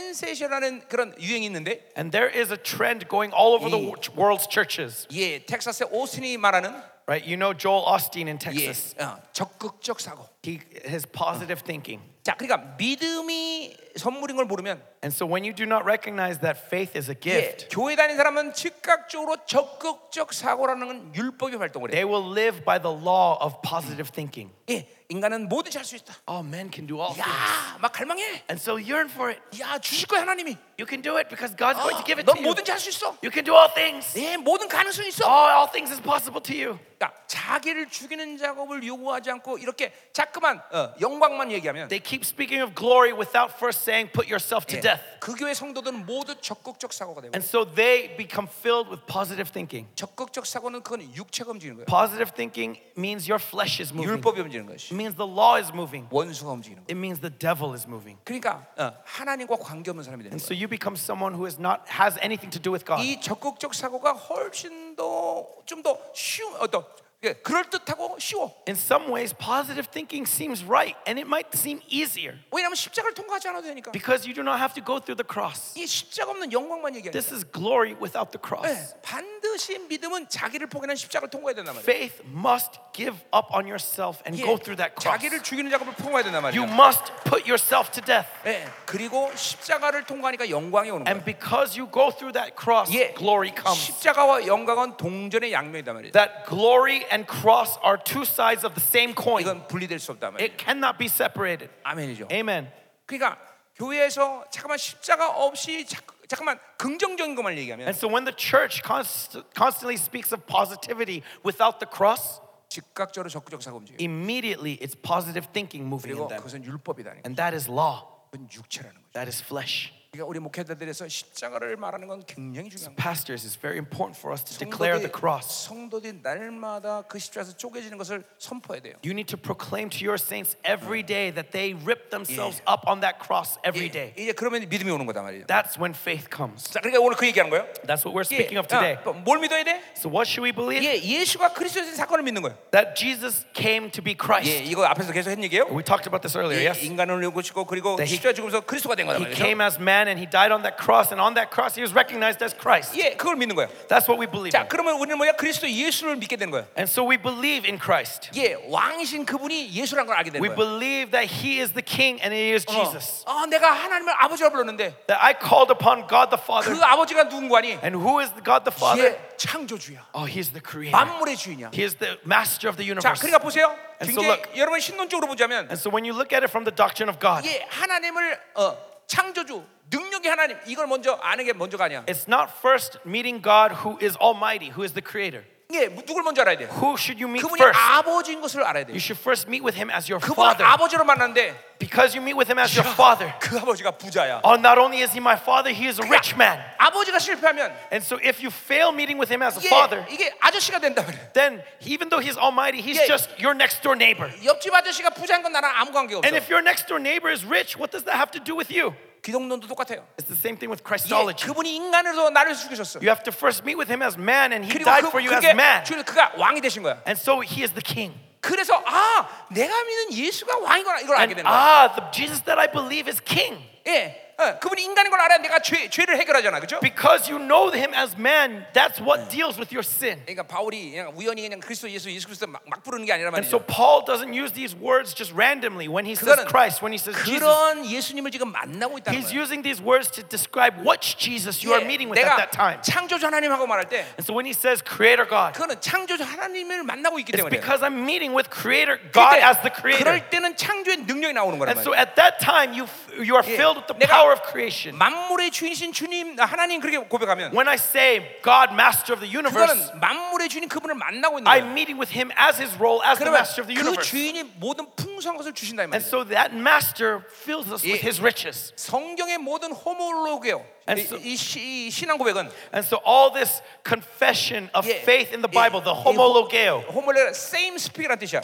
센세이션하는 그런 유행이 있는데
And there is a trend going all over the
Yeah.
wo- world's churches,
예, 텍사스의 오스틴이 말하는
right? You know Joel Austin in
예,
Texas.
어, 적극적 사고
He, his positive thinking.
자, 그러니까 믿음이 선물인 걸 모르면
And so when you do not recognize that faith is a
예,
gift,
교회 다니는 사람은 즉각적으로 적극적 사고라는 건 율법이 활동을 해.
they will live by the law of positive thinking.
예, 인간은 뭐든지 할 수 있다.
Oh, men can do all things.
야, 막 갈망해.
And so yearn for it.
야, 주실 거야 하나님이.
You can do it because God's going
[gasps]
to give it
너
to you.
뭐든지 할 수 있어.
You can do all things.
예, 모든 가능성이
Oh,
있어.
all things is possible to you.
그러니까 자기를 죽이는 작업을 요구하지 않고 이렇게 자꾸만 어, 영광만 얘기하면
They keep speaking of glory without first saying, put yourself to
예,
death.
그 교회 성도들은 모두 적극적 사고가 되고
And so they become filled with positive thinking.
적극적 사고는 그건 육체가 움직이는 거예요.
Positive thinking means your flesh is moving.
율법이 움직이는 것이
It means the law is moving.
원수가 움직이는 거예요.
It means the devil is moving.
그러니까 어, 하나님과 관계없는 사람이
And
되는 거예요.
so you become someone who is not has anything to do with God.
이 적극적 사고가 훨씬 더 좀 더 쉬운 어떤 예, 그럴 듯하고 쉬워.
In some ways, positive thinking seems right, and it might seem easier
왜냐하면 십자가를 통과하지 않아도 되니까.
because you do not have to go through the cross.
이 십자가 없는 영광만 얘기하는
This is glory without the
거예요.
cross.
예, 반드시 믿음은 자기를 포기하는 십자가를 통과해야 된단 말이에요.
Faith must give up on yourself and
예,
go through that cross.
자기를 죽이는 작업을 통과해야 된단
You
말이에요.
must put yourself to death.
예, 그리고 십자가를 통과하니까 영광이 오는 거예요.
And because you go through that cross,
예,
glory comes.
십자가와 영광은 동전의 양면이단 말이에요.
That glory and cross are two sides of the same coin.
이건 분리될 수 없단 말이에요.
It cannot be separated.
아멘이죠.
Amen.
그러니까 교회에서 잠깐만 십자가 없이 자, 잠깐만 긍정적인 것만 얘기하면
And so when the church const- constantly speaks of positivity without the cross,
즉각적으로 적극적 사고 움직여요.
immediately it's positive thinking moving in
그리고
them.
그것은 율법이다는 거예요.
And that is law.
그건 육체라는 거죠.
That is flesh.
그러니까 우리 목회자들에서 십자가를 말하는 건 굉장히 중요한 거예요.
Pastors, it's very important for us to declare the
성도들이,
cross.
성도들이 날마다 그 십자가에서 쪼개지는 것을 선포해야 돼요.
You need to proclaim to your saints every day that they rip themselves up on that cross every
예,
day.
이제 그러면 믿음이 오는 거다 말이에요.
That's when faith comes.
자, 그러니까 오늘 그 얘기하는 거예요.
That's what we're
예,
speaking of today.
아, 뭘 믿어야 돼?
So what should we believe?
예, 예수가 그리스도인 사건을 믿는 거예요.
That Jesus came to be Christ.
예, 이거 앞에서 계속 했 얘기예요.
We talked about this earlier,
예,
yes?
인간을 요구치고 그리고
That he-
십자가 죽으면서 그리스도가 된 거다
He
말이죠.
came as man man and he died on that cross, and on that cross, he was recognized as Christ.
예, 그걸 믿는 거예요.
That's what we believe in.
자, 그러면 우리는 뭐야? 그리스도 예수를 믿게 되는 거예요.
And so we believe in Christ.
예, 왕이신 그분이 예수란 걸 알게 되는
We
거예요.
believe that he is the king and he is Jesus.
어, 어, 내가 하나님을 아버지라 불렀는데
That I called upon God the Father.
그 아버지가 누군가 하니
And who is God the Father?
예, 창조주야.
Oh, he's the creator.
만물의 주인이야.
He is the master of the
자,
universe.
그러니까 보세요.
And so
굉장히
look.
여러분 신론적으로 보자면
And so when you look at it from the doctrine of God,
예, 하나님을 어, 창조주, 능력의 하나님 이걸 먼저 아는 게 먼저가 아니야.
it's not first meeting God who is almighty, who is the creator.
예, 누굴 먼저 알아야 돼?
Who should you meet
그분이
first?
아버지인 것을 알아야 돼.
You should first meet with him as your
그분
father.
아버지로 만났는데
Because you meet with him as your father.
그 아버지가 부자야.
Oh, not only is he my father, he is a rich man.
아버지가 실패하면
And so if you fail meeting with him as a
이게,
father,
이게 아저씨가 된다 그래.
then even though he's almighty, he's
Yeah.
just your next door neighbor.
옆집 아저씨가 부자인 건 나랑 아무 관계 없어.
And if your next door neighbor is rich, what does that have to do with you?
기독론도 똑같아요.
It's the same thing with
예,
Christology.
그분이 인간으로 나를 죽이셨어.
You have to first meet with him as man, and he
그리고
died for you
그,
as
그게
man.
주- 그가 왕이 되신 거야.
And so he is the king.
그래서 아 내가 믿는 예수가 왕이구나 이걸 알게
And
된 거야.
ah, the Jesus that I believe is king.
예, 어, 그분이 인간인 걸 알아야 내가 죄, 죄를 해결하잖아, 그렇죠?
Because you know him as man, that's what deals with your sin.
그러니까 바울이 그냥 우연히 그냥 그리스도 예수 예수 그리스도 막, 막 부르는 게 아니라
And so
말이죠.
Paul doesn't use these words just randomly when he says
그거는
Christ, when he says Jesus.
그런 예수님을 지금 만나고 있다는
He's
거예요.
using these words to describe which Jesus you are
예,
meeting with at
내가
that time.
창조주 하나님하고 말할 때
And so when he says creator God,
그거는 창조주 하나님을 만나고 있기
it's
때문에
because I'm meeting with creator God as the
그때
creator.
그럴 때는 창조의 능력이 나오는 거란
And
말이에요.
so at that time you f- you are
Yeah.
filled with the
내가-
power of creation.
만물의 주인신 주님 하나님 그렇게 고백하면
When I say God, master of the universe,
그거는 만물의 주인 그분을 만나고 있는 거예요.
I'm meeting with him as his role as the
그러면
master of the
그
universe.
주인이 모든 풍성한 것을 주신다 이
And
말이에요.
so that master fills us with
Yeah.
his riches.
성경의 모든 호모로게요.
And
이,
so-
이 시- 이 신앙 고백은
And so all this confession of
Yeah.
faith in the Bible, the
Yeah.
homologeo.
예, 호모로 same speak이라는 뜻이야.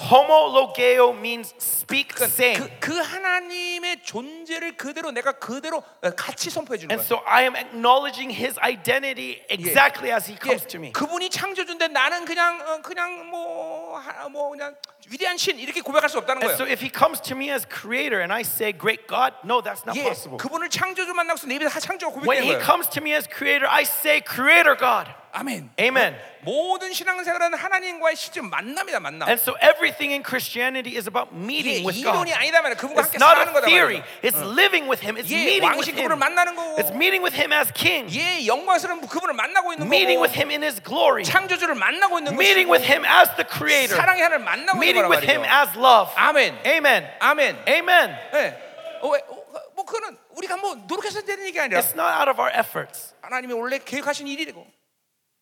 Homologeo means speak same.
그, 그 하나님의 존재를 그대로 내가 그대로 어, 같이 선포해 주는
And
거야.
so I am acknowledging his identity exactly as he comes to me.
예, 그분이 창조주인데 나는 그냥 어, 그냥 뭐뭐 뭐 그냥 위대한 신 이렇게 고백할 수 없다는
And
거예요.
so if he comes to me as creator and I say great God, no, that's not
예,
possible.
그분을 창조주 만나고서 내 입에서 하- 창조가
When
고백되는
he
거예요.
comes to me as creator, I say creator God.
아멘.
Amen.
예, 모든 신앙생활은 하나님과의 실제 만남이다 만남.
And so everything in Christianity is about
이게
meeting with God.
이론이 아니다 말이야. 그분과
It's
함께
not
사는
a
거다
theory.
말이야.
It's living with him. It's
예,
meeting with
왕신
him.
그분을 만나는 거고.
It's meeting with him as king.
예, 영광스러운 그분을 만나고 있는
Meeting
거고.
with him in his glory.
창조주를 만나고 있는
Meeting
것이고,
with him as the creator.
사랑의 하나님을 만나고 있는
Meeting
거란
with him
말이죠.
as love.
아멘.
Amen.
아멘.
Amen.
예. 어, 왜, 어, 뭐 그는 우리가 뭐 노력해서 되는 얘기가 아니라
It's not out of our efforts.
하나님이 원래 계획하신 일이고.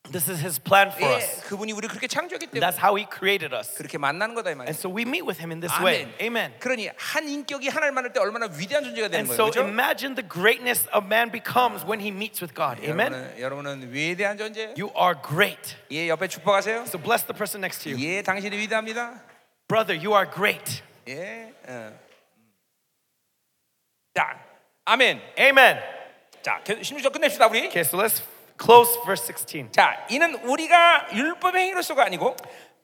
This is his plan for
예,
us.
그분이 우리 그렇게 창조했기 때문에
That's how he created us.
그렇게 만나는 거다 이 말이야.
And so we meet with him in this way. Amen.
그러니 한 인격이 하나를 만날 때 얼마나 위대한 존재가 되는
And so
거예요. 그죠?
imagine the greatness a man becomes when he meets with God. Amen.
여러분은, 여러분은 위대한 존재예요.
You are great.
예, 옆에 축복하세요.
So bless the person next to you.
예, 당신이 위대합니다.
Brother, you are great.
예. 어. 자, 아멘.
Amen.
자, 16절 끝냅시다 우리.
Okay, so let's close verse 16.
자, 이는 우리가 율법의 행위로서가 아니고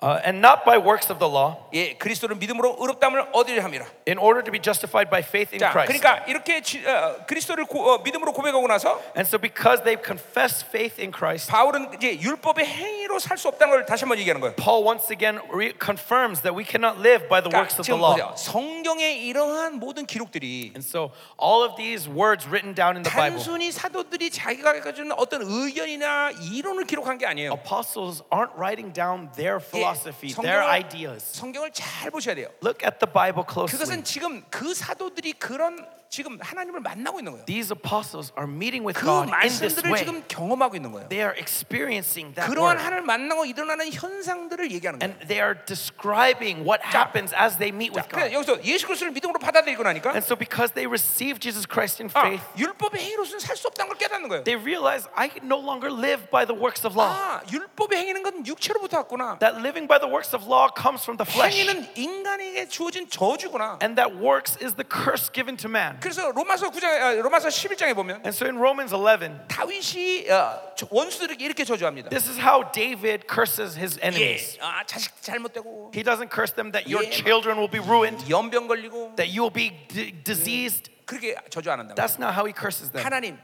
Uh, and not by works of the law,
예, 그리스도를 믿음으로 의롭다함을 얻으려 합니다.
in order to be justified by faith in
자,
Christ.
그러니까 이렇게 지- 어, 그리스도를 고- 어, 믿음으로 고백하고 나서
And so, because they've confessed faith in Christ,
바울은 이제 율법의 행위로 살 수 없다는 걸 다시 한번 얘기하는 거예요.
Paul once again re- confirms that we cannot live by the works
그러니까
of the
지금
law.
보세요. 성경의 이러한 모든 기록들이
And so, all of these words written down in the Bible,
단순히 사도들이 자기가 가진 어떤 의견이나 이론을 기록한 게 아니에요.
apostles aren't writing down their philosophy, their
성경을-
ideas.
성경을 잘 보셔야 돼요.
Look at the Bible closely.
그것은 지금 그 사도들이 그런 지금 하나님을 만나고 있는 거예요.
These apostles are meeting with
그
God in this
말씀들을
way.
지금 경험하고 있는 거예요.
They are experiencing that
그러한
word.
하나님을 만나고 일어나는 현상들을 얘기하는
And
거예요.
they are describing what happens as they meet with God.
그래 여기서 예수 그리스도를 믿음으로 받아들이고 나니까
And so, because they receive Jesus Christ in
아,
faith,
율법의 행위로서는 살 수 없다는 걸 깨닫는 거예요.
they realize I can no longer live by the works of law.
아, 율법의 행위는 건 육체로부터 왔구나.
That living by the works of law comes from the flesh,
행위는 인간에게 주어진 저주구나.
and that works is the curse given to man.
그래서 로마서 9장, 아, 로마서 11장에 보면
And so in Romans 11,
다윗이 어, 저- 원수들에게 이렇게 저주합니다.
this is how David curses his
예,
enemies.
아, 자식 잘못되고
He doesn't curse them that your
Yeah.
children will be ruined,
연병 걸리고
that you will be d- diseased.
그렇게 저주 안 한다.
That's not how he curses them.
하나님,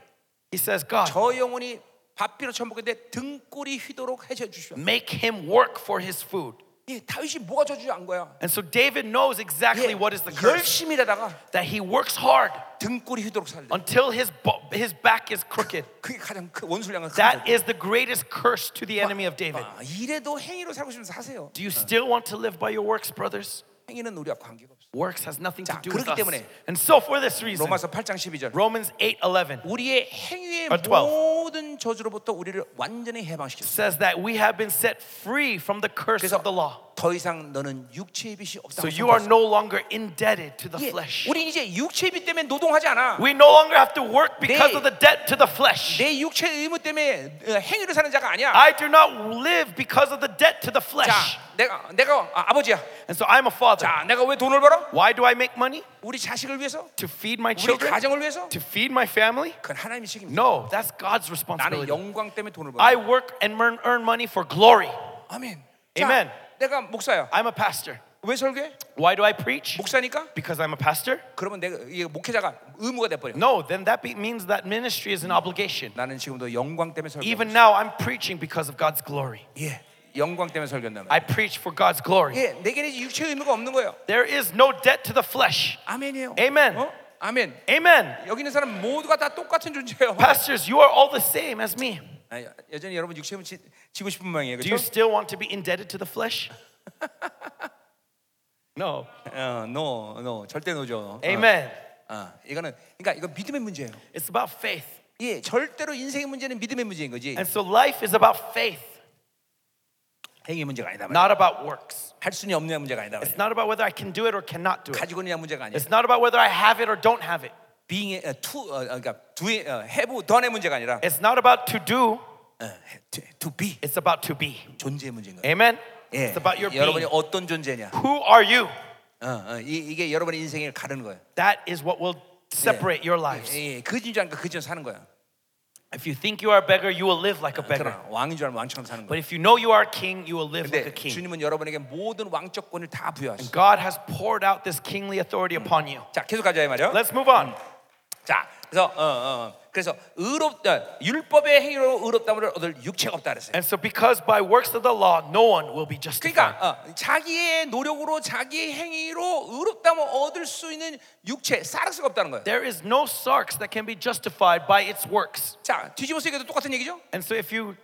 He says, God,
저 영혼이 밥비로 천복인데 등골이 휘도록 해쳐 주시오.
make him work for his food.
예, 다윗이 뭐가 저주 안 거야?
And so David knows
예,
exactly what is the curse
열심히 일하다가
that he works hard
등골이 휘도록 살래.
until his, bo- his back is [laughs] crooked.
그게 가장 큰 원수량은
That is the greatest curse to the enemy of David.
아, 이래도 행위로 살고 싶으면 사세요.
Do you still want to live by your works, brothers?
행위는 우리와 관계가 없어.
Works has nothing to
자,
do with us.
그렇기 때문에
And so for this reason,
로마서 8장 12절.
Romans 8:11
우리의 행위의
아, 12.
모든 저주로부터 우리를 완전히 해방시켰어.
says that we have been set free from the curse
그래서
of the law.
더 이상 너는 육체의 빚이
So
없다고.
you are
선포했어.
no longer indebted to the
예,
flesh.
우리 이제 육체의 빚 때문에 노동하지 않아.
We no longer have to work because of the debt to the flesh.
내 육체의 의무 때문에 어, 행위로 사는 자가 아니야.
I do not live because of the debt to the flesh.
자, 내가 내가 아, 버지야
And so I'm a father.
자, 내가 왜 돈을 벌어?
Why do I make money?
우리 자식을 위해서?
To feed my
우리
children?
가정을 위해서?
To feed my family?
그건 하나님의 책임이야.
No, that's God's
나는
responsibility.
영광 때문에 돈을 벌어.
I work and earn, earn money for glory.
아멘.
Amen.
내가 목사야.
I'm a pastor.
왜 설교해?
Why do I preach?
목사니까?
Because I'm a pastor?
그러면 내가 이 목회자가 의무가 돼 버려.
No, then that be, means that ministry is an obligation.
나는 지금도 영광 때문에 설교.
Even now, I'm preaching because of God's glory.
예. 영광 때문에 설교한다면.
I preach for God's glory.
예, 내게는 이제 육체 의무가 없는 거예요.
There is no debt to the flesh.
아멘이에요.
Amen.
어? 아멘.
Amen.
여기 있는 사람 모두가 다 똑같은 존재예요.
Pastors, you are all the same as me.
아, 여- 여전히 여러분 육체 의무 지, 지고 싶은 모양이에요.
Do you
그렇죠?
still want to be indebted to the flesh? [laughs] No.
어, no, no. 절대 노죠.
Amen.
어, 어, 이거는 그러니까 이건 믿음의 문제예요.
It's about faith.
예, 절대로 인생의 문제는 믿음의 문제인 거지.
And so life is about faith,
행위 문제가 아니다. 말이야.
not about works.
할 수는 없는 문제가 아니다. 말이야.
It's not about whether I can do it or cannot do it.
가지고 있는 문제가 아니야.
It's not about whether I have it or don't have it.
being 어, to 어, 어, 그러니까 doing 어, have done의 문제가 아니라
It's not about to do,
어, to, to be
it's about to be.
존재의 문제인 거예요.
Amen?
예,
It's about your
여러분이
being.
어떤 존재냐.
Who are you?
어, 어, 이, 이게 여러분의 인생을 가르는 거예요.
That is what will separate your lives.
예, 그진 줄 알고 그진 사는 거야.
If you think you are a beggar, you will live like a beggar.
그러나 왕인 줄 알면 왕처럼 사는 거야.
But if you know you are a king, you will live like a
근데
king.
주님은 여러분에게 모든 왕적권을 다 부여하셨어.
God has poured out this kingly authority upon you.
자, 계속 가자 이 말이요.
Let's move on.
자, 그래서 어, 어, 어. 그래서 의롭 어, 율법의 행위로 의롭다함을 얻을 육체가 없다 그랬어요.
And so, because by works of the law, no one will be justified.
그러니까 어, 자기의 노력으로 자기의 행위로 의롭다함을 얻을 수 있는 육체 사르스가 없다는 거예요.
There is no sarks that can be justified by its works.
자, 뒤집어 쓰기도 똑같은 얘기죠? 예.
And so, if you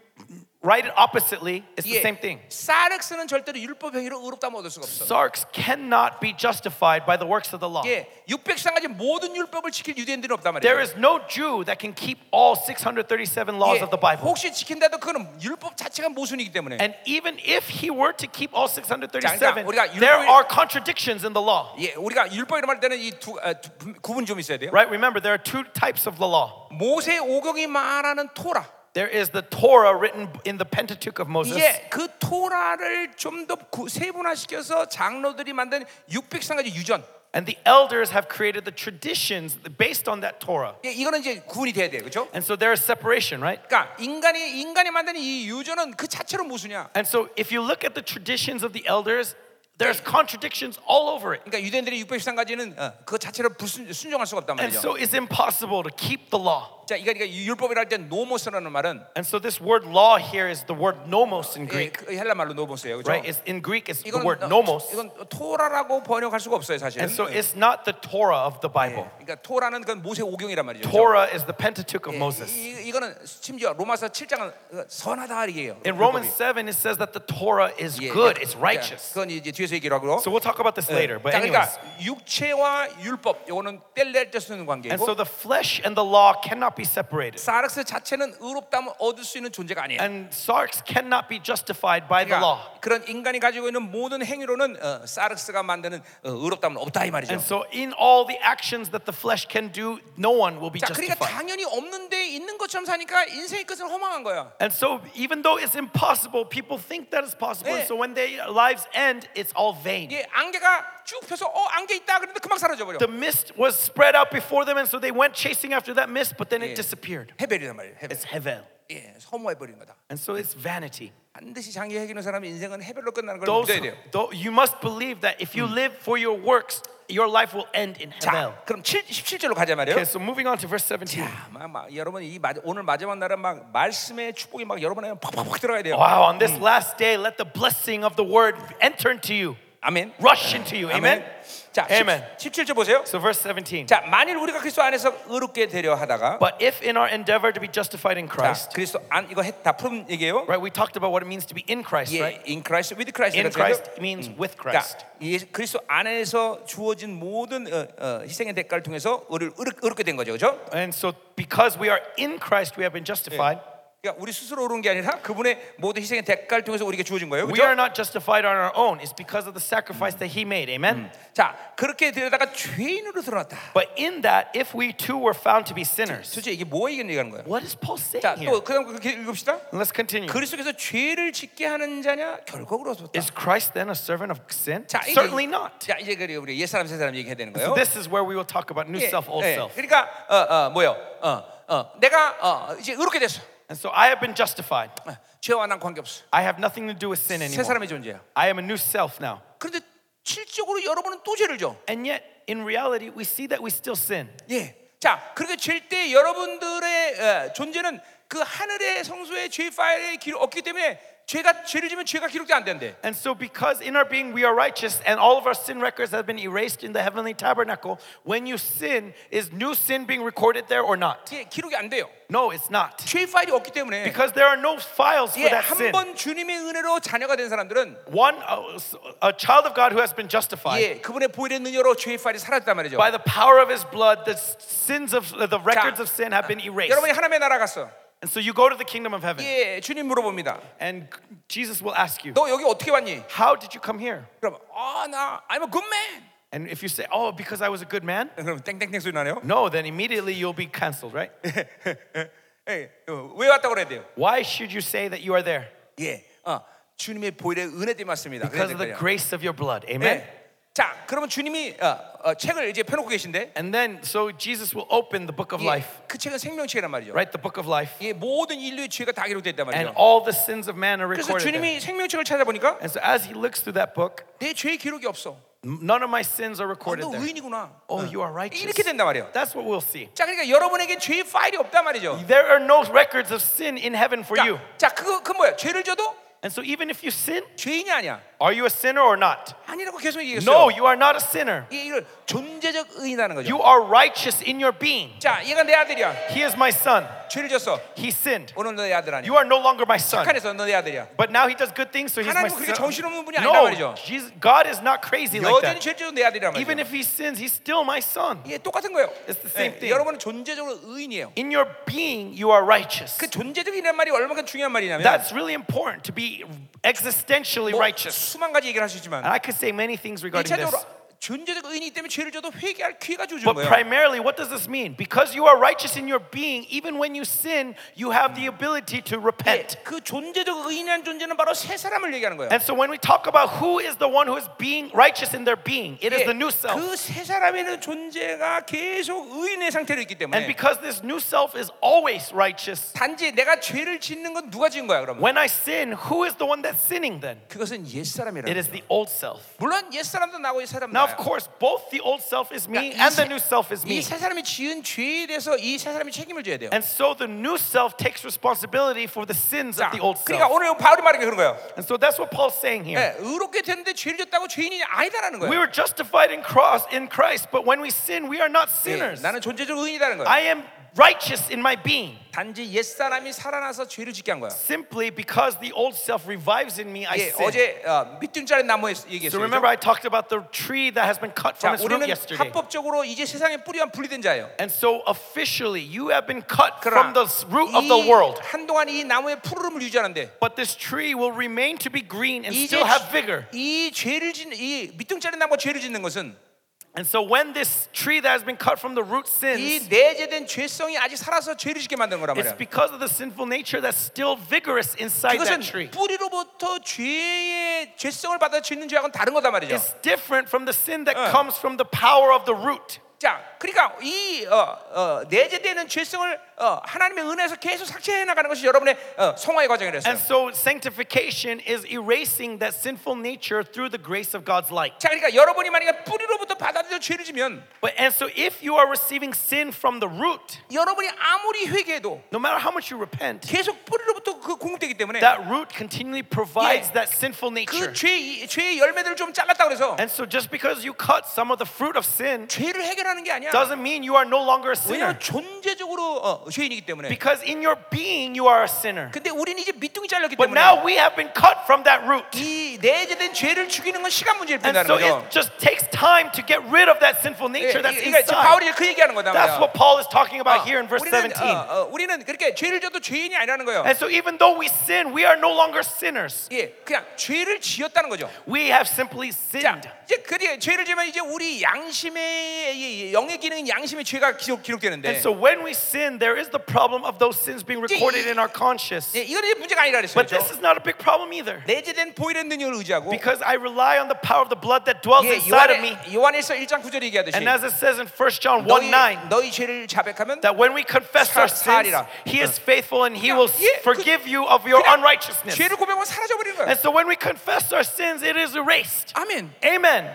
write it oppositely, it's the same thing.
사르스는 절대로 율법 행위로 의롭다함을 얻을 수가 없어.
Sarks cannot be justified by the works of the law.
예, 613가지 모든 율법을 지킬 유대인들은 없단
어.
말이에요.
There is no Jew that can keep all 637 laws of the
예,
Bible.
혹시 지킨다도 그거는 율법 자체가 모순이기 때문에.
And even if he were to keep all
자, 그러니까
637,
우리가
there
율법을-
are contradictions in the law.
예, 우리가 율법이라고 할 때는 이두 아, 두 분- 구분이 좀 있어야 돼요.
Right? Remember, there are two types of the law.
모세 오경이 말하는 토라.
There is the Torah written in the Pentateuch of Moses.
이게 그 토라를 좀 더 세분화시켜서 장로들이 만든 613가지 유전.
And the elders have created the traditions based on that Torah.
예, 이거는 이제 구분이 돼야 돼요. 그렇죠?
And so there is separation, right?
그러니까 인간이 인간이 만든 이 유전은 그 자체로 모순이야.
And so if you look at the traditions of the elders, there's contradictions all over it.
그러니까 유대인들이 613가지는 그 자체로 불순, 순종할 수가 없단
And
말이죠.
so it's impossible to keep the law.
자, 이거 그러니까 이 율법이라 할 때 노모스라는 말은
And so this word law here is the word nomos in
예,
Greek,
그 헬라 말로 노모스예요. 그렇죠?
right? It's, in Greek, it's the
이건
word
어,
nomos.
이건 토라라고 번역할 수가 없어요, 사실은. 예.
And so it's not the Torah of the Bible.
그러니까 토라는 건 모세 오경이란 말이죠. 그렇죠?
Torah is the Pentateuch of Moses.
이, 이- 이거는 심지어 로마서 7장은 그 선하다 얘기예요. 예, 그러니까
In Romans 7, it says that the Torah is good, it's righteous.
그건 이제 뒤에서 얘기를 하고.
So we'll talk about this later. But
자,
anyways.
그러니까 육체와 율법 요거는 뗄래야 뗄 수
And
있는 관계이고
so the flesh and the law cannot be separated.
사르스 자체는 의롭다면 얻을 수 있는 존재가 아니에요.
And sarks cannot be justified by the law.
그러니까 그런 인간이 가지고 있는 모든 행위로는 어, 사르스가 만드는 어, 의롭다면 없다 이 말이죠.
And so in all the actions that the flesh can do, no one will be
자, 그러니까
justified.
당연히 없는데 있는 것처럼 사니까 인생의 끝은 허망한 거야.
And so even though it's impossible, people think that it's possible. And
예.
so when their lives end, it's all vain.
이게 안개가 쭉 펴서 어 안개 있다 그런데 금방 사라져 버려.
The mist was spread out before them, and so they went chasing after that mist, but then it disappeared.
헤벨이란 말이에요. 헤벨.
It's Hevel.
예, 예, 소모해 버린 거다.
And so it's vanity.
반드시 장기 해기는 사람의 인생은 해별로 끝나는 걸
Those,
믿어야 돼요.
tho- you must believe that if you live for your works, your life will end in hell.
자, 그럼 7, 17절로 가자 말이에요.
Okay, so moving on to verse 17.
자, 막, 막, 여러분 이 마, 오늘 마지막 날은 막 말씀의 축복이 막 여러분 안에 팍팍팍 들어가야 돼요.
Wow, on this last day, let the blessing of the word enter into you,
아멘.
rush into you. Amen.
자,
Amen.
10, 17절 보세요.
So, verse 17.
자, 만일 우리가 그리스도 안에서 의롭게 되려 하다가
But if in our endeavor to be justified in
자,
Christ,
그리스도 안 이거 해- 다 푸는 얘기예요.
right, we talked about what it means to be in Christ,
예,
right?
in Christ, with Christ.
In
이렇게 해서
Christ means with Christ.
그러니까 예, 그리스도 안에서 주어진 모든 어, 어, 희생의 대가를 통해서 의를 의롭- 의롭게 된 거죠, 그렇죠?
And so, because we are in Christ, we have been justified.
그러니까 우리 스스로 오른 게 아니라 그분의 모든 희생의 대가를 통해서 우리에게 주어진 거예요,
We are
그렇죠?
not justified on our own. It's because of the sacrifice that He made. Amen.
Mm. 자, 그렇게 되다가 죄인으로 드러났다.
But in that, if we too were found to be sinners,
도대체 이게 뭐에 얘기하는 거예요?
what is Paul saying
자,
here?
또 그다음 그렇게 읽읍시다.
Let's continue.
그리스도께서 죄를 짓게 하는 자냐 결코 그렇다.
Is Christ then a servant of sin?
자, 이제,
Certainly not.
자, 이제 그래요. 우리 옛 사람 새 사람 얘기해야 되는 거예요.
So this is where we will talk about new
예,
self, old
예.
self.
그러니까 어, 어, 뭐요? 어, 어, 내가 어, 이제 이렇게 됐어.
And so I have been justified.
어, 죄와 난 관계 없어.
I have nothing to do with sin
새
anymore.
사람의 존재야.
I am a new self now.
그런데 실적으로 여러분은 또 죄를 져.
And yet, in reality, we see that we still sin.
예. 자, 그렇게 질때 여러분들의 어, 존재는 그 하늘의 성소의 죄 파일에 기록 없기 때문에 죄가 죄를 지면 죄가 기록이 안 된대.
And so, because in our being we are righteous and all of our sin records have been erased in the heavenly tabernacle, when you sin, is new sin being recorded there or not?
예, 기록이 안 돼요.
No, it's not.
죄 파일이 없기 때문에.
Because there are no files for
예,
that sin.
한 번 주님의 은혜로 자녀가 된 사람들은
One, a, a child of God who has been justified
예, 그분의 보혈의 능력으로 죄의 파일이 사라졌단 말이죠.
by the power of his blood, the sins of the records of sin have been erased.
여러분이 하나님의 나라 갔어.
And so you go to the kingdom of heaven,
예, 주님 물어봅니다.
and Jesus will ask you,
너 여기 어떻게 왔니?
How did you come here?
그럼 아, 나 I'm a good man.
And if you say, Oh, because I was a good man,
그럼 땡땡땡 소리 나네요.
no, then immediately you'll be canceled, right?
예, 어, 왜 왔다고 그래야 돼요?
Why should you say that you are there?
예. 어, 주님의 보혈의 은혜 때문에 왔습니다.
Because
그래야
of the
돼요.
grace of your blood. Amen.
예. 자, 그러면 주님이 어, 어, 책을 이제 펴놓고 계신데
And then, so Jesus will open the book of
예,
life,
그 책은 생명책이란 말이죠.
right? The book of life.
예, 모든 인류의 죄가 다 기록됐단
And
말이죠.
all the sins of man are
그래서
recorded. There.
주님이 생명책을 찾아보니까
And so, as he looks through that book,
내 죄의 기록이 없어.
none of my sins are
아,
recorded
너
there.
의인이구나.
Oh, you are righteous.
이렇게 된단 말이에요.
That's what we'll see.
자, 그러니까 여러분에게 죄의 파일이 없단 말이죠.
There are no records of sin in heaven for you.
자, 자, 그거 그 뭐야? 죄를 져도
And so, even if you sin,
죄인이 아니야.
are you a sinner or not?
아니라고 계속 얘기했어요.
No, you are not a sinner.
이- 이걸 존재적 의인이라는 거죠.
You are righteous in your being.
자, 얘가 내 아들이야.
He is my son.
죄를 졌어.
He sinned.
오늘 너 내 아들 아니야.
You are no longer my son.
착한해서 너 내 아들이야.
But now he does good things, so he's my
하나님은 그렇게
son.
정신없는 분이 아니란
No,
말이죠.
Jesus, God is not crazy like that.
여전히 죄를 져도 내 아들이란
Even if
말이죠.
he sins, he's still my son.
이게 똑같은 거예요.
It's the same
예,
thing.
여러분은 존재적으로 의인이에요.
In your being, you are righteous.
그 존재적 의인이란 말이 얼마나 중요한 말이냐면
That's really important to be existentially
뭐
righteous.
수만 가지 얘기를 할 수 있지만
And I could say many things regarding
일차적으로
this.
존재적 의인이기 때문에 죄를 져도 회개할 기회가 주어진
But
거예요.
primarily, what does this mean? Because you are righteous in your being, even when you sin, you have the ability to
예,
repent.
그 존재적 의인한 존재는 바로 새 사람을 얘기하는 거예요.
And so when we talk about who is the one who is being righteous in their being, it is the new self.
그 새 사람에는 존재가 계속 의인의 상태로 있기
And
때문에
because this new self is always righteous,
단지 내가 죄를 짓는 건 누가 지은 거야 그러면?
when I sin, who is the one that's sinning then?
그것은 옛
It
사람이라는
is the old self.
물론 옛 사람도 나고 이 사람
Now, of
나요.
course, both the old self is me
Yeah,
and the new
easy.
self is me.
이새 사람이 지은 죄에 대해서 이 새 사람이 책임을 져야 돼요.
And so the new self takes responsibility for the sins of
자,
the old
그러니까
self.
오늘 바울이 말한 게 그런 거예요.
And so that's what Paul's saying here.
예, 의롭게 됐는데 죄를 졌다고 죄인이 아니다라는
We were
거예요.
justified in cross in Christ, but when we sin, we are not
예,
sinners.
나는 존재적 의인이라는 거예요.
I am righteous in my being.
단지 옛 사람이 살아나서 죄를 짓게 한 거야.
Simply because the old self revives in me, I
예,
sin.
어제 어, 밑둥 자른 나무
so
얘기했어요.
remember, I talked about the tree that has been cut
자,
from its root
우리는
yesterday.
합법적으로 이제 세상의 뿌리와 분리된 자예요.
And so officially, you have been cut
그러나
from the s- root of
이
the world.
한동안 이 나무의 푸르름을 유지하는데
But this tree will remain to be green and
이제
still have vigor.
이 죄를 짓는 이 밑둥 자른 나무가 죄를 짓는 것은
And so when this tree that has been cut from the root
이
sins,
내재된 죄성이 아직 살아서 죄를 짓게 만든 거란
it's
말이야.
because of the sinful nature that's still vigorous inside that
그것은
tree.
뿌리로부터 죄의 죄성을 받아 짓는 죄하고는 다른 거단 말이죠.
It's different from the sin that comes from the power of the root.
자, 그러니까 이 어, 어, 내재되는 죄성을 어, 하나님의 은혜에서 계속 삭제해 나가는 것이 여러분의 어, 성화의 과정이라서요.
And so sanctification is erasing that sinful nature through the grace of God's light.
자, 그러니까 여러분이 만약에 뿌리로부터 받아들여 죄를 지면
But and so if you are receiving sin from the root,
여러분이 아무리 회개해도
no matter how much you repent,
계속 뿌리로부터 그 공격되기 때문에
that root continually provides
Yeah.
that sinful
그
nature.
죄, 죄의 열매들을 좀 잘랐다 그래서
And so just because you cut some of the fruit of sin
죄를 해결하는 게 아니야.
doesn't mean you are no longer a
왜냐면
sinner.
존재적으로 어, 죄인이기 때문에.
Because in your being you are a sinner.
근데 우리는 이제 밑둥이 잘렸기
But
때문에
now we have been cut from that root.
이 내재된 죄를 죽이는 건 시간 문제일 뿐이라는
And so
거죠.
it just takes time to get rid of that sinful
예,
nature that's
그러니까 지금 바울이
inside.
그 얘기하는 거다.
That's what Paul is talking about
어,
here in verse
우리는,
17.
어, 어, 우리는 그렇게 죄를 져도 죄인이 아니라는 거예요.
And so even though we sin, we are no longer sinners.
예, 그냥 죄를 지었다는 거죠.
We have simply
자,
sinned.
이제 그게 죄를 지면 이제 우리 양심의 이- 이 영의 기능인 양심의 죄가 기록,
And
기록되는데
so when we sin, there is the problem of those sins being recorded in our conscience.
예, 이건 이제 문제가 아니라 그랬어요.
But
그죠?
this is not a big problem either.
내재된 보일의 능력을 의지하고
Because I rely on the power of the blood that dwells
예,
inside of me.
요한의, 요한에서 1장 9절 얘기하듯이
And as it says in 1 John 1
너희,
9,
너희 죄를 자백하면
that when we confess
사-
our sins,
사하리라.
He is faithful and He
그냥
will
예, 그-
forgive you of your
그냥
unrighteousness.
죄를 고백하면 사라져버리는 거예요.
And so when we confess our sins, it is erased.
아멘.
Amen.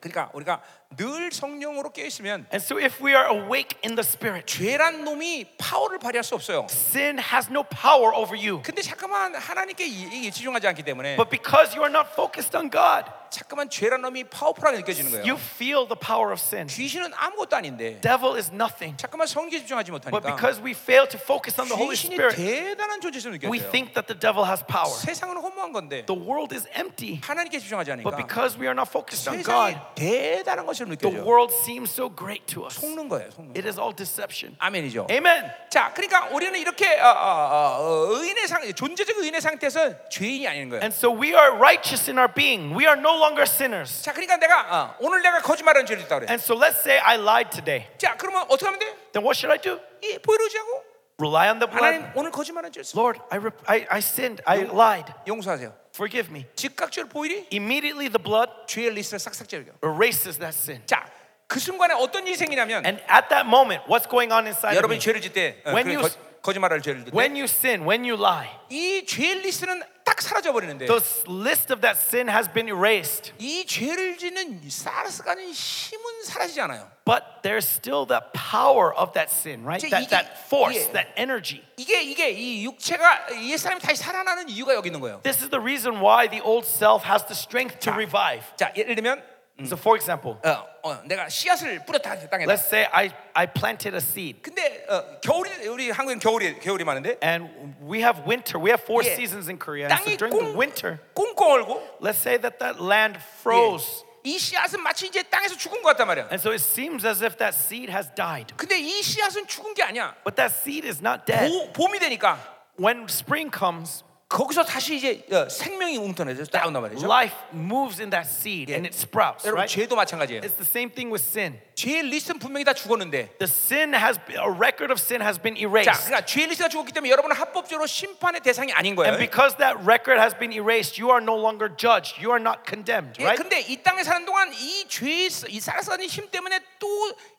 그러니까 우리가 늘 성령으로 깨어 있으면
And so if we are awake in the Spirit,
죄란 놈이 파워를 발휘할 수 없어요.
sin has no power over you.
근데 잠깐만 하나님께 이- 이- 집중하지 않기 때문에
But because you are not focused on God,
잠깐만 죄란 놈이 파워풀하게 느껴지는 거예요.
you feel the power of sin.
귀신은 아무것도 아닌데
Devil is nothing.
잠깐만 성기에 집중하지
But
못하니까
because we fail to focus on the Holy
귀신이
Spirit,
대단한 존재처럼
we
느껴져요.
think that the devil has power.
세상은 허무한 건데
The world is empty.
하나님께 집중하지 않으니까
But because we are not focused on
세상이
God,
대단한
the
것처럼 느껴져요.
world seems so great to us.
속는 거예요. 속는 거.
It is all deception.
아멘이죠.
Amen.
자, 그러니까 우리는 이렇게 어, 어, 어, 어, 의인의 상, 존재적 의인의 상태에서 죄인이 아닌 거예요.
And so we are righteous in our being. We are no longer sinners.
자, 그러니까 내가 어, 오늘 내가 거짓말하는 죄를 있다 그래.
And so let's say I lied today.
자, 그러면 어떻게 하면 돼?
Then what should I do?
이 보이로지하고
뭐 Rely on the
하나님
blood.
오늘 거짓말하는 죄 있어.
Lord, I, rep- I, I sinned. I lied.
용서하세요.
Forgive me.
즉각적으로 보일이
Immediately the blood
죄의 리스트를 싹싹 제르겨.
erases that sin.
자, 그 순간에 어떤 일이 생기냐면
And at that moment, what's going on inside of
여러분이
me?
죄를 짓때 어, 그
When you-
거짓말할 죄를 짓때
When you sin, when you lie,
이 죄의 리스트는 딱 사라져 버리는데
the s- list of that sin has been erased.
이 죄를 짓는 사르스가는 힘은 사라지지 않아요.
But there's still that power of that sin, right?
이제 이게-
That, that force,
이게-
that energy.
이게 이게 이 육체가 옛사람이 다시 살아나는 이유가 여기 있는 거예요.
This is the reason why the old self has the strength to
자.
revive.
자, 예를 들면
So, for example,
어, 어, 내가 씨앗을 뿌렸다 땅에.
let's say I, I planted a seed,
근데 어, 겨울이 우리 한국엔 겨울이 겨울이 많은데
and we have winter. We have four
Yeah.
seasons in Korea. And so
땅이
during the
꽁,
winter,
꽁꽁 얼고
let's say that that land froze.
예. 이 씨앗은 마치 이제 땅에서 죽은 것 같단 말이야.
And so it seems as if that seed has died.
근데 이 씨앗은 죽은 게 아니야.
But that seed is not dead.
보, 봄이 되니까
When spring comes,
거기서 다시 이제 어, 생명이 웅터내져서 나온단 말이죠.
life moves in that seed and it sprouts,
여러분
right?
죄도 마찬가지예요.
It's the same thing with sin.
죄의 리스트는 분명히 다 죽었는데
The sin has a record of sin has been
자,
erased.
그러니까 죄의 리스트가 죽었기 때문에 여러분은 합법적으로 심판의 대상이 아닌 거예요.
And because that record has been erased, you are no longer judged. You are not condemned,
예,
right?
근데 이 땅에 사는 동안 이 죄의 스- 이 살아가는 힘 때문에 또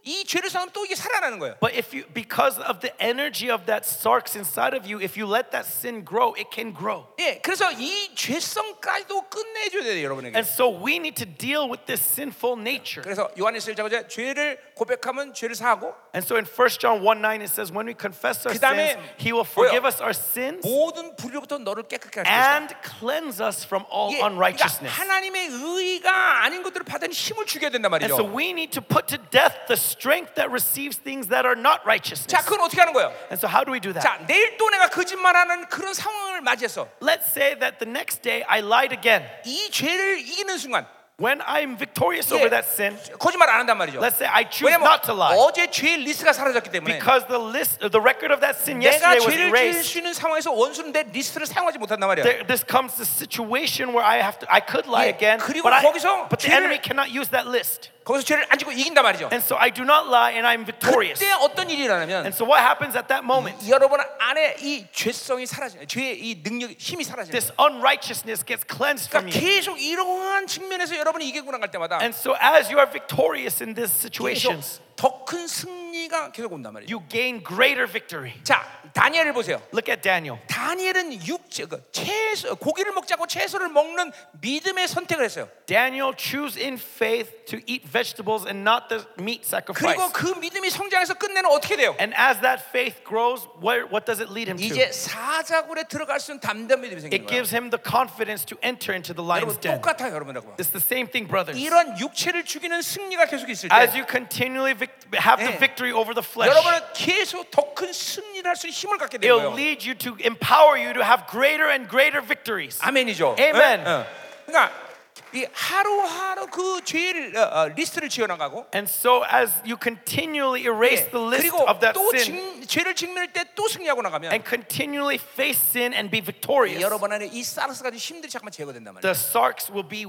이 죄를 사면 또 이게 살아나는 거예요.
But if you because of the energy of that sarks inside of you, if you let that sin grow, it can grow.
예, 그래서 이 죄성까지도 끝내줘야 돼요, 여러분에게.
And so we need to deal with this sinful nature.
그래서 요한일서 1장 5절 죄를 고백하면 죄를 사하고
And so in 1 John 1 9, it says, When we confess our
그다음에
sins, he will
뭐예요?
forgive us our sins
모든 불의로부터 너를 깨끗하게 하시겠다.
and cleanse us from all
예, 그러니까
unrighteousness.
하나님의 의가 아닌 것들을 받은 힘을 죽여야 된단
And so
말이죠.
we need to put to death the strength that receives things that are not
자,
righteousness.
그건 어떻게 하는 거예요?
And so how do we do that?
자, 내일 또 내가 거짓말하는 그런 상황을 맞이했어.
Let's say that the next day I lied again.
이 죄를 이기는 순간
When I'm victorious
예,
over that sin,
거짓말 안 한단 말이죠.
let's say I choose
왜냐면
not to lie.
어제 죄의 리스트가 사라졌기 때문에
Because the list, the record of that sin
내가
yesterday was
죄를 지을
erased.
수 있는 상황에서 원수는 내 리스트를 사용하지 못한단 말이야.
There, this comes the situation where I have to, I could lie
예,
again,
그리고
but, I-
거기서
but the
죄를-
enemy cannot use that list.
거기서 죄를 안 지고 이긴단 말이죠.
And so I do not lie and I'm victorious.
그때 어떤 일이 일어나면
And so what happens at that moment?
여러분 안에 이 죄성이 사라지는 죄의 이 능력, 힘이 사라지는
This unrighteousness gets cleansed from
그러니까
you.
계속 이러한 측면에서 여러분이 이기고 나갈 때마다
And so as you are victorious in these
계속
situations,
더 큰 승리가 계속 온단 말이에요.
you gain greater victory.
자, 다니엘을 보세요.
Look at Daniel.
다니엘은 육체, 그 채소, 고기를 먹지 않고 채소를 먹는 믿음의 선택을 했어요.
Daniel choose in faith to eat vegetables and not the meat sacrifice.
그리고 그 믿음이 성장해서 끝내는 어떻게 돼요?
And as that faith grows, where, what does it lead him to?
이제 사자굴에 들어갈 수 있는 담대한 믿음이 생기는
It
거예요.
gives him the confidence to enter into the lion's
여러분
den.
똑같아요, 여러분하고.
It's the same thing, brothers.
이런 육체를 죽이는 승리가 계속 있을 때
As you continually vic- have the
예.
victory over the flesh,
여러분은 계속 더 큰 승리를 할 수 있는 힘을 갖게 되는
it'll
거예요.
lead you to empower you to have greater and greater victories.
아멘이죠.
Amen.
예, 예. 그러니까 이 하루하루 그 죄를 어, 어, 리스트를 지어나가고
And so, as you continually erase
예,
the list
그리고
of that
또
sin
징- 죄를 직면할 때 또 승리하고 나가면
and continually face sin and be
이
victorious,
여러분 안에 이 사르스 가지 힘들이 잠깐만 제거된단 말이에요.
the sarks will be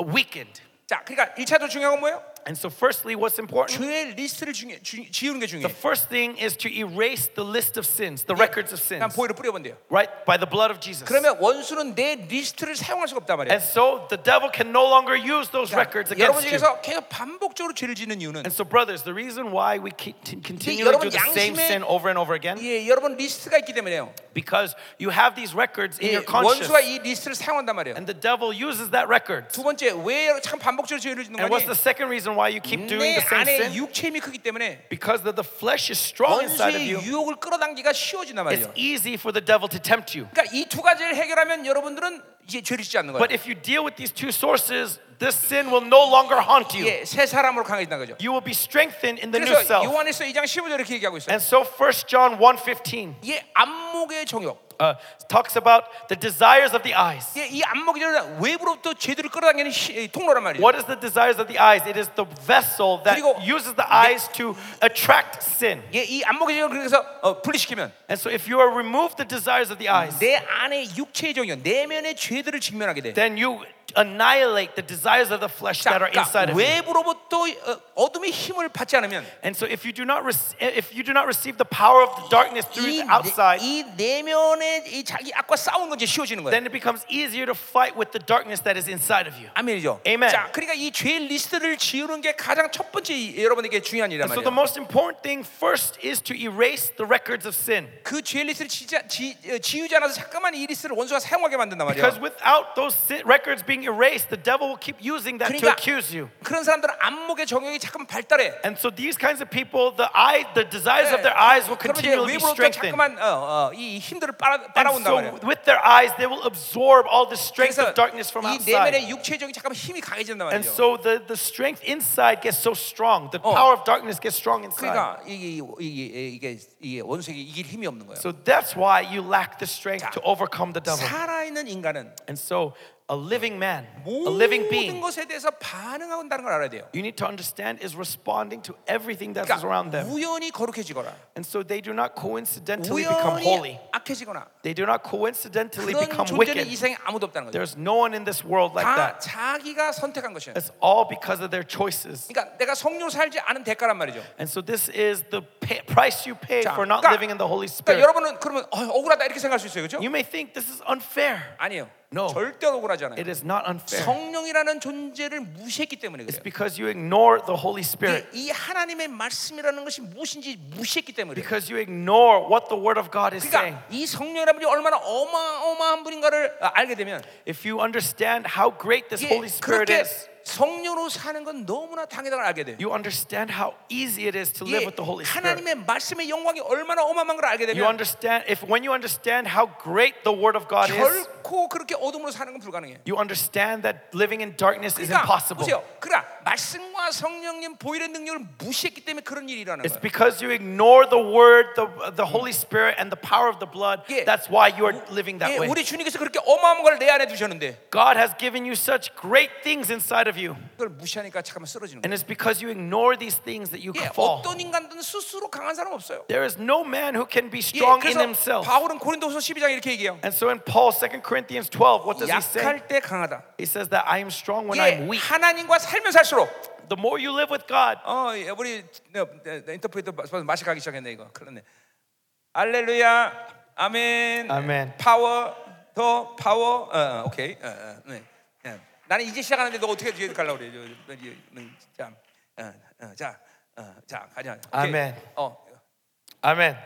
weakened.
자, 그러니까 1차적으로 중요한 건 뭐예요?
And so, firstly, what's important?
죄의 리스트를 중요, 주, 지우는 게
The
중요해요.
first thing is to erase the list of sins, the records of sins,
그냥 보혈을 뿌려본대요.
right? By the blood of Jesus.
그러면 원수는 내 리스트를 사용할 수가 없단 말이에요.
And so, the devil can no longer use those
자,
records
여러분
against you.
중에서 계속 반복적으로 죄를 짓는 이유는
And so, brothers, the reason why we keep t- continually
여러분
do the same sin
양심의-
over and over again
예, 여러분 리스트가 있기 때문에요.
because you have these records in
예,
your conscience,
원수가 이 리스트를 사용한단 말이에요.
and the devil uses that record.
두 번째 왜 참 반복적으로 죄를 짓는
And what's the
거니?
second reason why you keep doing
내
the same
안에
sin?
육체 힘이 크기 때문에
Because the, the flesh is strong inside of
원수의
you.
유혹을 끌어당기기가 쉬워진단
It's
말이에요.
easy for the devil to tempt you.
그러니까 이 두 가지를 해결하면 여러분들은 이제 죄를 짓지 않는 거예요.
But if you deal with these two sources, this sin will no longer haunt you.
예, 새 사람으로 강해진다는 거죠.
You will be strengthened in the new
그래서
self.
요한에서 2장 15절 이렇게 얘기하고 있어요.
And so 1 John 1.15
예, 안목의 정욕.
uh, talks about the desires of the eyes.
예, 이 안목이 정욕은 외부로부터 죄들을 끌어당기는 시- 이 통로란 말이에요.
What is the desires of the eyes? It is the vessel
그리고-
that uses the eyes to attract sin.
예, 이 안목의 정욕을 그래서 어, 분리시키면
And so if you are removed the desires of the eyes,
내 안에 육체의 정욕, 내면의 죄들을 직면하게 돼.
then you annihilate the desires of the flesh
자,
that are inside
그러니까
of you.
외부로부터 어, 어둠의 힘을 받지 않으면
And so if you do not rec- if you do not receive the power of the darkness through
이,
the
내-
outside,
이 내면의 이 자기 악과 싸우는 건이 쉬워지는 거예요.
then it becomes easier to fight with the darkness that is inside of you.
아멘이죠.
Amen.
자, 그러니까 이 죄 리스트를 지우는 게 가장 첫 번째 이- 여러분에게 중요한 일이란
So the
말이에요.
most important thing first is to erase the records of sin.
그죄 리스트를 지자, 지, 어, 지우지 않아서 잠깐만 이 리스트를 원수가 사용하게 만든단
Because
말이에요.
without those sin- records being erased, the devil will keep using that to
그러니까
accuse you.
그런 사람들은 안목의 정욕이 잠깐 발달해.
And so these kinds of people, the eye, the desires of their eyes will
그러면 이제
continually be
외부로부터
strengthened.
잠깐만 어, 어, 이 힘들을
And
빨아, 빨아온단
so
말이에요.
with their eyes, they will absorb all the strength
그래서
of darkness from
이
outside.
내면의 육체적인 잠깐 힘이 강해진단
And
말이에요.
so the, the strength inside gets so strong. The power of darkness gets strong inside.
그러니까 이게 이게 이게, 이게 원수에게 이길 힘이 없는 거예요.
So 뭐 that's why you lack the strength to overcome the devil.
살아있는 인간은
And so a living man, a living
모든
being,
것에 대해서 반응한다는 걸 알아야 돼요.
you need to understand is responding to everything that is around them.
그러니까 우연히 거룩해지거나
And so they do not coincidentally become
우연히
holy.
악해지거나
They do not coincidentally
그런
become
존재는
wicked.
이 세상에 아무도 없다는 거예요.
There's no one in this world like
다
that.
자기가 선택한 것이에요.
It's all because of their choices.
그러니까 내가 성령 살지 않은 대가란 말이죠. 그러니까
And so this is the pay, price you pay
자,
for not
그러니까-
living in the Holy
그러니까
Spirit.
여러분은 그러면 어, 억울하다 이렇게 생각할 수 있어요, 그렇죠?
You may think this is unfair.
아니에요.
No.
절대 억울하지 않아요.
It is not unfair.
성령이라는 존재를 무시했기 때문에
It's
그래요.
because you ignore the Holy Spirit.
이 하나님의 말씀이라는 것이 무엇인지 무시했기 때문에 그래요.
Because you ignore what the Word of God is saying.
그러니까 이 성령이라는 분이 얼마나 어마어마한 분인가를 아, 알게 되면
If you understand how great this
이게
Holy Spirit
그렇게
is,
성령으로 사는 건 너무나 당연한 걸 알게 돼요.
you understand how easy it is to live
이게
with the Holy Spirit.
하나님의 말씀의 영광이 얼마나 어마어마한 걸 알게
You
되면
understand if when you understand how great the Word of God is,
결코 그렇게 어둠으로 사는 건 불가능해요.
you understand that living in darkness is
그러니까
impossible.
보세요. 그러니까 말씀과 성령님 보일의 능력을 무시했기 때문에 그런 일이 일어나는
It's
거예요.
because you ignore the word, the, the Holy Spirit, and the power of the blood.
Yeah.
That's why you are living that
예,
way.
우리 주님께서 그렇게 어마어마한 걸 내 안에 두셨는데
God has given you such great things inside of you.
그걸 무시하니까 잠깐만 쓰러지는 거예요.
And it's because you ignore these things that you
예,
fall.
어떤 인간든 스스로 강한 사람 없어요.
There is no man who can be
예,
strong in
그래서
himself.
바울은 고린도후서 12장 이렇게 얘기해요.
And so in Paul, 2 Corinthians 12, what does he say?
약할 때 강하다.
He says that I am strong when
예,
I'm weak.
하나님과 살면 살수록
The more you live with God,
어, 예, 우리 어, 어, 인터프리터 벌써 맛이 가기 시작했네 이거. 그러네. 알렐루야. 아멘.
아멘.
파워 더 파워. 어, 어, 오케이. 어, 어, 네. 예. 나는 이제 시작하는데 너 어떻게 뒤에 가려고 그래? 저, 저, 저, 저, 참. 어, 어, 자. 어, 자 가자. 오케이.
아멘.
어,
Amen.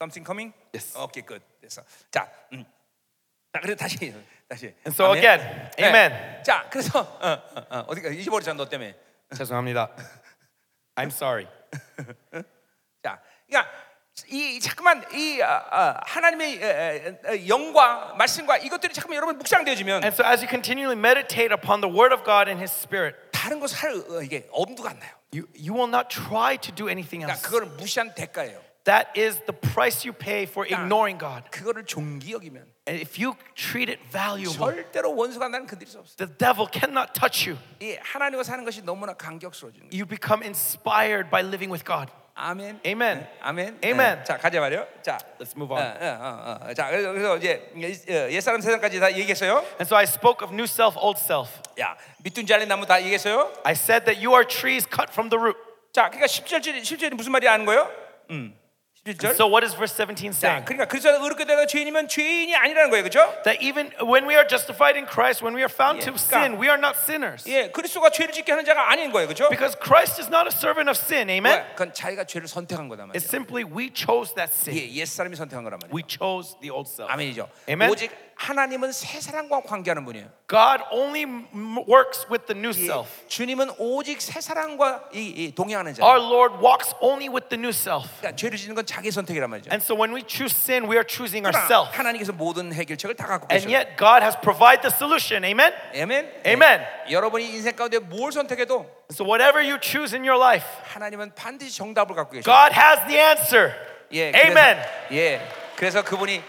something coming?
Yes.
Okay, good. 됐어. 자, 음. 자 그래서 다시 다시.
And so
아멘.
again,
네.
amen.
자, 그래서 어, 어, 어, 어디가 잊어버렸잖아 너 때문에.
죄송합니다. I'm sorry.
자, 그러니까 이 이- 자꾸만 이 아, 아, 하나님의 에, 에, 에, 영과 말씀과 이것들이 자꾸만 여러분 묵상되어지면
And so as you continually meditate upon the word of God and his spirit,
다른 것을 할 어, 이게 엄두가 안 나요.
you, you will not try to do anything
그러니까
else.
그걸 무시한 대가예요.
That is the price you pay for ignoring God.
그거를 종기 여기면
And if you treat it valuable,
절대로 원수가 나는 그들일 수 없어.
the devil cannot touch you.
이 하나님과 사는 것이 너무나 감격스러워지는. 거예요.
You become inspired by living with God.
아멘.
Amen.
아멘.
Amen.
네. 자 가자 말이요. 자,
Let's move on.
어, 어, 어, 어. 자 그래서, 그래서 이제 어, 옛 사람 세상까지 다 얘기했어요.
And so I spoke of new self, old self.
야 밑둔 자리 나무 다 얘기했어요.
I said that you are trees cut from the root.
자 그러니까 10절이 10절이 무슨 말이 하는 거예요? 음. 10절.
So what is verse 17
자,
saying?
그러니까 그리스도 안에 의롭게 되다 죄인이면 죄인이 아니라는 거예요, 그렇죠?
That even when we are justified in Christ, when we are found to
Yeah.
sin, we are not sinners.
예, 그리스도가 죄를 짓게 하는 자가 아닌 거예요, 그렇죠?
Because Christ is not a servant of sin, amen?
왜? 그건 자기가 죄를 선택한 거다 말이에요.
It's simply we chose that sin.
예, 옛 사람이 선택한 거란 말이에요.
We chose the old self.
아멘이죠.
Amen.
오직 하나님은 새 사람과 관계하는 분이에요.
God only m- works with the new
예,
self.
주님은 오직 새 사람과 이, 이 동행하는 자.
Our Lord walks only with the new self.
그러니까 죄를 짓는 건 자기 선택이란 말이죠.
And so when we choose sin, we are choosing
그러나
ourselves.
하나님께서 모든 해결책을 다 갖고
And
계셔요.
yet God has provided the solution, amen?
아멘.
Amen.
예, 여러분이 인생 가운데 뭘 선택해도
So whatever you choose in your life,
하나님은 반드시 정답을 갖고 계셔요.
God has the answer.
예,
Amen.
그래서, 예, 그래서 그분이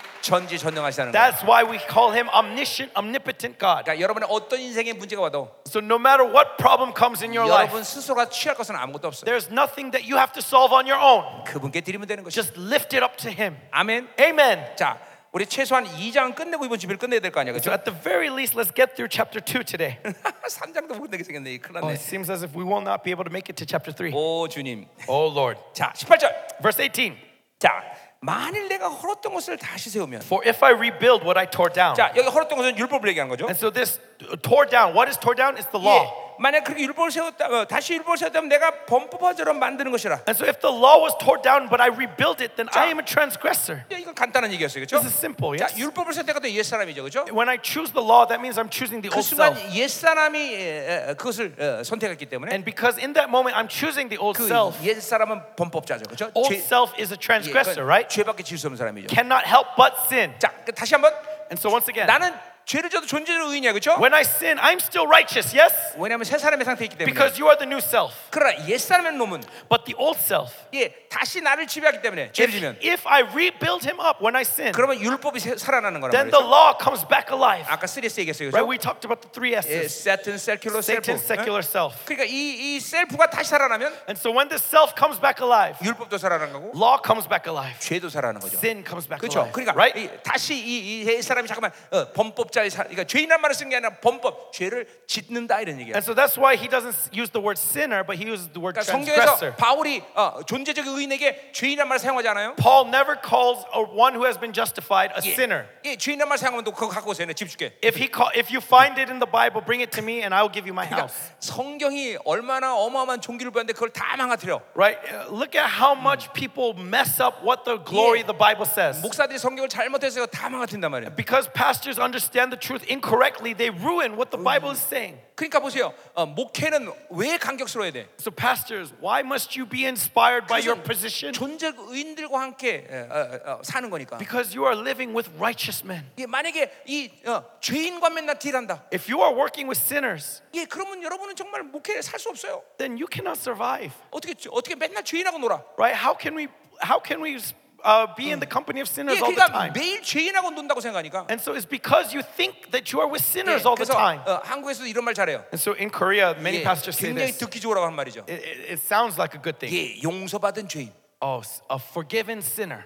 전지전능하시다는 거예요.
That's why we call him omniscient, omnipotent God.
그러니까 여러분의 어떤 인생의 문제가 와도
So no matter what problem comes in your
여러분
life,
스스로가 취할 것은 아무것도 없어요.
there's nothing that you have to solve on your own.
그분께 드리면 되는 것이죠.
Just lift it up to him.
아멘.
Amen.
자, 우리 최소한 2장 끝내고 이번 집을 끝내야 될 거 아니야,
So
[laughs] 그렇죠?
at the very least, let's get through chapter 2 [laughs] today.
3장도 못 끝내게 생겼네, 큰일
Oh,
났네.
it seems as if we will not be able to make it to chapter 3.
오 주님.
Oh Lord.
자, 18절.
Verse 18.
자, 만일 내가 헐었던 것을 다시 세우면.
For if I rebuild what I tore down.
자, 여기 헐었던 것은 율법을 얘기한 거죠.
And so this uh, tore down, what is tore down? It's the law.
예, 만약 그렇게 율법을 세웠다, 어, 다시 율법을 세웠다면 내가 범법화처럼 만드는 것이라.
And so if the law was torn down, but I rebuilt it, then I am a transgressor.
예, 이건 간단한 얘기였어요, 그렇죠?
This is simple,
자,
yes?
율법을 선택하던 옛 사람이죠, 그렇죠?
When I choose the law, that means I'm choosing the
그
old
순간
self.
옛 사람이 에, 에, 그것을 어, 선택했기 때문에
And because in that moment I'm choosing the old self,
그옛 사람은 범법자죠, 그렇죠?
old
죄-
self is a
예, 그건
transgressor, right?
죄밖에 지을 수 없는 사람이죠.
Cannot help but sin.
자, 그 다시 한번
And so once again,
나는 죄를 져도 존재를 의인이야, 그렇죠?
when I sin, I'm still righteous, yes?
왜냐하면 새 사람의 상태이기 때문에.
Because you are the new self.
그러나 옛 사람의 놈은
But the old self,
예 다시 나를 지배하기 때문에
if,
죄를 지면
if I rebuild him up when I sin,
그러면 율법이 새- 살아나는 거란
then the
말이죠.
law comes back alive.
아까 3S 얘기했어요,
Right?
그렇죠?
We talked about the three
예,
S's
Satan, secular,
Satan,
self. 응?
secular self.
그러니까 이, 이 셀프가 다시 살아나면
And so when the self comes back alive,
율법도 살아나는 거고
law comes back alive.
죄도 살아나는 거죠.
sin comes back alive.
그렇죠. 그러니까
right?
이, 다시 이, 이, 이 사람이 잠깐만 어, 범법자의 사, 그러니까 죄인란 말을 쓴 게 아니라 범법, 죄를 짓는다 이런 얘기야.
And so that's why he doesn't s- use the word sinner, but he uses the word
그러니까 성경에서
transgressor.
바울이 어, 존재적인 의인에게 죄인란 말을 사용하지 않아요?
Paul never calls a, one who has been justified a
예.
sinner.
예, 죄인란 말 사용하면 또 그거 갖고 오세요. 내가 집 줄게.
If he call, if you find it in the Bible, bring it to me, and I will give you my
그러니까
house.
성경이 얼마나 어마어마한 종기를 부였는데 그걸 다 망가뜨려.
Right? Uh, Look at how much people mess up what the glory
Yeah.
the Bible says.
목사들이 성경을 잘못해서 다 망가뜨린단 말이에요.
Because pastors understand the truth incorrectly, they ruin what the Bible is saying.
그러니까 보세요. 어, 목회는 왜 감격스러워야 돼?
So, pastors, why must you be inspired by your
그것은
position?
존재 의인들과 함께 예, 어, 어, 사는 거니까.
Because you are living with righteous men.
예, 만약에 이 어, 죄인과 맨날 딜한다.
If you are working with sinners,
예, 그러면 여러분은 정말 목회를 살 수 없어요.
then you cannot survive,
어떻게 어떻게 맨날 죄인하고 놀아?
right? How can we how can we uh, be in the company of
예,
sinners all the
그러니까
time?
매일 죄인하고 논다고 생각하니까.
And so it's because you think that you are with
예,
sinners all the
그래서
time.
어, 한국에서도 이런 말 잘해요.
And so in Korea, many
예,
pastors say
굉장히
this. It,
듣기 좋으라고 한 말이죠.
it, it sounds like a good thing.
예, 용서받은 죄인.
Oh, s- a forgiven sinner.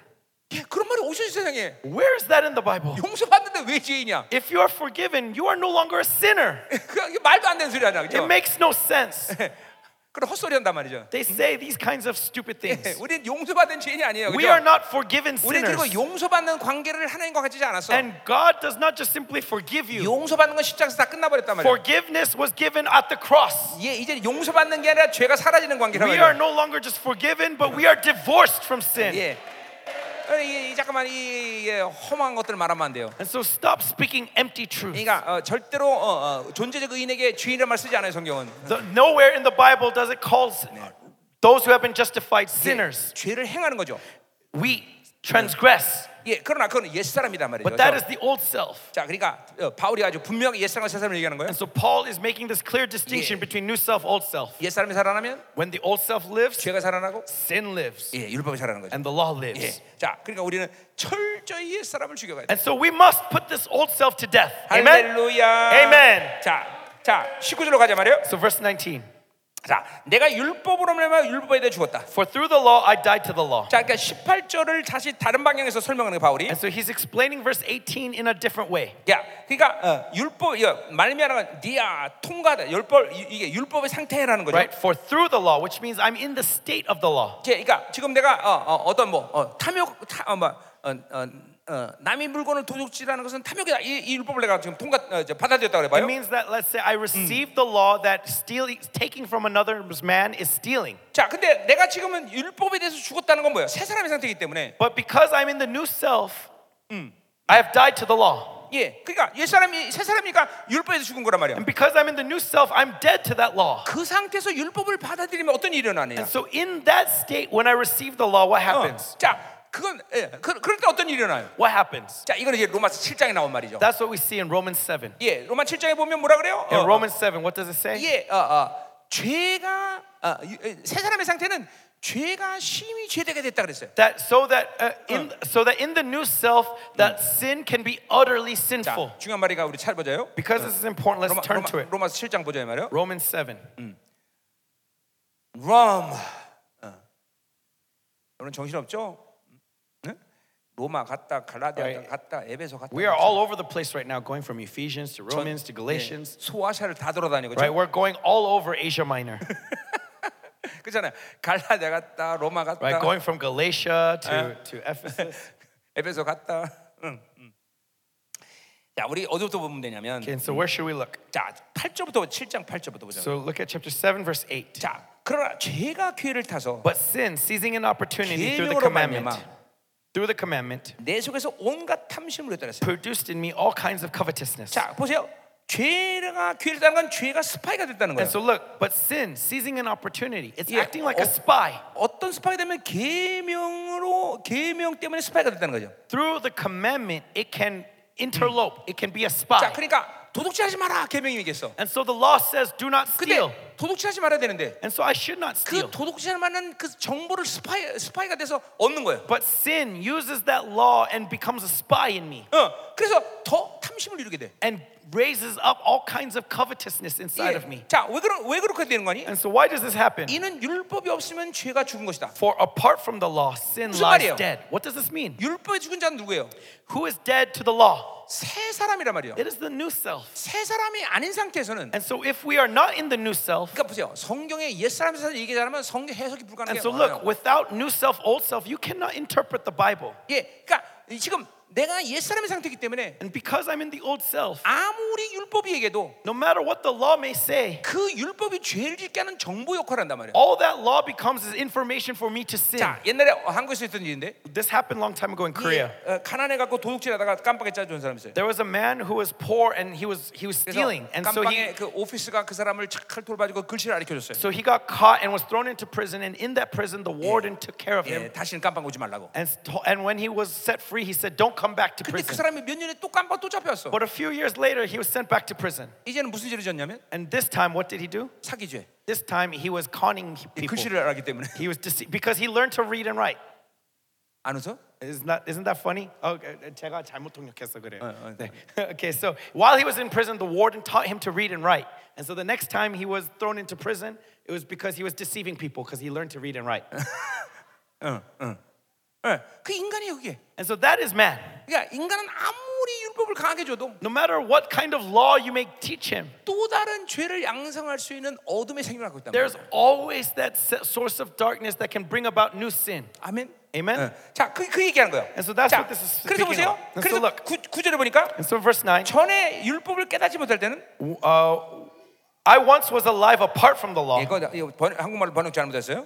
예, 그런 말이 오셔서 세상에
Where is that in the Bible?
용서받는데 왜 죄인이야? [laughs]
If you are forgiven, you are no longer a sinner.
그게 말도 안 되는 소리 아니야,
It
그죠?
makes no sense.
그런 헛소리 한단 말이죠. 예,
They say these kinds of stupid things.
우리는 용서받은 죄인이 아니에요.
We are
그렇죠?
not forgiven
우리는 그리고
sinners.
용서받는 관계를 하나님과 가지지 않았어.
And God does not just simply forgive you.
용서받는 건 십자가에서 다 끝나버렸단 말이야.
Forgiveness was given at the cross.
예, 이제 용서받는 게 아니라 죄가 사라지는 관계란
We are
말이야.
no longer just forgiven, but we are divorced from sin.
예. 어, 이, 이, 잠깐만 이, 이 험한 것들 말하면 안 돼요.
And so stop speaking empty truth.
그러니까 어, 절대로 어, 어, 존재적 의인에게 주인이라는 말 쓰지 않아요 성경은. 예,
The- nowhere in the Bible does it call s- those who have been justified sinners.
예, 죄를 행하는 거죠.
We transgress,
예, 그러나 그건 옛 사람이란 말이죠.
but that is the old self.
자, 그러니까 어, 바울이 아주 분명히 옛 사람과 새 사람을 얘기하는 거예요.
And so Paul is making this clear distinction
Yeah.
between new self, old self.
옛 사람이 살아나면
When the old self lives,
죄가 살아나고
sin lives,
예, 율법이 살아나는 거죠.
and the law lives.
예. 자, 그러니까 우리는 철저히 옛 사람을 죽여가야 돼.
And so we must put this old self to death. Amen.
할렐루야.
Amen.
자, 자, 19절로 가자 말이에요.
So verse 19.
자, 내가 율법으로 말미암아 율법에 대해 죽었다.
For through the law I died to the law.
자, 그러니까 18절을 다시 다른 방향에서 설명하는 게 바울이.
And so he's explaining verse 18 in a different way.
야, 그러니까 어, 율법 이거 말미암아 니아 통과다. 율법 이- 이게 율법의 상태라는 거죠.
Right? For through the law, which means I'm in the state of the law.
이게 그러니까 지금 내가 어, 어, 어떤 뭐 어, 탐욕 타, 어, 뭐, 어, 어, 어, 남의 물건을 도둑질하는 것은 탐욕이다. 이, 이 율법을 내가 지금 통과 어, 이제 받아들였다 그래
It
봐요.
means that let's say I received the law that stealing taking from another man is stealing.
자, 근데 내가 지금은 율법에 대해서 죽었다는 건 뭐예요? 새 사람의 상태이기 때문에.
But because I'm in the new self, I have died to the law.
예. 그러니까 옛 사람이 새 사람이니까 율법에서 죽은 거란 말이야.
And because I'm in the new self, I'm dead to that law.
그 상태에서 율법을 받아들이면 어떤 일이 일어나냐?
And so in that state, when I receive the law, what
어.
happens?
자, 그건 예, 그, 그럴 때 어떤 일이 일어나요?
What happens?
자, 이거는 이제 로마서 7장에 나온 말이죠.
That's what we see in Romans 7.
예, 로마 7장에 보면 뭐라 그래요?
In
어,
Romans 7, what does it say?
예, 어, 어, 죄가 어, 이- 이- 세 사람의 상태는 죄가 심히 죄되게 됐다 그랬어요.
That so that uh, in so that in the new self that sin can be utterly
자,
sinful.
중요한 말이가 우리 잘 보자요.
Because this is important, let's
로마,
turn to it.
로마, 서 7장 보자 이 말이요.
Romans 7.
롬. 어. 여러분 정신 없죠? 응? 로마 갔다 갈라디아
Right.
갔다 에베소 갔다.
We are all over the place right now, going from Ephesians to Romans to Galatians.
소아시아를 예. 다 돌아다니고
Right,
그렇죠?
we're going all over Asia
[laughs]
Minor.
그렇잖아요. 갈라디아 갔다 로마 갔다
Right, going from Galatia
Uh.
to, to Ephesus.
[laughs] 에베소 갔다. 응, 응. 자, 우리 어디부터 보면 되냐면
Okay, and so where should we look?
자, 8절부터 7장 8절부터 보자.
So look at chapter 7, verse 8.
자, 그러나 죄가 기회를 타서
But sin, seizing an opportunity through the
계명으로
commandment,
말미암아
through the commandment,
내 속에서 온갖 탐심을 했다랬어요.
produced in me all kinds of covetousness.
자, 보세요. 죄가 기회를 타는 건 죄가 스파이가 됐다는 거예요.
And so look, but sin, seizing an opportunity, it's
Yeah,
acting like a
oh.
spy.
어떤 스파이 되면 계명으로 계명 때문에 스파이가 됐다는 거죠.
Through the commandment, it can interlope, it can be a
자,
spy.
그러니까 도둑질하지 마라 계명이 얘기했어.
And so the law says, do not steal.
근데 도둑질하지 말아야 되는데
And so I should not
그
steal.
도둑질할 만한 그 정보를 스파이 스파이가 돼서 얻는 거예요.
But sin uses that law and becomes a spy in me
어, 그래서 더 탐심을 이루게 돼.
and raises up all kinds of covetousness inside of me.
예. 자, 왜 그러 왜 그렇게 되는 거니?
And so why does this happen?
이는 율법이 없으면 죄가 죽은 것이다.
For apart from the law, sin
무슨
lies
말이에요?
dead. What does this mean?
율법에 죽은 자는 누구예요?
Who is dead to the law?
새 사람이란 말이에요.
It is the new self.
새 사람이 아닌 상태에서는
And so if we are not in the new self,
그러니까 보세요. 성경의 옛 사람에서 얘기하면 성경 해석이
and
불가능해요. 어.
so look, without new self, old self, you cannot interpret the Bible.
예, 그러니까 지금 내가 옛 사람의 상태이기 때문에
And because I'm in the old self,
아무리 율법이 얘기해도
no matter what the law may say,
그 율법이 죄를 짓게 하는 정보 역할을 한단 말이에요.
all that law becomes is information for me to sin.
자, 옛날에 어, 한국에서 있던 일인데
This happened a long time ago in Korea.
예, 어, 가난해 갖고 도둑질하다가 깜빡에 짜준 사람 있어요.
There was a man who was poor and he was he was
그래서
stealing, and so he
깜빡에 그 오피스가 그 사람을 착할 돌봐주고 글씨를 가르쳐줬어요.
so he got caught and was thrown into prison. And in that prison, the warden took care of him.
예, 다시는 깜빡 오지 말라고.
And sto- and when he was set free, he said, "Don't come back to
근데 그
prison."
사람이 몇 년에 또 깜빡 또 잡혔어.
But a few years later, he was sent back to prison.
이제는 무슨 죄를 졌냐면
And this time, what did he do?
사기죄.
This time, he was conning
이
people.
글씨를 알기 때문에
He was dece- because he learned to read and write.
안 웃어?
Isn't that, isn't that funny? Oh, 제가 잘못 통역해서 그래요.
어, 네.
[laughs] okay, so while he was in prison, the warden taught him to read and write. And so the next time he was thrown into prison, it was because he was deceiving people because he learned to read
[laughs]
and write.
예, 그 인간이 여기에. 그
and so that is man.
그러니까 인간은 아무리 율법을 강하게 줘도
No matter what kind of law you may teach him,
또 다른 죄를 양성할 수 있는 어둠의 생명을 갖고 있다.
there's always that se- source of darkness that can bring about new sin.
아멘.
Amen.
예. 자, 그, 그 얘기하는 거예요.
And so that's
자,
what this is speaking
그래서 보세요.
about. And
그래서
so look.
구, 구절에 보니까
And so, verse 9
전에 율법을 깨닫지 못할 때는
uh, I once was alive apart from the
예,
law.
이거, 이거 번, 한국말로 번역 잘못했어요.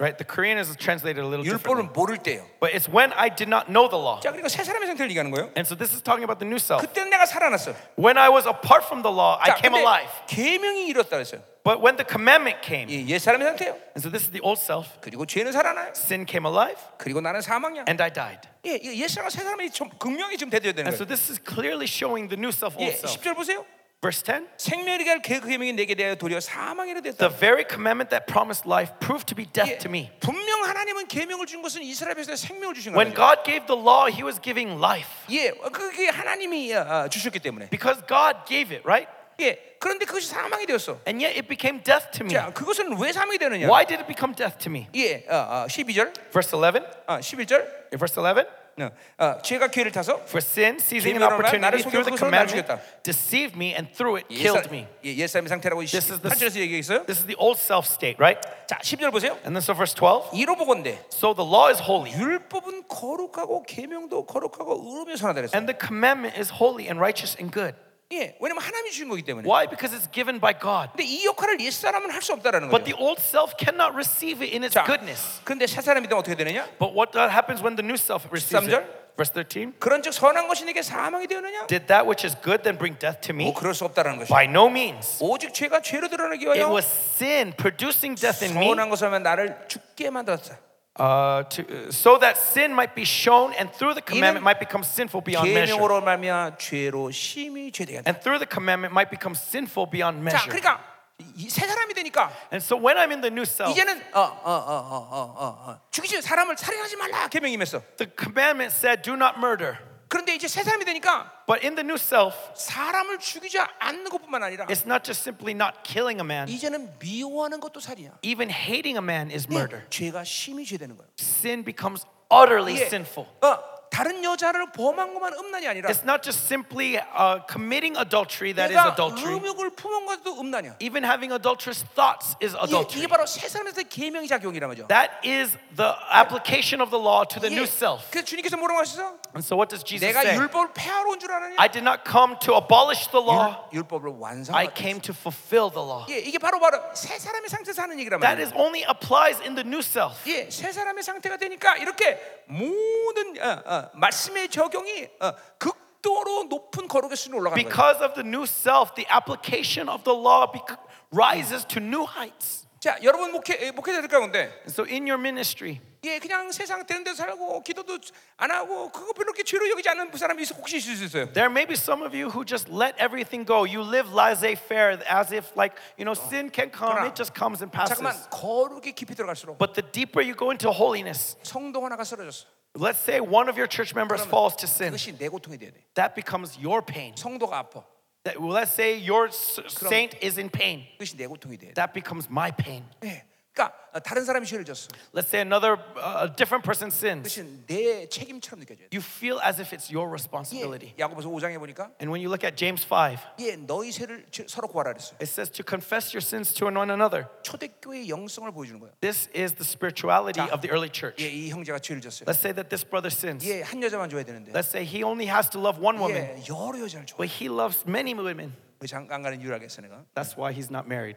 어. Right? The Korean is translated a little differently.
율법을 모를 때예요.
But it's when I did not know the law.
자, 그러니까 새 사람의 상태를 얘기하는 거예요.
And so, this is talking about the new self.
그때는 내가 살아났어.
When I was apart from the law, I
자,
came alive.
계명이 이뤘다 그랬어요.
But when the commandment came,
예, 옛 사람의 상태예요.
and so this is the old self,
그리고 죄는 살아나요.
sin came alive,
그리고 나는 사망이야.
and I died.
예, 이거 옛 사람과 새 사람이 좀 극명히 지금 대두해야 되는
And so
거예요.
this is clearly showing the new self,
예,
old self.
10절 보세요.
Verse 10
생명의 갈 계명이 내게 대하여 도리어 사망이라 됐다.
The very commandment that promised life proved to be death to me.
분명 하나님은 계명을 준 것은 이스라엘 백성의 생명을 주신
When
거예요.
God gave the law, He was giving life
예, 그게 하나님이 어, 어, 주셨기 때문에.
because God gave it, right?
예, 그런데 그것이 사망이 되었어.
And yet it became death to me.
자, 그것은 왜 사망이 되느냐?
Why did it become death to me?
예, 어, 어, 12절,
Verse 11.
어, 11절.
Verse 11.
어, 어, 죄가 기회를 타서
For sin, seizing an
기회를 얻으라, 나를
opportunity through the
속여 그것으로
commandment,
나를
deceived me and through it
예,
killed
옛사-
me.
예, 옛사람의 상태라고
This is the-
8절에서 얘기했어요.
This is the old self state, right?
자, 10절 보세요.
And then so verse 12.
이로 보건대
So the law is holy,
율법은 거룩하고 계명도 거룩하고 의로며 선하다 그랬어요.
and the commandment is holy and righteous and good.
예, 왜냐면 하나님이 주신 거기 때문에.
Why? Because it's given by God.
근데 이 역할을 옛사람은 할 수 없다라는
But
거죠.
the old self cannot receive it in its
자,
goodness.
근데 새 사람이 되면 어떻게 되느냐?
But what that happens when the new self receives
Samjal?
it? Verse 13.
그런즉 선한 것이 내게 사망이 되느냐?
Did that which is good then bring death to me?
뭐 그럴 수 없다라는 것이.
By no means.
오직 죄가 죄로 드러나기
It
위하여
was sin producing death in me,
선한 것을 하면 나를 죽게 만들었다.
uh, to, uh, so that sin might be shown, and through the commandment might become sinful beyond measure.
계명으로 말미암아 죄로 심히 죄되게 한다.
And through the commandment might become sinful beyond
자,
measure.
그러니까 이- 새 사람이 되니까
And so when I'm in the new self,
이제는 어 어 어 어 어어 죽이지 사람을 살인하지 말라 계명이면서.
the commandment said, "Do not murder."
그런데 이제 새 사람이 되니까
But in the new self,
사람을 죽이지 않는 것뿐만 아니라
it's not just simply not killing a man.
이제는 미워하는 것도 살이야.
Even hating a man is
예,
murder.
죄가 심히 죄되는 거야.
Sin becomes utterly
이게,
sinful.
어, 다른 여자를 범한 것만 음란이 아니라
It's not just simply uh, committing adultery that is
내가
adultery.
음욕을 품은 것도 음란이야.
Even having adulterous thoughts is
이게,
adultery.
이게 바로 새 사람에서 계명이 작용이라는 거죠.
That is the application of the law to the
예,
new self.
그래서 주님께서 뭐라고 하셨어?
And so, what does Jesus
내가
say?
율법을 폐하러 온 줄 아느냐?
I did not come to abolish the law.
율, 법을
I
완성하라.
came to fulfill the law.
예, 이게 바로 바로 새 사람의 상태에서 하는 얘기란
That
말이야.
is only applies in the new self.
예, 새 사람의 상태가 되니까 이렇게 모든 어, 어, 말씀의 적용이 어, 극도로 높은 거룩의 수준으로 올라가는 거예요.
Because of the new self, the application of the law bec- rises to new heights.
자, 여러분 목회 예, 목회자들 가운데
And so, in your ministry,
예, 그냥 세상 되는 데서 살고 기도도 안 하고 그거 별로 이렇게 죄로 여기지 않는 사람이 있- 혹시 있을 수 있어요.
There may be some of you who just let everything go. You live laissez-faire as if like, you know, sin can come,
그러나
it just comes and passes.
잠깐만 거룩이 깊이 들어갈수록
But the deeper you go into holiness,
성도 하나가 쓰러졌어.
let's say one of your church members
그러면
falls to sin.
그것이 내 고통이 돼야 돼.
That becomes your pain.
성도가 아파.
That, well, let's say your s- saint is in pain.
그것이 내 고통이 돼야 돼.
That becomes my pain.
예. 그러니까 어, 다른 사람이 죄를 졌어.
Let's say another, uh, a different person sins.
그것이 내 책임처럼 느껴져야 돼.
You feel as if it's your
예.
responsibility.
야고보서 5장에 보니까
And when you look at James 5,
예, 너희 죄를 저- 서로 구하라 그랬어요.
it says to confess your sins to one another.
초대교회의 영성을 보여주는 거야.
This is the spirituality
자.
of the early
예,
church.
이 형제가 죄를 졌어요.
Let's say that this brother sins.
예, 한 여자만 줘야 되는데.
Let's say he only has to love one woman,
예, 여러 여자를 줘.
but he loves many women.
왜 잠깐 가는 이유를 알겠어 내가. [laughs]
That's why he's not married.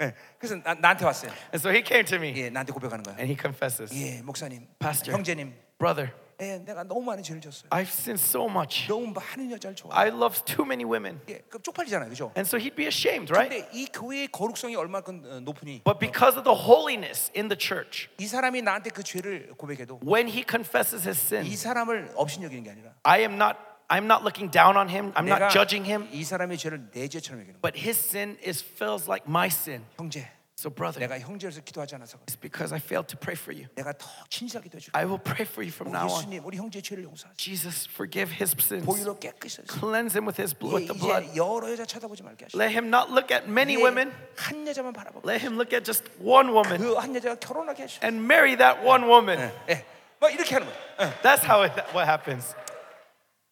예, 그래서 나, 나한테 왔어요.
And so he came to me
예, 나한테 고백하는 거야.
and he confesses,
예, 목사님,
Pastor.
형제님,
Brother,
예, 내가 너무 많은 죄를 졌어요.
I've sinned so much.
너무 많은 여자를 좋아해.
I love too many women.
예, 그 쪽팔리잖아요, 그죠?
And so he'd be ashamed, right?
근데 이 교회의 거룩성이 얼마큼 어, 높으니
But because of the holiness in the church,
이 사람이 나한테 그 죄를 고백해도
when he confesses his
이
sin,
사람을 업신여기는 게 아니라
I am not I'm not looking down on him. I'm
내가
not judging him,
이 사람의 죄를 내 죄처럼 여기는 거야.
but his sin is feels like my sin.
형제,
So brother,
내가 형제로서 기도하지 않아서 그래.
it's because I failed to pray for you.
내가 더 친절하게 기도해 줄게.
I will pray for you from
우리
now on.
예수님, 우리 형제 죄를 용서하지.
Jesus, forgive his sins.
보혈로 깨끗이 하소서.
cleanse him with his bl- with
예,
the blood.
이제 여러 여자 쳐다보지 말게 하시고
Let him not look at many women.
한 여자만 바라보고
Let him look at just one woman
그 한 여자가 결혼하게 하시고
and marry that one woman.
예, 막 이렇게 하는 거예요.
That's how it, what happens.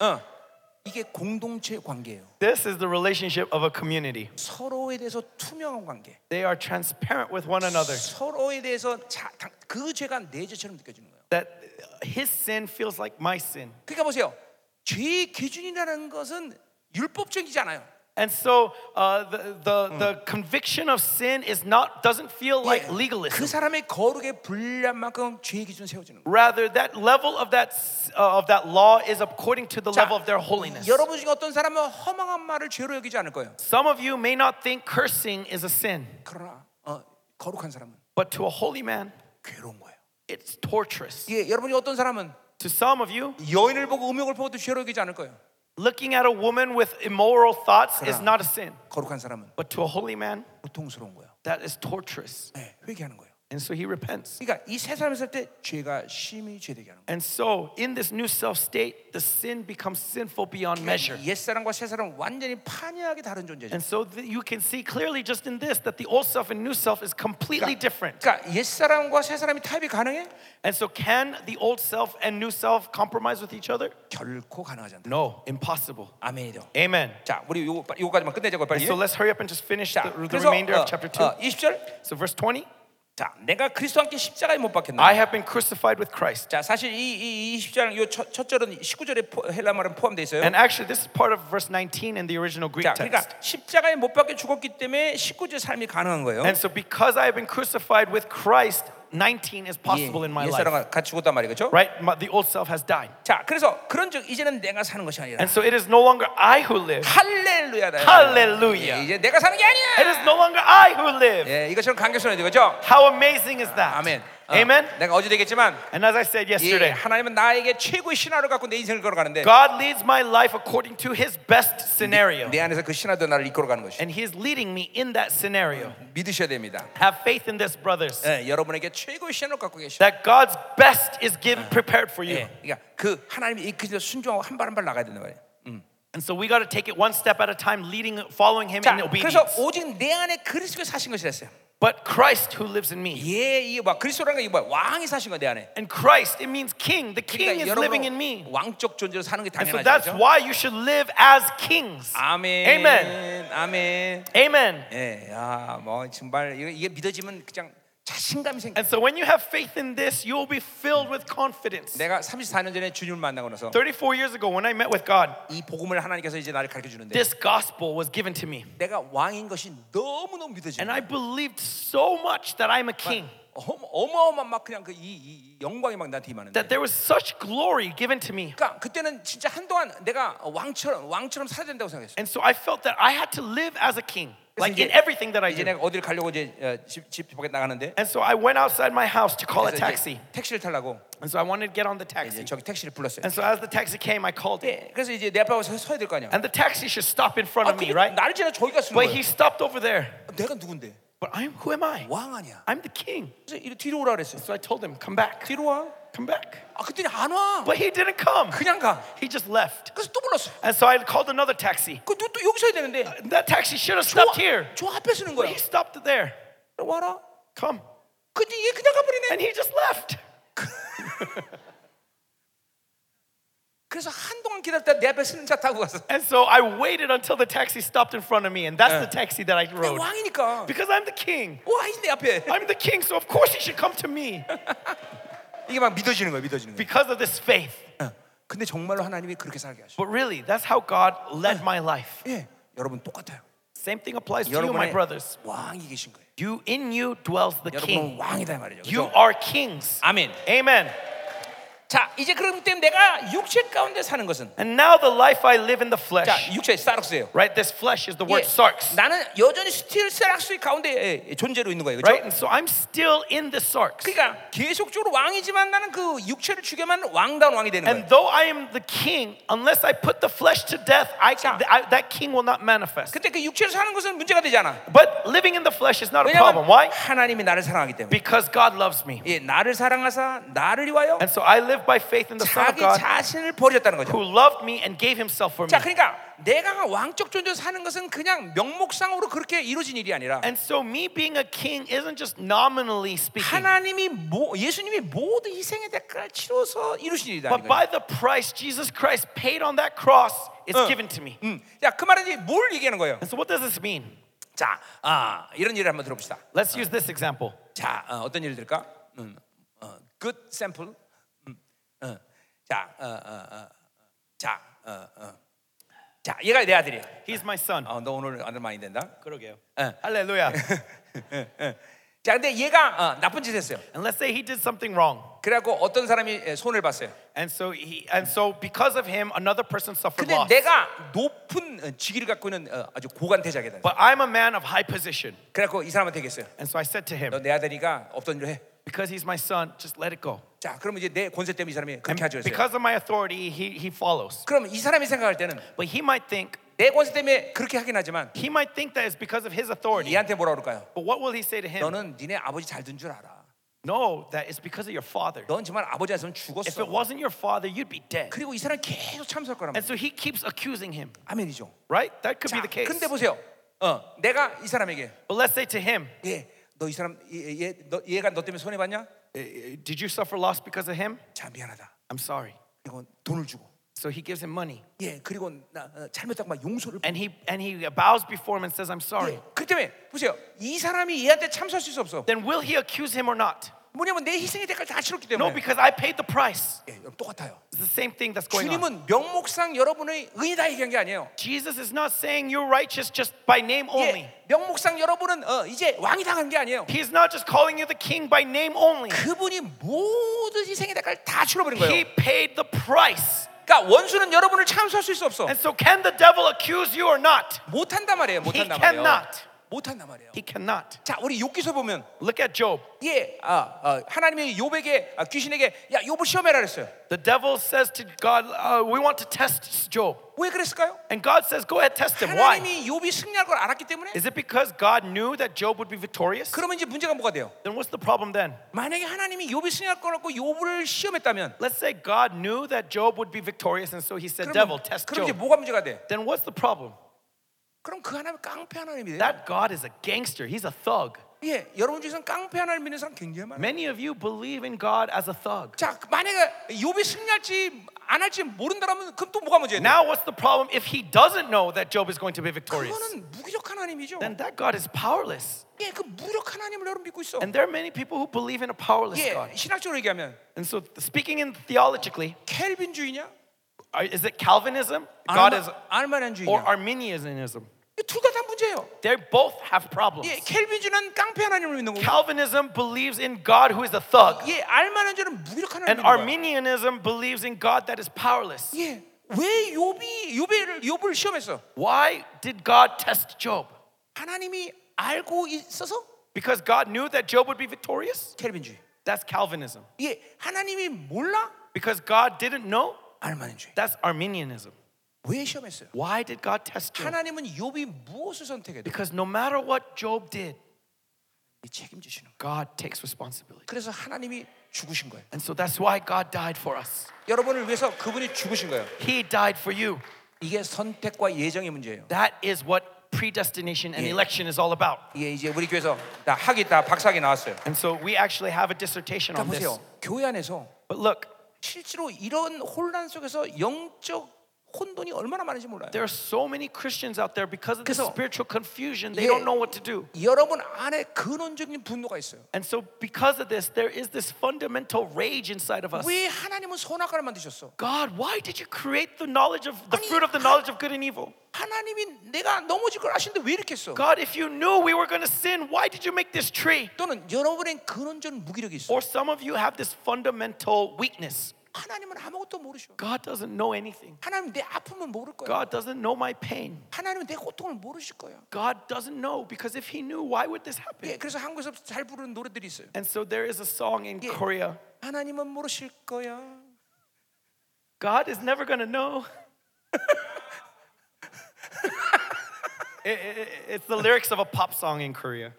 어. 이게 공동체 관계예요.
This is the relationship of a community.
서로에 대해서 투명한 관계.
They are transparent with one another.
서로에 대해서 자, 당- 그 죄가 내 죄처럼 느껴지는 거예요.
That his sin feels like my sin.
그러니까 보세요. 죄의 기준이라는 것은 율법적이지 않아요.
And so uh, the, the,
Mm.
the conviction of sin is not doesn't feel like
예, 그
legalism.
사람의 거룩에 불리한 만큼 죄의 기준 세워지는 거예요.
Rather, that level of that s- uh, of that law is according to the level of their holiness.
여러분 중에 어떤 사람은 허망한 말을 죄로 여기지 않을 거예요.
Some of you may not think cursing is a sin,
그러나 어, 거룩한 사람은
but to a holy man,
괴로운 거예요.
it's torturous.
예, 여러분 중에 어떤 사람은
To some of you,
여인을 보고 음욕을 보고도 죄로 여기지 않을 거예요.
looking at a woman with immoral thoughts is
그러나
not a sin,
거룩한 사람은
but to a holy man,
고통스러운 거예요.
that is torturous.
네, 회개하는 거예요.
And so he repents.
그러니까 이 세 사람을 쓸 때 죄가 심히 죄되게 하는 거예요.
And so, in this new self state, the sin becomes sinful beyond measure.
옛 사람과 새 사람은 완전히 판이하게 다른 존재죠.
And so th- you can see clearly just in this that the old self and new self is completely different.
그러니까 옛 사람과 새 사람이 타협이 가능해?
And so can the old self and new self compromise with each other?
결코 가능하지 않다.
No, impossible.
아멘이죠.
Amen.
자, 우리 요거 빨- 요거까지만 끝내자고 빨리.
So let's hurry up and just finish
자,
the, the
그래서
remainder of
어,
chapter 2.
어, 20절.
So verse 20,
자, 내가 그리스도와 함께 십자가에 못 박혔나?
I have been crucified with Christ.
자, 사실 이, 이 20장 요첫 첫 절은 19절에 포, 헬라 말은 포함되어 있어요.
And actually this is part of verse 19 in the original Greek
자,
text.
그러니까 십자가에 못 박혀 죽었기 때문에 19절 삶이 가능한 거예요.
And so because I have been crucified with Christ, 19 is possible in my
예, 옛
life.
사람과 같이 죽었단 말이죠. 그렇죠?
Right? My, the old self has died.
자, 그래서 그런즉 이제는 내가 사는 것이 아니라
And so it is no longer I who live.
할렐루야다.
할렐루야.
예, 이제 내가 사는 게
It
아니야.
is no longer I who live.
예, 이것처럼 강격선이 되죠.
How amazing is that?
아멘. 어,
Amen. Uh.
내가 어제 되겠지만
And as I said
예,
yesterday,
하나님은 나에게 최고의 신화를 갖고 내 인생을 걸어가는데
God leads my life according to his best scenario.
내 안에서 그 신화도 나를 이끌어가는 것이
And he is leading me in that scenario.
믿으셔야 됩니다.
Have faith in this, brothers,
예, 여러분에게 최고의 신화를 갖고 계시.
that God's best is given prepared for you.
예, 그러니까 그 하나님이 이끌려 순종하고 한 발 한 발 나가야 되는 거예요.
And so we got to take it one step at a time, leading following him
자,
in
그래서
obedience.
오직 내 안에 그리스도가 사신 것이 됐어요.
But Christ who lives in me.
예, 이게 뭐 그리스도라는 게 이게 뭐야? 왕이 사신 거내 안에.
And Christ, it means king. The king
그러니까
is living in
여러분
me.
왕적 존재로 사는 게
Oh, And so
당연하죠.
that's
그죠?
why you should live as kings.
아멘.
Amen.
아멘.
Amen.
예, 야, 뭐 정말 이거- 이게 믿어지면 그냥 자신감이 생겨.
And so when you have faith in this, you will be filled with confidence.
내가 34년 전에 주님을 만나고 나서
34 years ago when I met with God,
이 복음을 하나님께서 이제 나를 가르쳐 주는데
this gospel was given to me.
내가 왕인 것이 너무너무 믿어지는
And I
거야.
believed so much that I'm a king,
어마- 어마어마한 막 그냥 그 이 영광이 막 나한테 임하는데
that there was such glory given to me.
그러니까 그때는 진짜 한동안 내가 왕처럼 왕처럼 살아야 된다고 생각했어.
And so I felt that I had to live as a king,
그래서
like in
이제-
everything that I
이제
did.
내가 어디를 가려고 이제 어, 집, 집 밖에 나가는데
And so I went outside my house to call a
그래서
taxi.
이제 택시를 타려고
And so I wanted to get on the
이제
taxi.
저기 택시를 불렀어요.
And so as the taxi came, I called it.
예, 그래서 이제 내 앞에 와서 서야 될 거 아니야.
And the taxi should stop in front
아,
of me,
근데
right?
나를 지나 저기가 쓰는
But
거야.
he stopped over there.
내가 누군데?
But I'm who am I?
왕 아니야.
I'm the king.
그래서 이리 뒤로 오라 그랬어.
So I told him, come back.
뒤로 와.
Come back.
아 그때 안 와.
But he didn't come.
그냥 가.
He just left.
그래서 또 불렀어.
And so I called another taxi.
그또 여기 서야 되는데.
And that taxi should have
저,
stopped here.
저 앞에 쓰는
But
거야.
he stopped there.
와라.
Come.
근데 얘 그냥 가버리네.
And he just left.
그래서 한동안 기다렸다 내 앞에 쓰는 차 타고 갔어.
And so I waited until the taxi stopped in front of me. And that's the taxi that I
내
rode.
왕이니까.
Because I'm the king.
와이 내 앞에.
I'm the king, so of course he should come to me
이게 막 믿어지는 거야, 믿어지는 거야.
because of this faith.
어. 근데 정말로 하나님이 그렇게 살게 하셔.
But really, that's how God led my life.
예, 여러분 똑같아요.
Same thing applies to you, my
여러분의
brothers.
왕이 계신 거예요.
You in you dwells the
여러분은
king.
왕이다 이 말이죠.
You
그죠?
are kings.
아멘.
Amen.
자, 이제 그럼 때 내가 육체 가운데 사는 것은
And now the life I live in the
자,
flesh.
육체 사록스예요.
Right? This flesh is the
예,
word sarx.
나는 여전히 스틸 세락스의 가운데 예, 예, 존재로 있는 거예요. 그렇죠?
Right? And so I'm still in the sarx.
그러니까 계속적으로 왕이지만 나는 그 육체를 죽여만 왕다운 왕이 되는
And
거예요.
though I am the king, unless I put the flesh to death, I, can, I that king will not manifest.
근데 그 육체로 사는 것은 문제가 되지 않아.
But living in the flesh is not a problem.
왜냐하면
Why?
하나님이 나를 사랑하기 때문에.
Because God loves me.
예, 나를 사랑하사 나를 위하여
And so I live by faith in the Son of
자기
God
자신을 버렸다는 거죠.
who loved me and gave himself for me.
자, 그러니까 내가 왕적 존재로 사는 것은 그냥 명목상으로 그렇게 이루어진 일이 아니라
And so me being a king isn't just nominally speaking,
하나님이 모, 예수님이 모든 희생의 대가를 치러서 이루신 일이다.
but by the price Jesus Christ paid on that cross, It's
어.
given to me.
음. 자, 그 말은 이제 뭘 얘기하는 거예요?
And so, what does this mean?
자, 아, 이런 일을 한번 들어봅시다.
Let's use this example.
자, 어, 어떤 예를 들까? 음, 어, good sample. 음, 어, 자, 어, 어, 어, 자, 어, 어. 자, 얘가 내 아들이야.
He's my son.
어, 너 오늘 아들 많이 된다.
그러게요.
예.
Hallelujah.
자, 근데 얘가 어, 나쁜 짓 했어요.
and let's say he did something wrong.
그래갖고 어떤 사람이 에, 손을 봤어요.
And so he and so because of him another person suffered
근데
loss.
내가 높은 어, 직위를 갖고 있는 어, 아주 고관 대작이다.
But I'm a man of high position.
그래갖고 이 사람한테 얘기했어요.
And so I said to him,
너 내 아들이가 없던 일을 해.
because he's my son, just let it go.
자, 그러면 이제 내 권세 때문에 이 사람이
And
그렇게 하죠. 했어요.
because of my authority, he he follows.
그럼 이 사람이 생각할 때는
But he might think
내 권세 때문에 그렇게 하긴 하지만
he might think that it's because of his authority.
얘한테 뭐라 그럴까요?
But what will he say to him?
너는 니네 아버지 잘 둔 줄 알아.
No, that it's because of your father.
넌 정말 아버지 안으면
If it
죽었어.
wasn't your father, you'd be dead.
그리고 이 사람 계속 참석할 거란
And
말이야.
so he keeps accusing him,
아멘이죠.
right? That could
자,
be the case.
근데 보세요. 어, 내가 이 사람에게
But let's say to him,
얘, 너 이 사람 얘, 얘, 너, 얘가 너 때문에 손해 봤냐?
"Eh, Did you suffer loss because of him?
자, 미안하다.
I'm sorry.
그리고 돈을 주고.
So he gives him money.
예, 그리고 나 어, 잘못했다고 막 용서를
And he and he bows before him and says, I'm sorry.
예, 그 때문에 보세요. 이 사람이 얘한테 참석할 수 없어.
Then will he accuse him or not?
뭐냐면 내 희생의 대가를 다 치렀기
No,
때문에.
because I paid the price.
예, 여러분 똑같아요.
It's the same thing that's going on.
주님은 명목상 여러분의 의다 얘기한 게 아니에요.
Jesus is not saying you're righteous just by name only.
예, 명목상 여러분은 어, 이제 왕이 당한 게 아니에요.
He's not just calling you the king by name only.
그분이 모든 희생의 대가를 다 치러버린
He
거예요.
paid the price.
그러니까 원수는 여러분을 참수할 수 있어 없어.
And so can the devil accuse you or not?
못한단 말이에요. 못한단
He
말이에요.
cannot.
못한단 말이에요.
He cannot.
자, 우리 욕기서 보면
Look at Job.
예, 아, 아, 하나님이 요백에 아, 귀신에게 야 요브 시험해라 그랬어요.
The devil says to God, uh, "We want to test Job,"
왜 그랬을까요?
and God says, "Go ahead, test him." Why?
하나님이 요비 승리할 걸 알았기 때문에.
Is it because God knew that Job would be victorious?
그러면 이제 문제가 뭐가 돼요?
Then what's the problem then?
만약에 하나님이 요비 승리할 걸 갖고 요브를 시험했다면
Let's say God knew that Job would be victorious, and so He said, "Devil,
그러면,
test
그럼 이제
Job."
뭐가 문제가 돼?
Then what's the problem?
그럼 그 하나님 깡패 하나님이 돼요.
That God is a gangster. He's a thug.
예, 여러분 중에서 깡패 하나님 믿는 사람 굉장히 많아요.
Many of you believe in God as a thug.
자, 그 만약에 욥이 승리할지 안 할지 모른다면 그럼 또 뭐가 문제예요?
Now, what's the problem if he doesn't know that Job is going to be victorious?
그거는 무기력 하나님이죠.
Then that God is powerless.
예, 그 무력 하나님을 여러분 믿고 있어.
And there are many people who believe in a powerless God.
예, 신학적으로 얘기하면
And so, speaking in theologically,
켈빈주의냐?
are- is it Calvinism, God is,
알마- 알마니안주의냐?
or Arminianism?
둘다다 문제예요.
They both have problems.
예, 켈빈주의는 깡패 하나님을 믿는 거고,
Calvinism believes in God who is a thug,
예, 알마니안주의는 무력 하나님을
and
믿는 거야.
Arminianism believes in God that is powerless.
예, 왜 욥이 욥을 욥을 시험했어?
Why did God test Job?
하나님이 알고 있어서
Because God knew that Job would be victorious?
켈빈주의.
That's Calvinism.
예, 하나님이 몰라
Because God didn't know?
알마니안주의.
That's Arminianism.
왜 시험했어요?
Why did God test Job?
하나님은 욥이 무엇을 선택해도
Because no matter what Job did,
책임지시는 거예요.
God takes responsibility.
그래서 하나님이 죽으신 거예요.
And so that's why God died for us.
여러분을 위해서 그분이 죽으신 거예요.
He died for you.
이게 선택과 예정의 문제예요.
That is what predestination and election is all about.
예, 이제 우리 교회에서 다 학위 다 박사학위 나왔어요.
And so we actually have a dissertation
자
on this.
보세요. 교회 안에서
But look,
실제로 이런 혼란 속에서 영적 혼돈이 얼마나 많은지 몰라요.
there are so many Christians out there because of this
그래서-
spiritual confusion, they
예.
don't know what to do.
여러분 안에 근원적인 분노가 있어요.
And so because of this, there is this fundamental rage inside of us.
왜 하나님은 선악과를 만드셨어?
God, why did you create the knowledge of the
아니,
fruit of the
하-
knowledge of good and evil?
하나님이 내가 넘어질 걸 아시는데 왜 이렇게 했어?
God, if you knew we were going to sin, why did you make this tree?
또는 여러분의 근원적인 무기력이 있어.
Or some of you have this fundamental weakness.
하나님은 아무것도 모르셔.
God doesn't know anything.
하나님 내 아픔을 모를 거야.
God doesn't know my pain.
하나님은 내 고통을 모르실 거야.
God doesn't know because if he knew, why would this happen?
예, 그래서 한국에서 잘 부르는 노래들이 있어요.
And so there is a song in Korea.
하나님은 모르실 거야.
God is never going to know. [laughs] It- it- it- it's the lyrics of a pop song in Korea.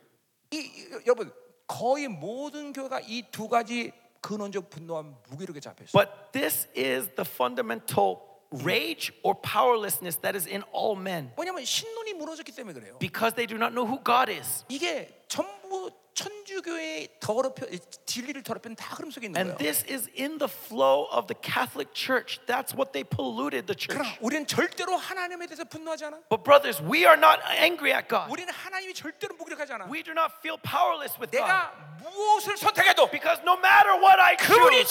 이, 이- 여러분 거의 모든 교회가 이 두 가지 근원적 분노와 무기력에 잡혀 있어요.
But this is the fundamental rage or powerlessness that is in all men
왜냐면 신론이 무너졌기 때문에 그래요.
because they do not know who God is.
이게 전부 천주 천주교의 더럽혀 진리를 더럽힌 다 흐름 속에 있는
And
거예요.
this is in the flow of the Catholic Church. That's what they polluted the church.
그러나 우리는 절대로 하나님에 대해서 분노하지 않아.
But brothers, we are not angry at God.
우리는 하나님이 절대로 무기력하지 않아.
We do not feel powerless with God.
내가 무엇을 선택해도
Because no matter what I
그분이
choose,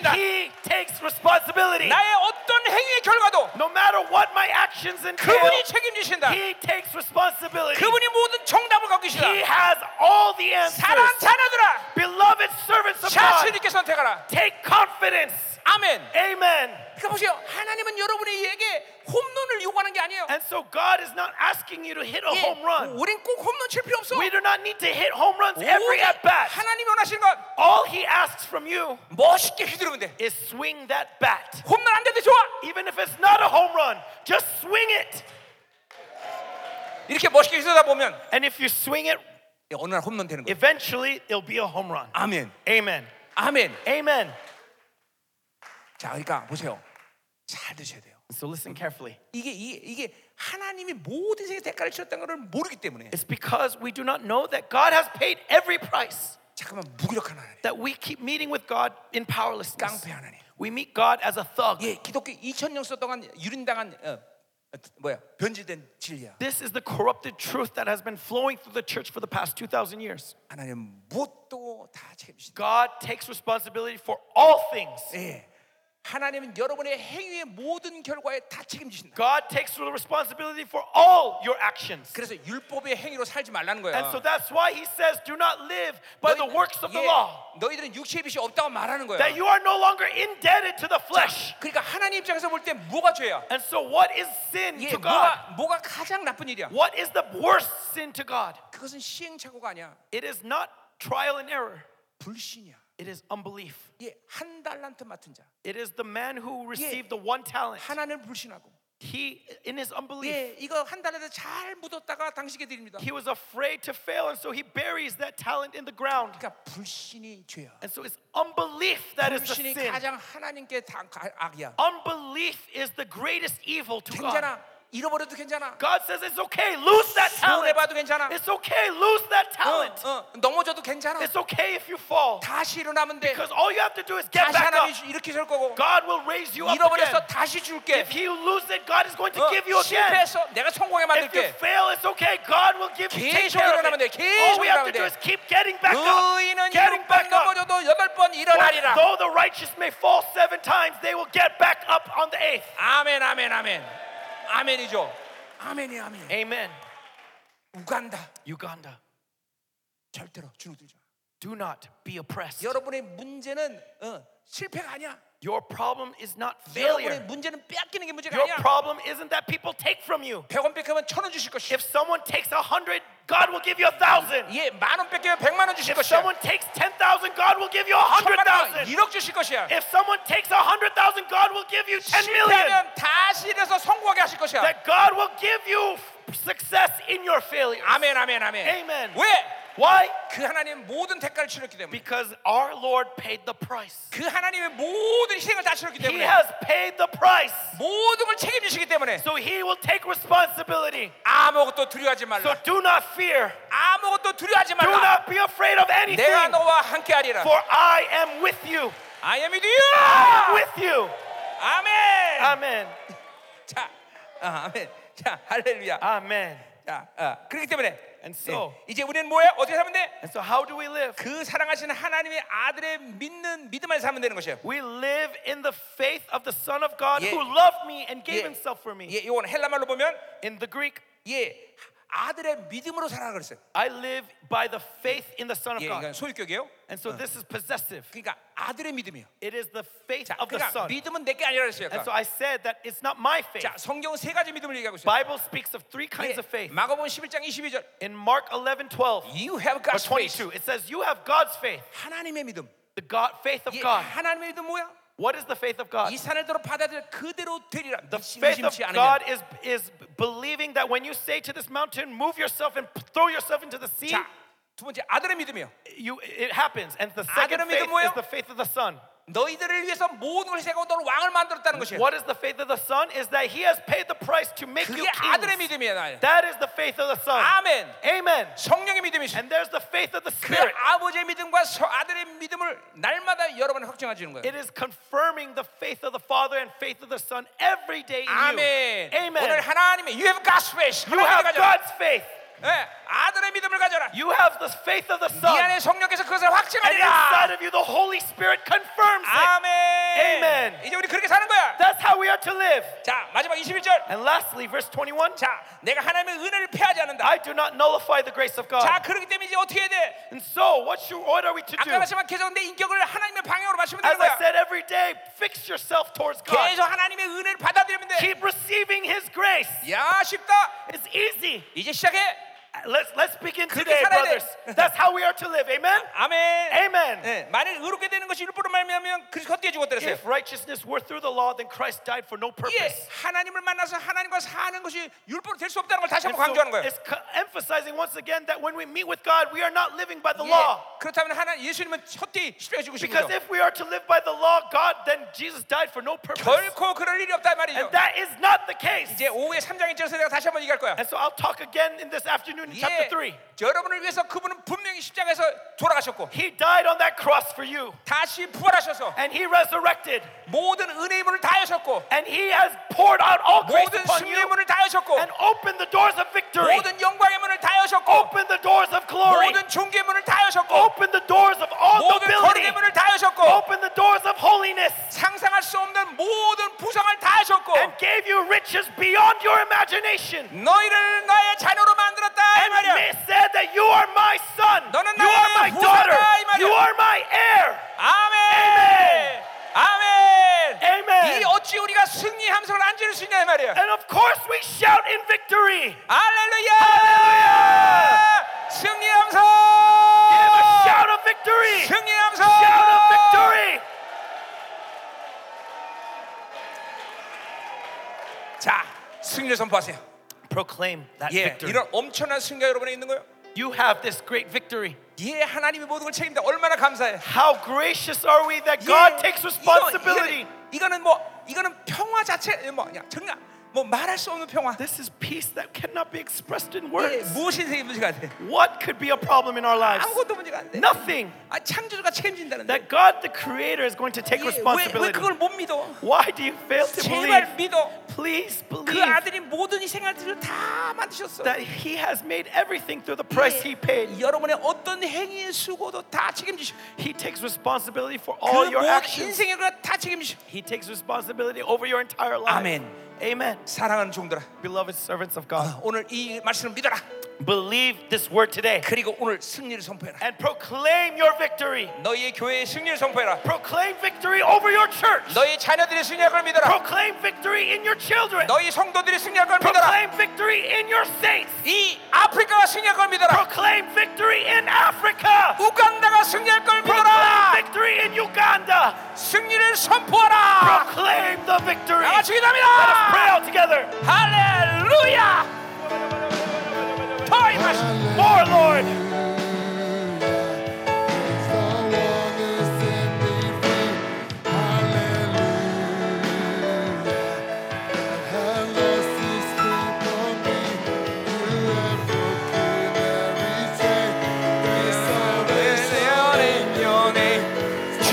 책임지신다.
He takes responsibility.
나의 어떤 행위의 결과도
No matter what my actions entail,
그분이 책임지신다.
He takes responsibility.
그분이 모든 정답을 갖고 계시다.
He has all the
사랑
answers.
자녀들아,
Beloved servants of
자신
God,
있게 선택하라.
take confidence.
아멘.
Amen.
그러니까 보세요. 하나님은 여러분에게 홈런을 요구하는 게 아니에요.
And so God is not asking you to hit a
예,
home run.
우린 꼭 홈런 칠 필요 없어.
We do not need to hit home runs every
오직
at bat.
하나님이 원하시는 건
All He asks from you
멋있게 휘두르면 돼.
is swing that bat.
홈런 안 돼도 좋아.
Even if it's not a home run, just swing it.
이렇게 멋있게 휘두르다 보면
And if you swing it,
예, 어느 날 홈런 되는 거야.
eventually it'll be a home run.
아멘.
Amen.
아멘.
Amen.
자, 그러니까 보세요. 잘 드셔야 돼요.
So listen carefully.
이게 이게, 이게 하나님이 모든 생의 대가를 치렀다는 걸 모르기 때문에
It's because we do not know that God has paid every price
잠깐만 무기력한 하나님.
that we keep meeting with God in powerlessness.
깡패 하나님.
We meet God as a thug.
예, 기독교 2000년 동안 유린당한 어, 어, 뭐야? 변질된 진리야.
This is the corrupted truth that has been flowing through the church for the past 2,000 years.
하나님 무엇도 다 책임지신다.
God takes responsibility for all things.
예. 하나님은 여러분의 행위의 모든 결과에 다 책임지신다.
God takes the responsibility for all your actions.
그래서 율법의 행위로 살지 말라는 거야.
And so that's why he says, do not live by the
너희-
works of the
예,
law,
너희들은 육체의 빚이 없다고 말하는 거야.
that you are no longer indebted to the flesh.
그러니까 하나님 입장에서 볼 때 뭐가 죄야?
And so, what is sin
예,
to God?
뭐가 뭐가 가장 나쁜 일이야?
What is the worst sin to God?
그것은 시행착오가 아니야.
It is not trial and error,
불신이야.
it is unbelief.
예, 한 달란트 맡은 자.
It is the man who received the one talent.
하나님을 불신하고.
He, in his unbelief,
예, 이거 한 달란트 잘 묻었다가 당신에게 드립니다.
he was afraid to fail, and so he buries that talent in the ground.
그러니까 불신이 죄야.
And so, it's unbelief that is the
불신이
sin.
가장 하나님께 다, 가, 아, 악이야.
Unbelief is the greatest evil to God.
괜찮아. 잃어버려도 괜찮아.
God says it's okay, lose that talent.
손해봐도 괜찮아.
It's okay, lose that talent.
어, 어, 넘어져도 괜찮아.
It's okay if you fall.
다시 일어나면 돼.
Because all you have to do is get
다시
back up.
하나님이 이렇게 설 거고.
God will raise you up again.
잃어버려서 다시 줄게.
If you lose it, God is going to
어,
give you again.
실패해서 내가 성공하게
If you
만들게.
fail, it's okay. God will give you take
계속
care of
일어나면 돼.
it.
계속
All we have to
일어나면
do
돼.
is keep getting back up.
의인은
Getting
일곱 번
back up.
넘어져도 여덟 번
For
일어나리라.
Though the righteous may fall seven times, they will get back up on the eighth.
아멘, 아멘, 아멘. 아멘이죠. 아멘이 아멘.
Amen.
우간다.
Uganda,
절대로 주눅들지 마.
do not be oppressed.
여러분의 문제는 어, 실패가 아니야.
Your problem is not
여러분의
failure.
문제는 빼앗기는 게 문제가
Your
아니야.
problem isn't that people take from you.
100원 뺏기면 천원 주실 것이야.
If someone takes a hundred, God will give you a thousand.
예, 만원 뺏기면 100만 원 주실
If
것이야.
someone takes ten thousand, God will give you a hundred
천만 원,
thousand.
1억 주실 것이야.
If someone takes a hundred thousand, God will give you ten million.
실패하면 다시 일어서 성공하게 하실 것이야.
That God will give you success in your failure.
아멘, 아멘, 아멘.
Amen.
왜?
Why?
그 하나님 모든 대가를 치렀기 때문에.
Because our Lord paid the price.
그 하나님의 모든 희생을 다 치렀기
He
때문에.
has paid the price.
모든 걸 책임지시기 때문에.
So he will take responsibility.
아무것도 두려워하지 말라.
So do not fear.
아무것도 두려워하지
Do
말라.
not be afraid of anything.
내가 너와 함께하리라.
For I am with you.
I am with
I am
you.
with you.
아멘.
Amen.
자, 아, 아멘. 자, 할렐루야.
Amen.
자, 아, 그렇기 때문에
And so-
예, 이제 우리는 뭐야? 어떻게 사면 돼?
And so how do we live?
그 사랑하시는 하나님의 아들의 믿는 믿음 안에 살면 되는 것이에요.
We live in the faith of the Son of God
Yeah.
who loved me and gave
Yeah.
himself for me.
예, 이건 헬라 말로 보면
In the Greek,
예, 아들의 믿음으로 살아라 그랬어요.
I live by the faith in the Son of
예,
God.
이건 소유격이에요.
And so this is possessive.
그러니까 아들의 믿음이요.
It is the faith
자,
of the
그러니까
Son.
믿음은 내게 아니라 그랬어요.
And so
아까.
I said that it's not my faith.
자, 성경은 세 가지 믿음을 얘기하고 있어요.
Bible speaks of three kinds of
예,
faith.
마가복음 11장 22절.
In Mark 11, 12
You have
or
God's faith.
22, it says you have God's faith,
하나님의 믿음.
the God faith of
예,
God.
하나님의 믿음 뭐야?
What is the faith of God?
이 산을 들어 받아들여 그대로 되리라.
The
믿지
faith of
않으면.
God is, is believing that when you say to this mountain, move yourself and throw yourself into the sea,
자, 두 번째 아들의 믿음이요.
you, it happens. And the second
아들의
faith
믿음 뭐예요?
is the faith of the Son.
너희들을 위해서 모든 걸 세고 너를 왕을 만들었다는 것이에요.
What is the faith of the Son? Is that He has paid the price to make you
그게
kings.
아들의 믿음이야 나의.
That is the faith of the Son.
아멘.
Amen.
성령의 믿음이시.
And there's the faith of the
그
Spirit.
아버지의 믿음과 서, 아들의 믿음을 날마다 여러 번 확증해 주는 거예요.
It is confirming the faith of the Father and faith of the Son every day in
아멘.
you. Amen.
오늘 하나님의 you have God's faith.
You
하나님의
have
가져라.
God's faith.
예, 아들의 믿음을 가져라. 이
You have the faith of the Son.
안에 성령께서 그것을
And
확증하리라.
inside of Ah. you, the Holy Spirit confirms it.
아멘.
Amen.
이제 우리 그렇게 사는 거야.
That's how we are to live.
자, 마지막 21절.
And lastly, verse 21
자, 내가 하나님의 은혜를 폐하지 않는다.
I do not nullify the grace of God.
자, 그렇기 때문에 이제 어떻게 해야 돼?
And so, what, should, what are we to do?
아까 말씀한 계속 내 인격을 하나님의 방향으로 맞추면
As
되는
I
거야.
said, every day, fix yourself towards God.
계속 하나님의 은혜를 받아들이면 돼.
Keep receiving His grace.
야, 쉽다.
It's easy.
이제 시작해.
Let's, let's begin
그렇게
today,
살아야 돼.
brothers. That's how we are to live. [laughs] Amen?
아멘.
Amen.
예, 만일 의롭게 되는 것이 율법으로 말미암으면 그리스도 헛되이 죽었더랬어요.
If righteousness were through the law, then Christ died for no
이게
purpose.
하나님을 만나서 하나님과 사는 것이 율법으로 될 수 없다는 걸 다시
And so
한번 강조하는 거예요.
it's co- emphasizing once again that when we meet with God, we are not living by the
예,
law.
그렇다면 하나 예수님은 헛되이 십자가에 죽으신
Because
거죠.
if we are to live by the law, God, then Jesus died for no purpose.
결코 그럴 일이 없다 말이죠.
And that is not the case.
이제 오후에 3장 1절에서 내가 다시 한번 얘기할 거야.
And
예.
so I'll talk again in this afternoon in chapter 3.
여러분을 위해서 그분은 분명히 십자가에서 돌아가셨고
He died on that cross for you,
다시 부활하셔서
and He resurrected,
모든 은혜의 문을 다 여셨고
and He has poured out all grace
모든
upon you,
승리의 문을 다 여셨고
and opened the doors of victory,
모든 영광의 문을 다 여셨고
opened the doors of glory,
모든 종교의 문을 다 여셨고
opened the doors of all
모든
nobility,
거룩의 문을 다 여셨고
opened the doors of holiness,
상상할 수 없는 모든 부상을 다 여셨고
and gave you riches beyond your imagination.
너희를 나의 자녀로 만들었다 이
And
말이야
they said that you are my son,
너는
you are
나의
my
후사다,
daughter,
이 말이야.
you are my heir.
아멘 아멘
Amen.
이 어찌 우리가 승리 함성을 안 지를 수 있냐 이 말이야
And of course, we shout in victory.
할렐루야 승리 함성 Oh!
Give a shout of victory!
승리 함성
Shout of victory!
자 승리를 선포하세요
Proclaim that
예, 이런 엄청난 승리가 여러분에 있는 거예요.
You have this great victory.
예, 하나님이 모든 걸 책임다. 얼마나 감사해.
How gracious are we that
예,
God takes
이거-
responsibility.
이거는, 이거는 뭐 이거는 평화 자체 뭐 그냥 정말 뭐 말할 수 없는 평화.
This is peace that cannot be expressed in
예,
words.
무엇이 인생의 문제가 안 돼?
What could be a problem in our lives?
아무것도 문제가 안 돼.
Nothing.
아, 창조주가 책임진다는데.
That God, the Creator, is going to take
예, 왜, 왜
responsibility.
그걸 못 믿어?
Why do you fail to believe?
제발 믿어.
Please
그
believe
아들이 모든 이 생활들을 다 만드셨어. 예,
that He has made everything through the price He paid.
여러분의 어떤 행위의 수고도 다 책임지셔.
He takes responsibility for
그
all your
모든
actions.
인생의 걸다 책임지셔.
He takes responsibility over your entire life.
Amen.
Amen.
사랑하는 종들아,
Beloved servants of God,
오늘 이 말씀을 믿어라.
believe this word today
그리고 오늘 승리를 선포해라.
and proclaim your victory.
너희의 교회의 승리를 선포해라.
Proclaim victory over your church.
너희 자녀들이 승리할 걸 믿어라.
Proclaim victory in your children.
너희 성도들이 승리할 걸 믿어라.
Proclaim victory in your saints.
이 아프리카가 승리할 걸 믿어라.
Proclaim victory in Africa.
우간다가 승리할 걸 믿어라.
Proclaim victory in Uganda.
승리를 선포하라.
Proclaim the victory.
다 같이
Pray
기도합니다.
out together.
할렐루야. 더 임하시오.
More, Lord.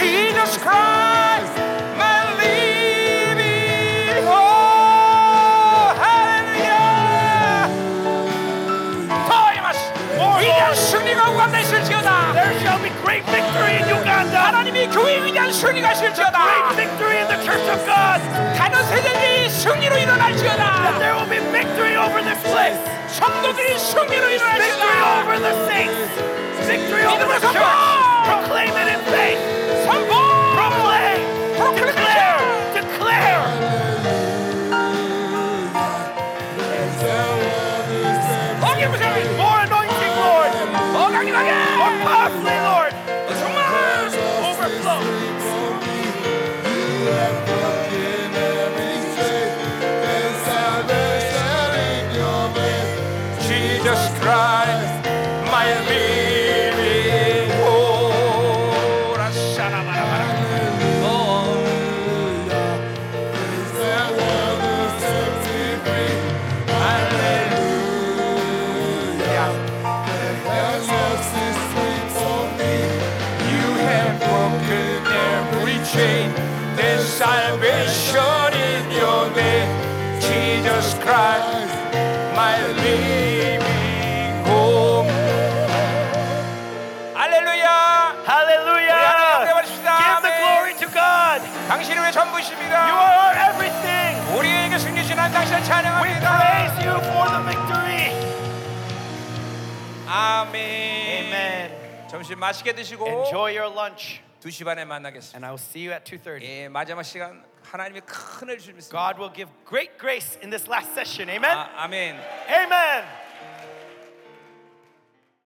Jesus Christ, my living hope. Hallelujah. 더 임하시오. 위대한 승리가 우간다 있을지어다.
There shall be great victory in Uganda.
하나님이 교회 위대한 승리가
Great
있을지어다.
victory in the Church of God.
다른 세대들이 승리로 일어날지어다.
There will be victory over this place.
성도들이 승리로
Victory
일어날지어다.
over the saints. Victory over the
믿음으로
church.
선포!
Proclaim it in faith.
선포!
Proclaim. Declare. Declare.
거기 보세요.
More anointing, Lord.
더 강력하게.
More powerfully, Lord.
정말.
Overflow.
Jesus Christ, my living hope. 라샤라바라바라. 어, Jesus Christ, my living home. 할렐루야!
Hallelujah. Give the glory to God.
당신이 우리의 전부이십니다.
You are our everything.
우리에게 승리신 한 당신을
We
찬양합니다.
praise you for the victory.
아멘.
Amen.
점심 맛있게 드시고
Enjoy your lunch.
2시 반에 만나겠습니다.
And I will see you at 2:30.
예, 마지막 시간 하나님의 큰 은혜를 주십니다. Uh,
God will give great grace in this last session. Amen.
아, 아멘.
Amen.